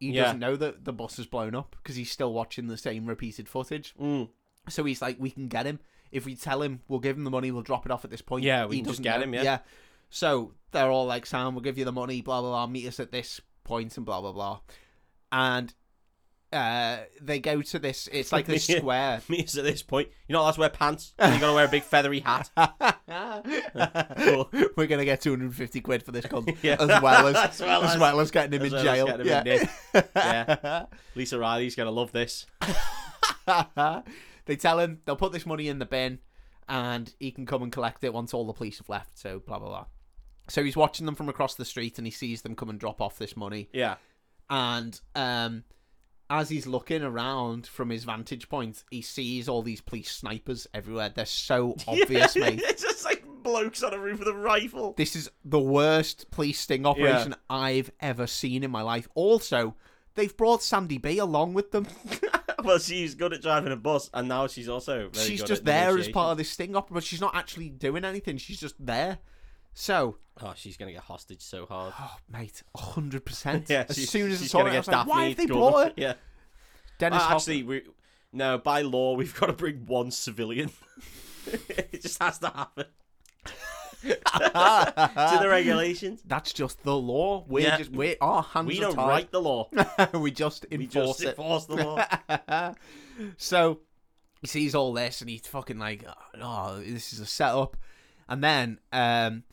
He Yeah. doesn't know that the bus has blown up because he's still watching the same repeated footage. Mm. So he's like, we can get him if we tell him. We'll give him the money. We'll drop it off at this point. Yeah, we He can just doesn't get know. him, yeah. So they're all like, Sam, we'll give you the money. Blah blah blah. Meet us at this point and blah blah blah. And uh, they go to this. It's like this [laughs] Yeah. square. [laughs] Means at this point, you're not allowed to wear pants. You're gonna wear a big feathery [laughs] hat. Cool. We're gonna get 250 quid for this cunt, [laughs] Yeah. as well as As as well well as, as- getting him as in well as jail. getting him yeah. in nick. Yeah. [laughs] Lisa Riley's gonna love this. [laughs] they tell him they'll put this money in the bin and he can come and collect it once all the police have left, so blah blah blah. So he's watching them from across the street and he sees them come and drop off this money. Yeah. And um as he's looking around from his vantage point, he sees all these police snipers everywhere. They're [laughs] so obvious, mate. [laughs] it's just like blokes on a roof with a rifle. This is the worst police sting operation I've ever seen in my life. Also, they've brought Sandy B along with them. well, she's good at driving a bus, and now she's also very she's good just at there as part negotiation. of this sting opera, but she's not actually doing anything. She's just there. So, Oh, she's gonna get hostage so [gasps] hard. oh, mate, 100%. [laughs] Yeah, as she's, soon as I she's saw gonna it, I get was like, Daphne why have they Gordon. brought her? Yeah. Dennis Uh, Hopper- actually, we no by law we've got to bring one civilian. [laughs] it just has to happen. [laughs] to the regulations. that's just the law. We're Yeah. just, we're, our hands We are don't tied. write the law. [laughs] we just [laughs] [laughs] We enforce [laughs] just it. enforce the law. So he sees all this and he's fucking like, oh, this is a setup. And then um,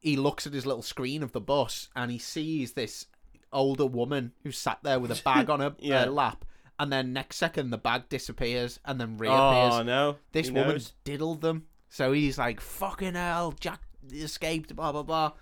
he looks at his little screen of the bus and he sees this older woman who sat there with a bag [laughs] on her Yeah. her lap. And then next second, the bag disappears and then reappears. oh no! this He woman knows. diddled them. So he's like, fucking hell, Jack escaped, blah, blah, blah.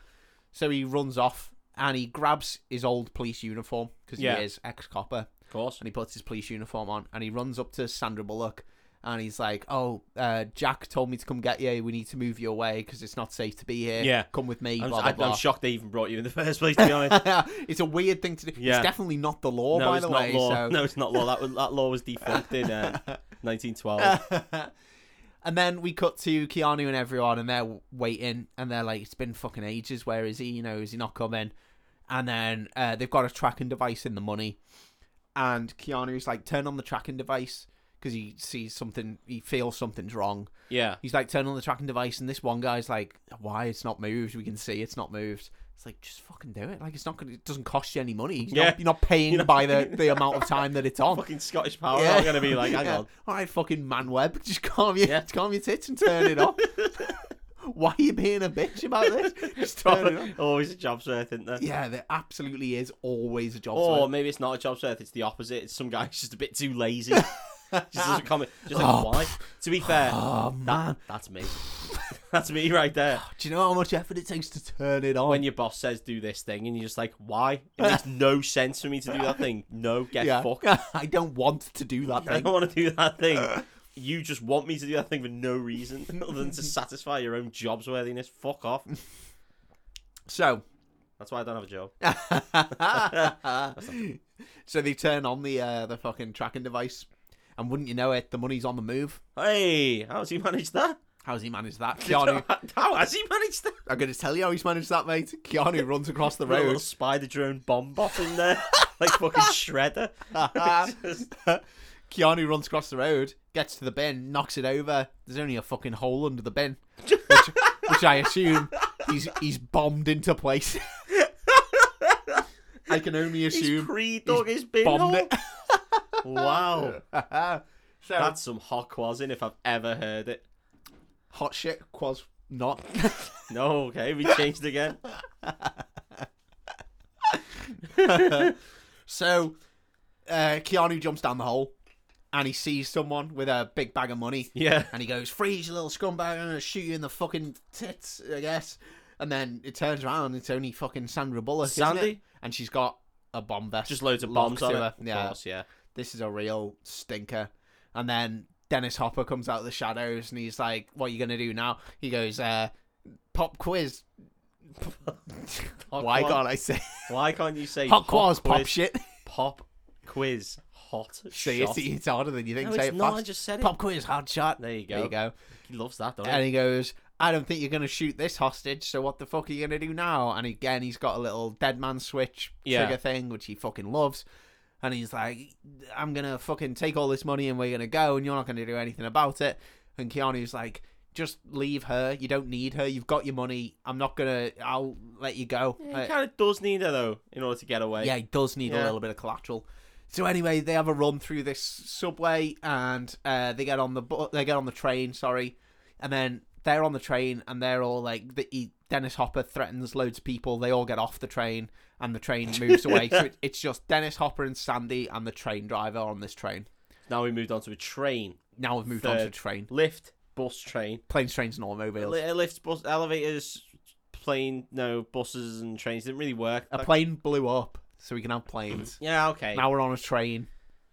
So he runs off and he grabs his old police uniform because Yeah. he is ex copper. course. and he puts his police uniform on and he runs up to Sandra Bullock and he's like, "Oh, uh, Jack told me to come get you. We need to move you away because it's not safe to be here. Yeah. come with me." I'm, blah, I- blah, I'm blah. shocked they even brought you in the first [laughs] place. To be honest, it's a weird thing to do. Yeah. It's definitely not the law, no, Oh, by it's the not way. law. So. [laughs] No, it's not law. That was, that law [laughs] was defunct in uh, 1912. and then we cut to Keanu and everyone, and they're waiting, and they're like, "It's been fucking ages. Where is he? You know, is he not coming?" And then uh, they've got a tracking device in the money, and Keanu's like, "Turn on the tracking device." Because he sees something, he feels something's wrong. yeah, He's like, turn on the tracking device, and this one guy's like, "Why it's not moved? We can see it's not moved." It's like, just fucking do it. Like, it's not gonna, it doesn't cost you any money. You're, Yeah. not, you're not paying [laughs] You're not- by the, the amount of time [laughs] that it's on. fucking Scottish power. Yeah. I'm gonna be like, hang Yeah. on. All right, fucking man web, [laughs] just calm your Yeah. just calm your tits and turn it [laughs] off. Why are you being a bitch about this? Just turn it off. Always Oh, a job search, isn't there? Yeah, there absolutely is always a job. Or Oh, maybe it's not a job search. It's the opposite. It's some guy's just a bit too lazy. just [laughs] doesn't comment. Just like, Oh, why? To be fair, oh man, that's me. that's me right there. do you know how much effort it takes to turn it on? When your boss says do this thing, and you're just like, why? It makes no sense for me to do that thing. No, get yeah, fucked. [laughs] I don't want to do that I thing. don't want to do that thing. You just want me to do that thing for no reason [laughs] other than to satisfy your own job's worthiness. Fuck off. So, That's why I don't have a job. [laughs] so they turn on the uh, the fucking tracking device, and wouldn't you know it, the money's on the move. Hey, how's he managed that? How's he managed [laughs] that? Keanu, How has he managed that? I'm going to tell you how he's managed that, mate. Keanu runs across the Put a road. little spider drone bomb bot in there, [laughs] like fucking Shredder. [laughs] Just- Keanu runs across the road, gets to the bin, knocks it over. There's only a fucking hole under the bin, [laughs] which, which I assume he's he's bombed into place. [laughs] I can only he's assume pre-dug his bin bombed hole. it. [laughs] Wow, so that's some hot quazzing if I've ever heard it. hot shit, quas not. [laughs] No, okay, [laughs] we changed again. so uh, Keanu jumps down the hole, and he sees someone with a big bag of money. Yeah, And he goes, Freeze, you little scumbag, I'm gonna shoot you in the fucking tits, I guess. And then it turns around, and it's only fucking Sandra Bullock. isn't Sandy? it? And she's got a bomb vest. just loads of locked bombs on to it. her. Yeah, Yeah. yeah. This is a real stinker. And then Dennis Hopper comes out of the shadows and he's like, What are you gonna do now? He goes, uh, Pop [laughs] quiz. Hot Why quaz- can't I say Why can't you say hot quaz pop quiz- shit? [laughs] pop quiz hot Say shot? it, it's harder than you think. No, say it's it not. fast. I just said it. Pop quiz, hard shot. There you go. There you go. He loves that, don't And he goes, I don't think you're going to shoot this hostage, so what the fuck are you going to do now? And again, he's got a little dead man switch Yeah. trigger thing, which he fucking loves. And he's like, I'm going to fucking take all this money and we're going to go, and you're not going to do anything about it. And Keanu's like, just leave her. You don't need her. You've got your money. I'm not going to, I'll let you go. he? Uh, He kind of does need her though in order to get away. yeah, he does need a Yeah. little bit of collateral. So anyway, they have a run through this subway, and uh, they get on the bu- they get on the train. Sorry, and then they're on the train, and they're all like the, he, Dennis Hopper threatens loads of people. They all get off the train, and the [laughs] train moves away. So it, it's just Dennis Hopper and Sandy and the train driver on this train. Now we moved on to a train, Now we've moved on to Third. a train, lift, bus, train, planes, trains, and automobiles. Li- uh, lifts, bus, elevators, plane. No, buses and trains didn't really work. A That- plane blew up, so we can have [clears throat] planes. yeah, okay. Now we're on a train,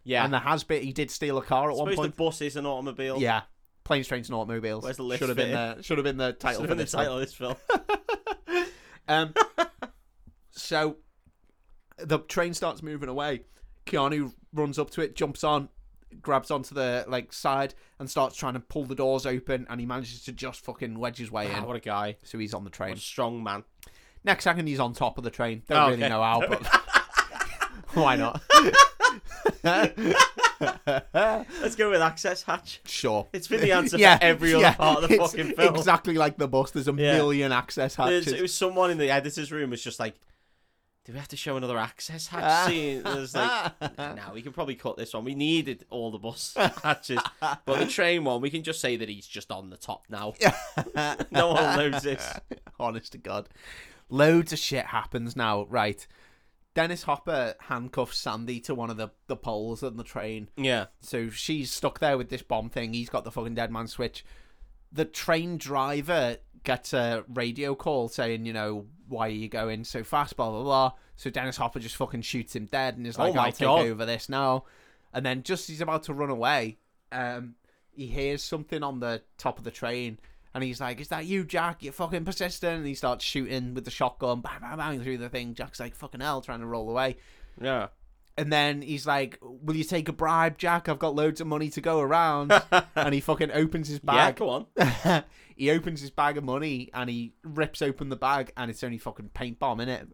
yeah, and there has been he did steal a car at one suppose point. the bus is an automobile. Yeah. Planes, trains, and automobiles. Where's the list Should have fit been the should have been the title. [laughs] for Should've been the this one. title of this film. [laughs] Um, so the train starts moving away. Keanu runs up to it, jumps on, grabs onto the like side, and starts trying to pull the doors open. And he manages to just fucking wedge his way Ah, in. what a guy! So he's on the train. What a strong man. Next second, he's on top of the train. Don't Oh, really okay. know how, but [laughs] why not? Let's go with access hatch. sure. It's been [laughs] the answer for every other part [laughs] of the it's fucking film. Exactly like the bus. There's a Yeah. million access There's- hatches. It was someone in the editor's room was just like, "Do we have to show another access Ah. hatch scene?" And it was [laughs] like, "No, we can probably cut this one. We needed all the bus hatches, but the train one, we can just say that he's just on the top now. no one notices." [laughs] Honest to God. Loads of shit happens now, right? Dennis Hopper handcuffs Sandy to one of the, the poles on the train. Yeah, So she's stuck there with this bomb thing. He's got the fucking dead man switch. the train driver gets a radio call saying, you know, why are you going so fast, blah blah blah. So Dennis Hopper just fucking shoots him dead and is Oh like, my I'll take God. over this now. And then just as he's about to run away, um, he hears something on the top of the train. And he's like, "Is that you, Jack? You're fucking persistent." And he starts shooting with the shotgun, bang, bang, bang through the thing. Jack's like, "Fucking hell!" Trying to roll away. Yeah. And then he's like, "Will you take a bribe, Jack? I've got loads of money to go [laughs] around." and he fucking opens his Yeah, bag. [laughs] go on. [laughs] he opens his bag of money and he rips open the bag, and it's only fucking paint bomb in it.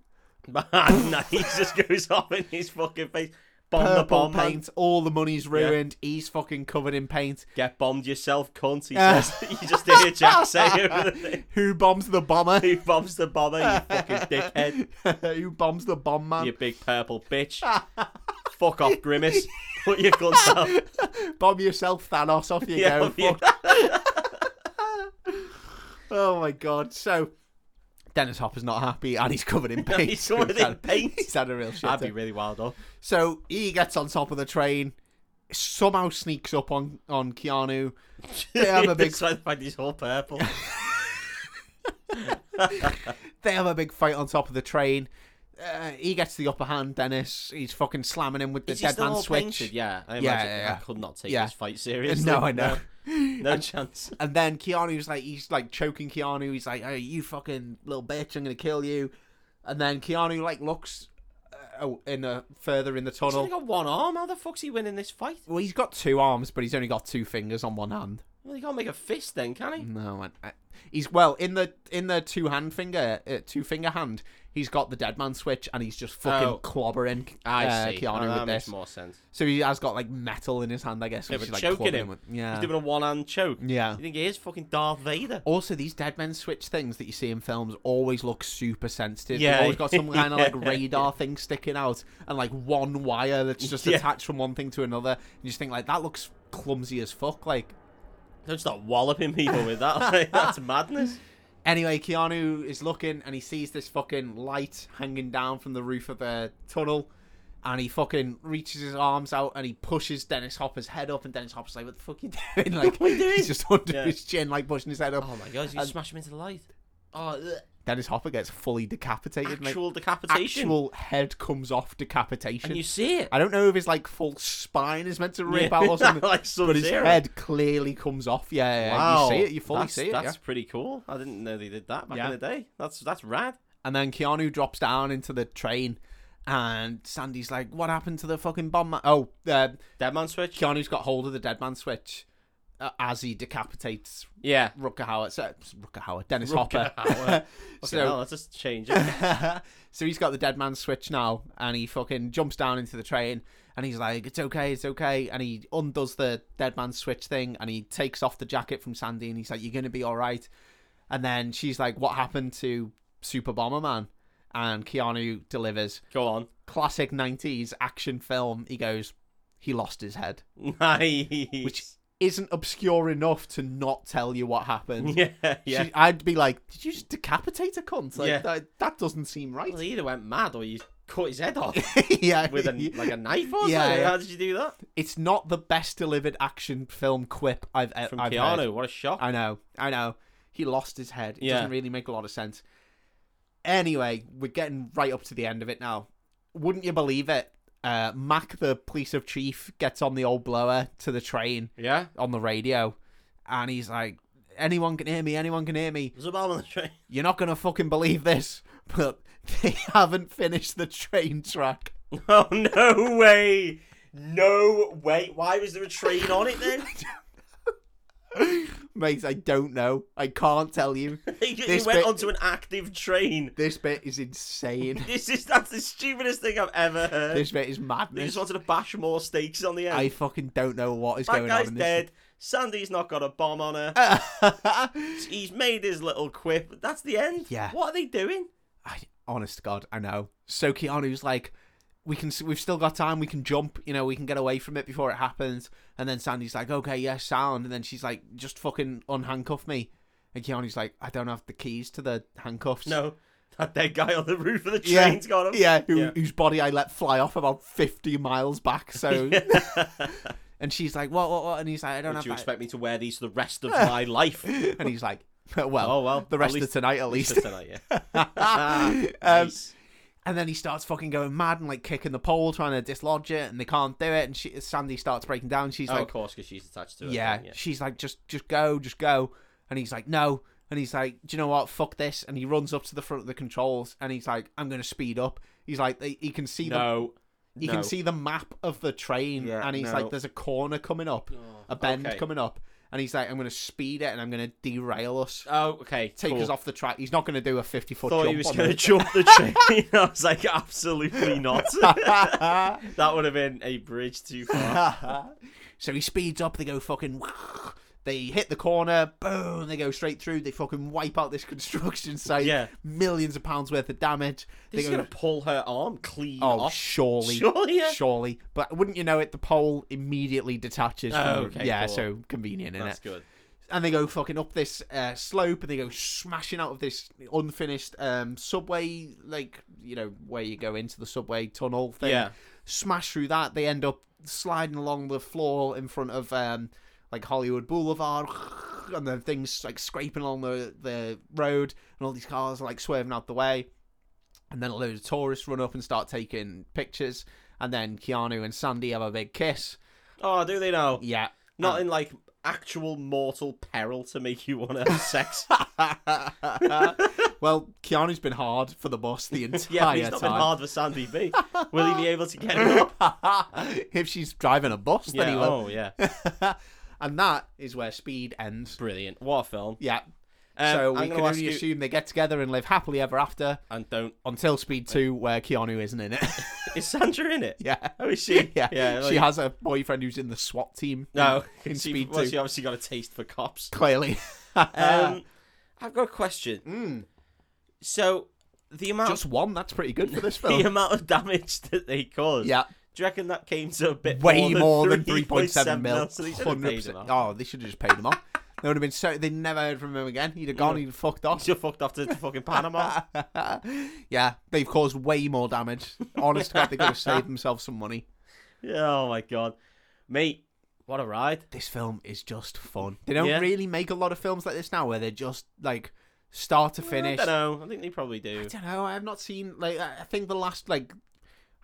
Man, no, he just goes off in his fucking face. Bomb the Purple bomb, man. paint. All the money's ruined. He's fucking covered in paint. Get bombed yourself, cunt. He Yeah. says. [laughs] you just hear Jack say it over [laughs] the thing. Who bombs the bomber? [laughs] Who bombs the bomber, you fucking dickhead? Who bombs the bomb man? You big purple bitch. Fuck [laughs] off, Grimace. Put your guns up. Bomb yourself, Thanos. Off you [laughs] Yeah, go. off you- Fuck. oh my god. So Dennis Hopper's not happy, and he's covered [laughs] in paint. He's covered in had- paint. [laughs] He's had a real shit. I'd be really wild off. So he gets on top of the train, somehow sneaks up on on Keanu. They have [laughs] a big Despite the fact he's all purple. they have a big fight on top of the train. Uh, he gets the upper hand. Dennis, he's fucking slamming him with the Is he dead still man all switch. painted? Yeah, I imagine Yeah, yeah, yeah. I could not take Yeah. this fight [laughs] seriously. No, I know. No, [laughs] no chance. And then Keanu's like, he's like choking Keanu. He's like, "Hey, you fucking little bitch! I'm gonna kill you." And then Keanu like looks, uh, oh, in the further in the He's only tunnel. got one arm. How the fuck's he winning this fight? Well, he's got two arms, but he's only got two fingers on one hand. Well, he can't make a fist then, can he? No, I, I, he's well in the in the two hand finger, uh, two finger hand. He's got the dead man switch, and he's just fucking Oh. clobbering I uh, see. Keanu Oh, that with makes this. more sense. So he has got like metal in his hand, I guess. Yeah, which but is, like, choking clobbering him. with- Yeah. He's doing a one-hand choke. yeah. You think he is fucking Darth Vader? Also, these dead men switch things that you see in films always look super sensitive. Yeah. They've always got some kind of like [laughs] Yeah. radar thing sticking out, and like one wire that's just Yeah. attached from one thing to another. And you just think like that looks clumsy as fuck. Like Don't start walloping people with that. [laughs] [laughs] Like, that's madness. Anyway, Keanu is looking and he sees this fucking light hanging down from the roof of the tunnel. And he fucking reaches his arms out and he pushes Dennis Hopper's head up. And Dennis Hopper's like, What the fuck you doing? [laughs] Like, What are you doing? he's just under Yeah. his chin, like pushing his head up. Oh my god, you And- smash him into the light. Oh, ugh. Dennis Hopper gets fully decapitated. mate. actual decapitation. Actual head comes off decapitation. And you see [laughs] it. I don't know if his like full spine is meant to rip out [laughs] or something, like some but his head clearly comes off. Yeah, yeah, yeah. Wow. you see it. You fully that's, see it. That's yeah. pretty cool. I didn't know they did that back Yeah. in the day. That's that's rad. And then Keanu drops down into the train, and Sandy's like, "What happened to the fucking bomb?" Man? Oh, uh, Dead man switch. Keanu's got hold of the dead man switch uh, as he decapitates Yeah. Rucker Howard. So, Rucker Howard, Dennis Rucker Hopper. [laughs] Howard. Okay, so, well, let's just change it. so he's got the dead man switch now, and he fucking jumps down into the train, and he's like, "It's okay, it's okay," and he undoes the dead man switch thing, and he takes off the jacket from Sandy, and he's like, "You're gonna be all right." And then she's like, "What happened to Super Bomberman?" And Keanu delivers Go on. [laughs] classic '90s action film. He goes, "He lost his head," Nice. which isn't obscure enough to not tell you what happened. [laughs] yeah, [laughs] yeah. She- I'd be like, "Did you just decapitate a cunt? Like Yeah. that, that doesn't seem right." Well, he either went mad or you cut his head off [laughs] yeah, [laughs] with a, like a knife or something. Yeah, yeah. How did you do that? it's not the best delivered action film quip I've e- From I've Keanu. heard. What a shock. I know, I know. He lost his head. It Yeah. doesn't really make a lot of sense. Anyway, we're getting right up to the end of it now. Wouldn't you believe it? Uh, Mac, the police of chief, gets on the old blower to the train yeah. on the radio, and he's like, "Anyone can hear me. Anyone can hear me. There's a bomb on the train. You're not gonna fucking believe this, [laughs] but they haven't finished the train track." [laughs] Oh, no way. No way. Why was there a train on [laughs] it then? Mate, I don't know. I can't tell you. He just This went bit- onto an active train. This bit is insane. This is that's the stupidest thing I've ever heard. this bit is they madness. just wanted to bash more stakes on the end. I fucking don't know what is that going on guy's in dead. Sandy's not got a bomb on her. [laughs] this. He's made his little quip. That's the end. Yeah. What are they doing? I, honest to God, I know. So Keanu's like, we can, s- we've still got time. We can jump. You know, we can get away from it before it happens. And then Sandy's like, okay, yeah, sound. And then she's like, just fucking unhandcuff me. And Keanu's like, I don't have the keys to the handcuffs. [laughs] No, that dead guy on the roof of the Yeah. train's got him. Yeah, who, Yeah. [laughs] whose body I let fly off about 50 miles back. So [laughs] And she's like, what, what, what? And he's like, I don't Would have you that. expect me to wear these the rest [laughs] of my life? and he's like, [laughs] well, Oh, well, the at rest of least- tonight at [laughs] least. Tonight, yeah. Um, Nice. And then he starts fucking going mad and like kicking the pole, trying to dislodge it, and they can't do it. And she, Sandy starts breaking down. She's oh, like, of course, because she's attached to it. yeah. She's like, just, just go, just go. And he's like, no. And he's like, do you know what? Fuck this. And he runs up to the front of the controls, and he's like, I'm gonna speed up. He's like, they- he can see the, No. he no. can see the map of the train, Yeah, and he's no. like, there's a corner coming up, a bend okay. coming up, and he's like, I'm gonna speed it, and I'm gonna derail us, Oh, okay. take cool. us off the track. He's not gonna do a 50 foot thought jump. he was on going to us. [laughs] jump the train. I was like, absolutely [laughs] not. that would have been a bridge too [laughs] far. so he speeds up. They go fucking. They hit the corner. Boom. They go straight through. They fucking wipe out this [laughs] construction site. Yeah. Millions of pounds worth of damage. They He's go. going to pull her arm clean oh, off. surely. Surely, [laughs] yeah. Surely. But wouldn't you know it? The pole immediately detaches. Oh, from- okay, yeah. cool. So convenient, isn't That's it? good. And they go fucking up this uh, slope, and they go smashing out of this unfinished um, subway, like you know where you go into the subway tunnel thing Yeah. smash through that. They end up sliding along the floor in front of um, like Hollywood Boulevard, [laughs] and the things like scraping along the the road, and all these cars are like swerving out the way. And then a load of tourists run up and start taking pictures. And then Keanu and Sandy have a big kiss. Oh, do they now? Yeah. Not in like actual mortal peril to make you want to have [laughs] sex. well, Keanu's been hard for the bus the entire [laughs] yeah, but he's not been time. hard for Sandy B. Will he be able to get [laughs] it up? [laughs] if she's driving a bus, then he Yeah, will. oh, yeah. [laughs] and that is where speed ends. Brilliant. What a film. Yeah, Um, so we I'm can gonna only ask you- assume they get together and live happily ever after And don't. until Speed 2, where Keanu isn't in it. [laughs] [laughs] Is Sandra in it? yeah. Oh, is she? [laughs] Yeah. yeah like- she has a boyfriend who's in the SWAT team. No, In, in [laughs] she, Speed [laughs] well, 2. she obviously got a taste for cops. Clearly. [laughs] Um, I've got a question. So the [laughs] amount, Just one, that's pretty good for [laughs] this the film. amount of damage [laughs] that they caused. yeah. Do you reckon that came to a bit Way more than 3.7 3.7 mil. So they should have paid 100%. him off. Oh, they should have just paid him off. They would have been so. They never heard from him again. He'd have gone, he'd have fucked off. He's just fucked off to [laughs] fucking Panama. yeah, they've caused way more damage. Honest to God, they could have saved themselves some money. yeah, oh my god, mate, what a ride! this film is just fun. They don't Yeah. really make a lot of films like this now, where they're just like start to finish. I don't know. I think they probably do. I don't know. I have not seen like I I think the last like.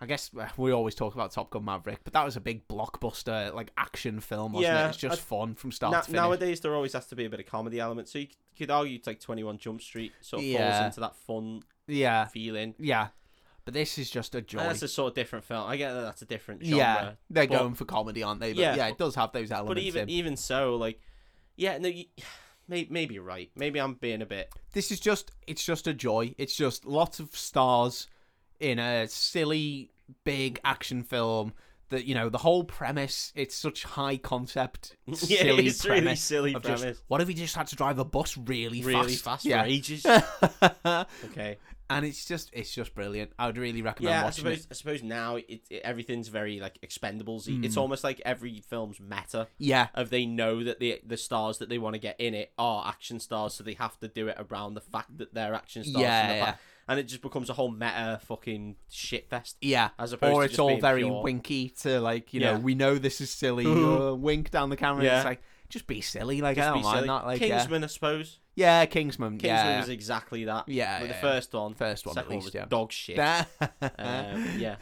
I guess uh, we always talk about Top Gun Maverick, but that was a big blockbuster like action film, wasn't Yeah, it? It's just I- fun from start Na- to finish. nowadays, there always has to be a bit of comedy element. So you c- could argue, it's like Twenty One Jump Street sort of falls Yeah. into that fun yeah, feeling. yeah. But this is just a joy. And that's a sort of different film. I get that that's a different genre. yeah, they're but- going for comedy, aren't they? But Yeah. yeah, it does have those elements. But even e in. even so, like, yeah, no, you, [sighs] may, maybe you're right. Maybe I'm being a bit. this is just it's just a joy it's just lots of stars in a silly big action film that you know the whole premise it's such high concept [laughs] Yeah, silly it's really premise silly of just, premise. what if we just had to drive a bus really, Really fast, fast for yeah ages. [laughs] okay. and it's just it's just brilliant i would really recommend Yeah, I watching suppose it I suppose now it, it- everything's very like expendables. It's almost like every film's meta yeah of they know that the the stars that they want to get in it are action stars, so they have to do it around the fact that they're action stars. Yeah, and, the yeah. fact- and it just becomes a whole meta fucking shit fest. yeah, As opposed or to it's just all being very pure- winky to like you Yeah. know we know this is [laughs] silly. Mhm. uh, wink down the camera. Yeah. It's like just be silly. Like Just I don't be silly. mind that. Like yeah, Kingsman, I suppose. yeah, Kingsman. Kingsman yeah, was exactly that. Yeah, Like, the yeah, first one, First one, at second one least, was yeah. [laughs] dog shit. Um, yeah.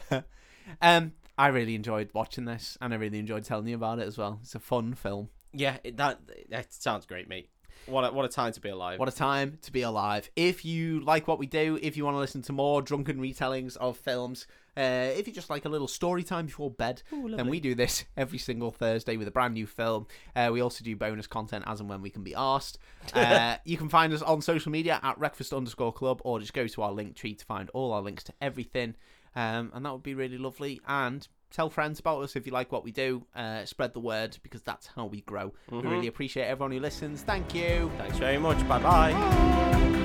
Um, I really enjoyed watching this, and I really enjoyed telling you about it as well. It's a fun film. Yeah, it- that that sounds great, mate. What a, [laughs] what a time to be alive. What a time to be alive! If you like what we do, if you want to listen to more drunken retellings of films, uh, if you just like a little story time before bed, then we do this [laughs] every single Thursday with a brand new film. Uh, we also do bonus content as and when we can be asked. Uh, you can find us on social media at breakfast underscore club, or just go to our link tree to find all our links to everything. Um, and that would be really lovely. And tell friends about us if you like what we do. Uh, spread the word because that's how we grow. We really appreciate everyone who listens. Thank you. Thanks very much. Bye bye. Bye.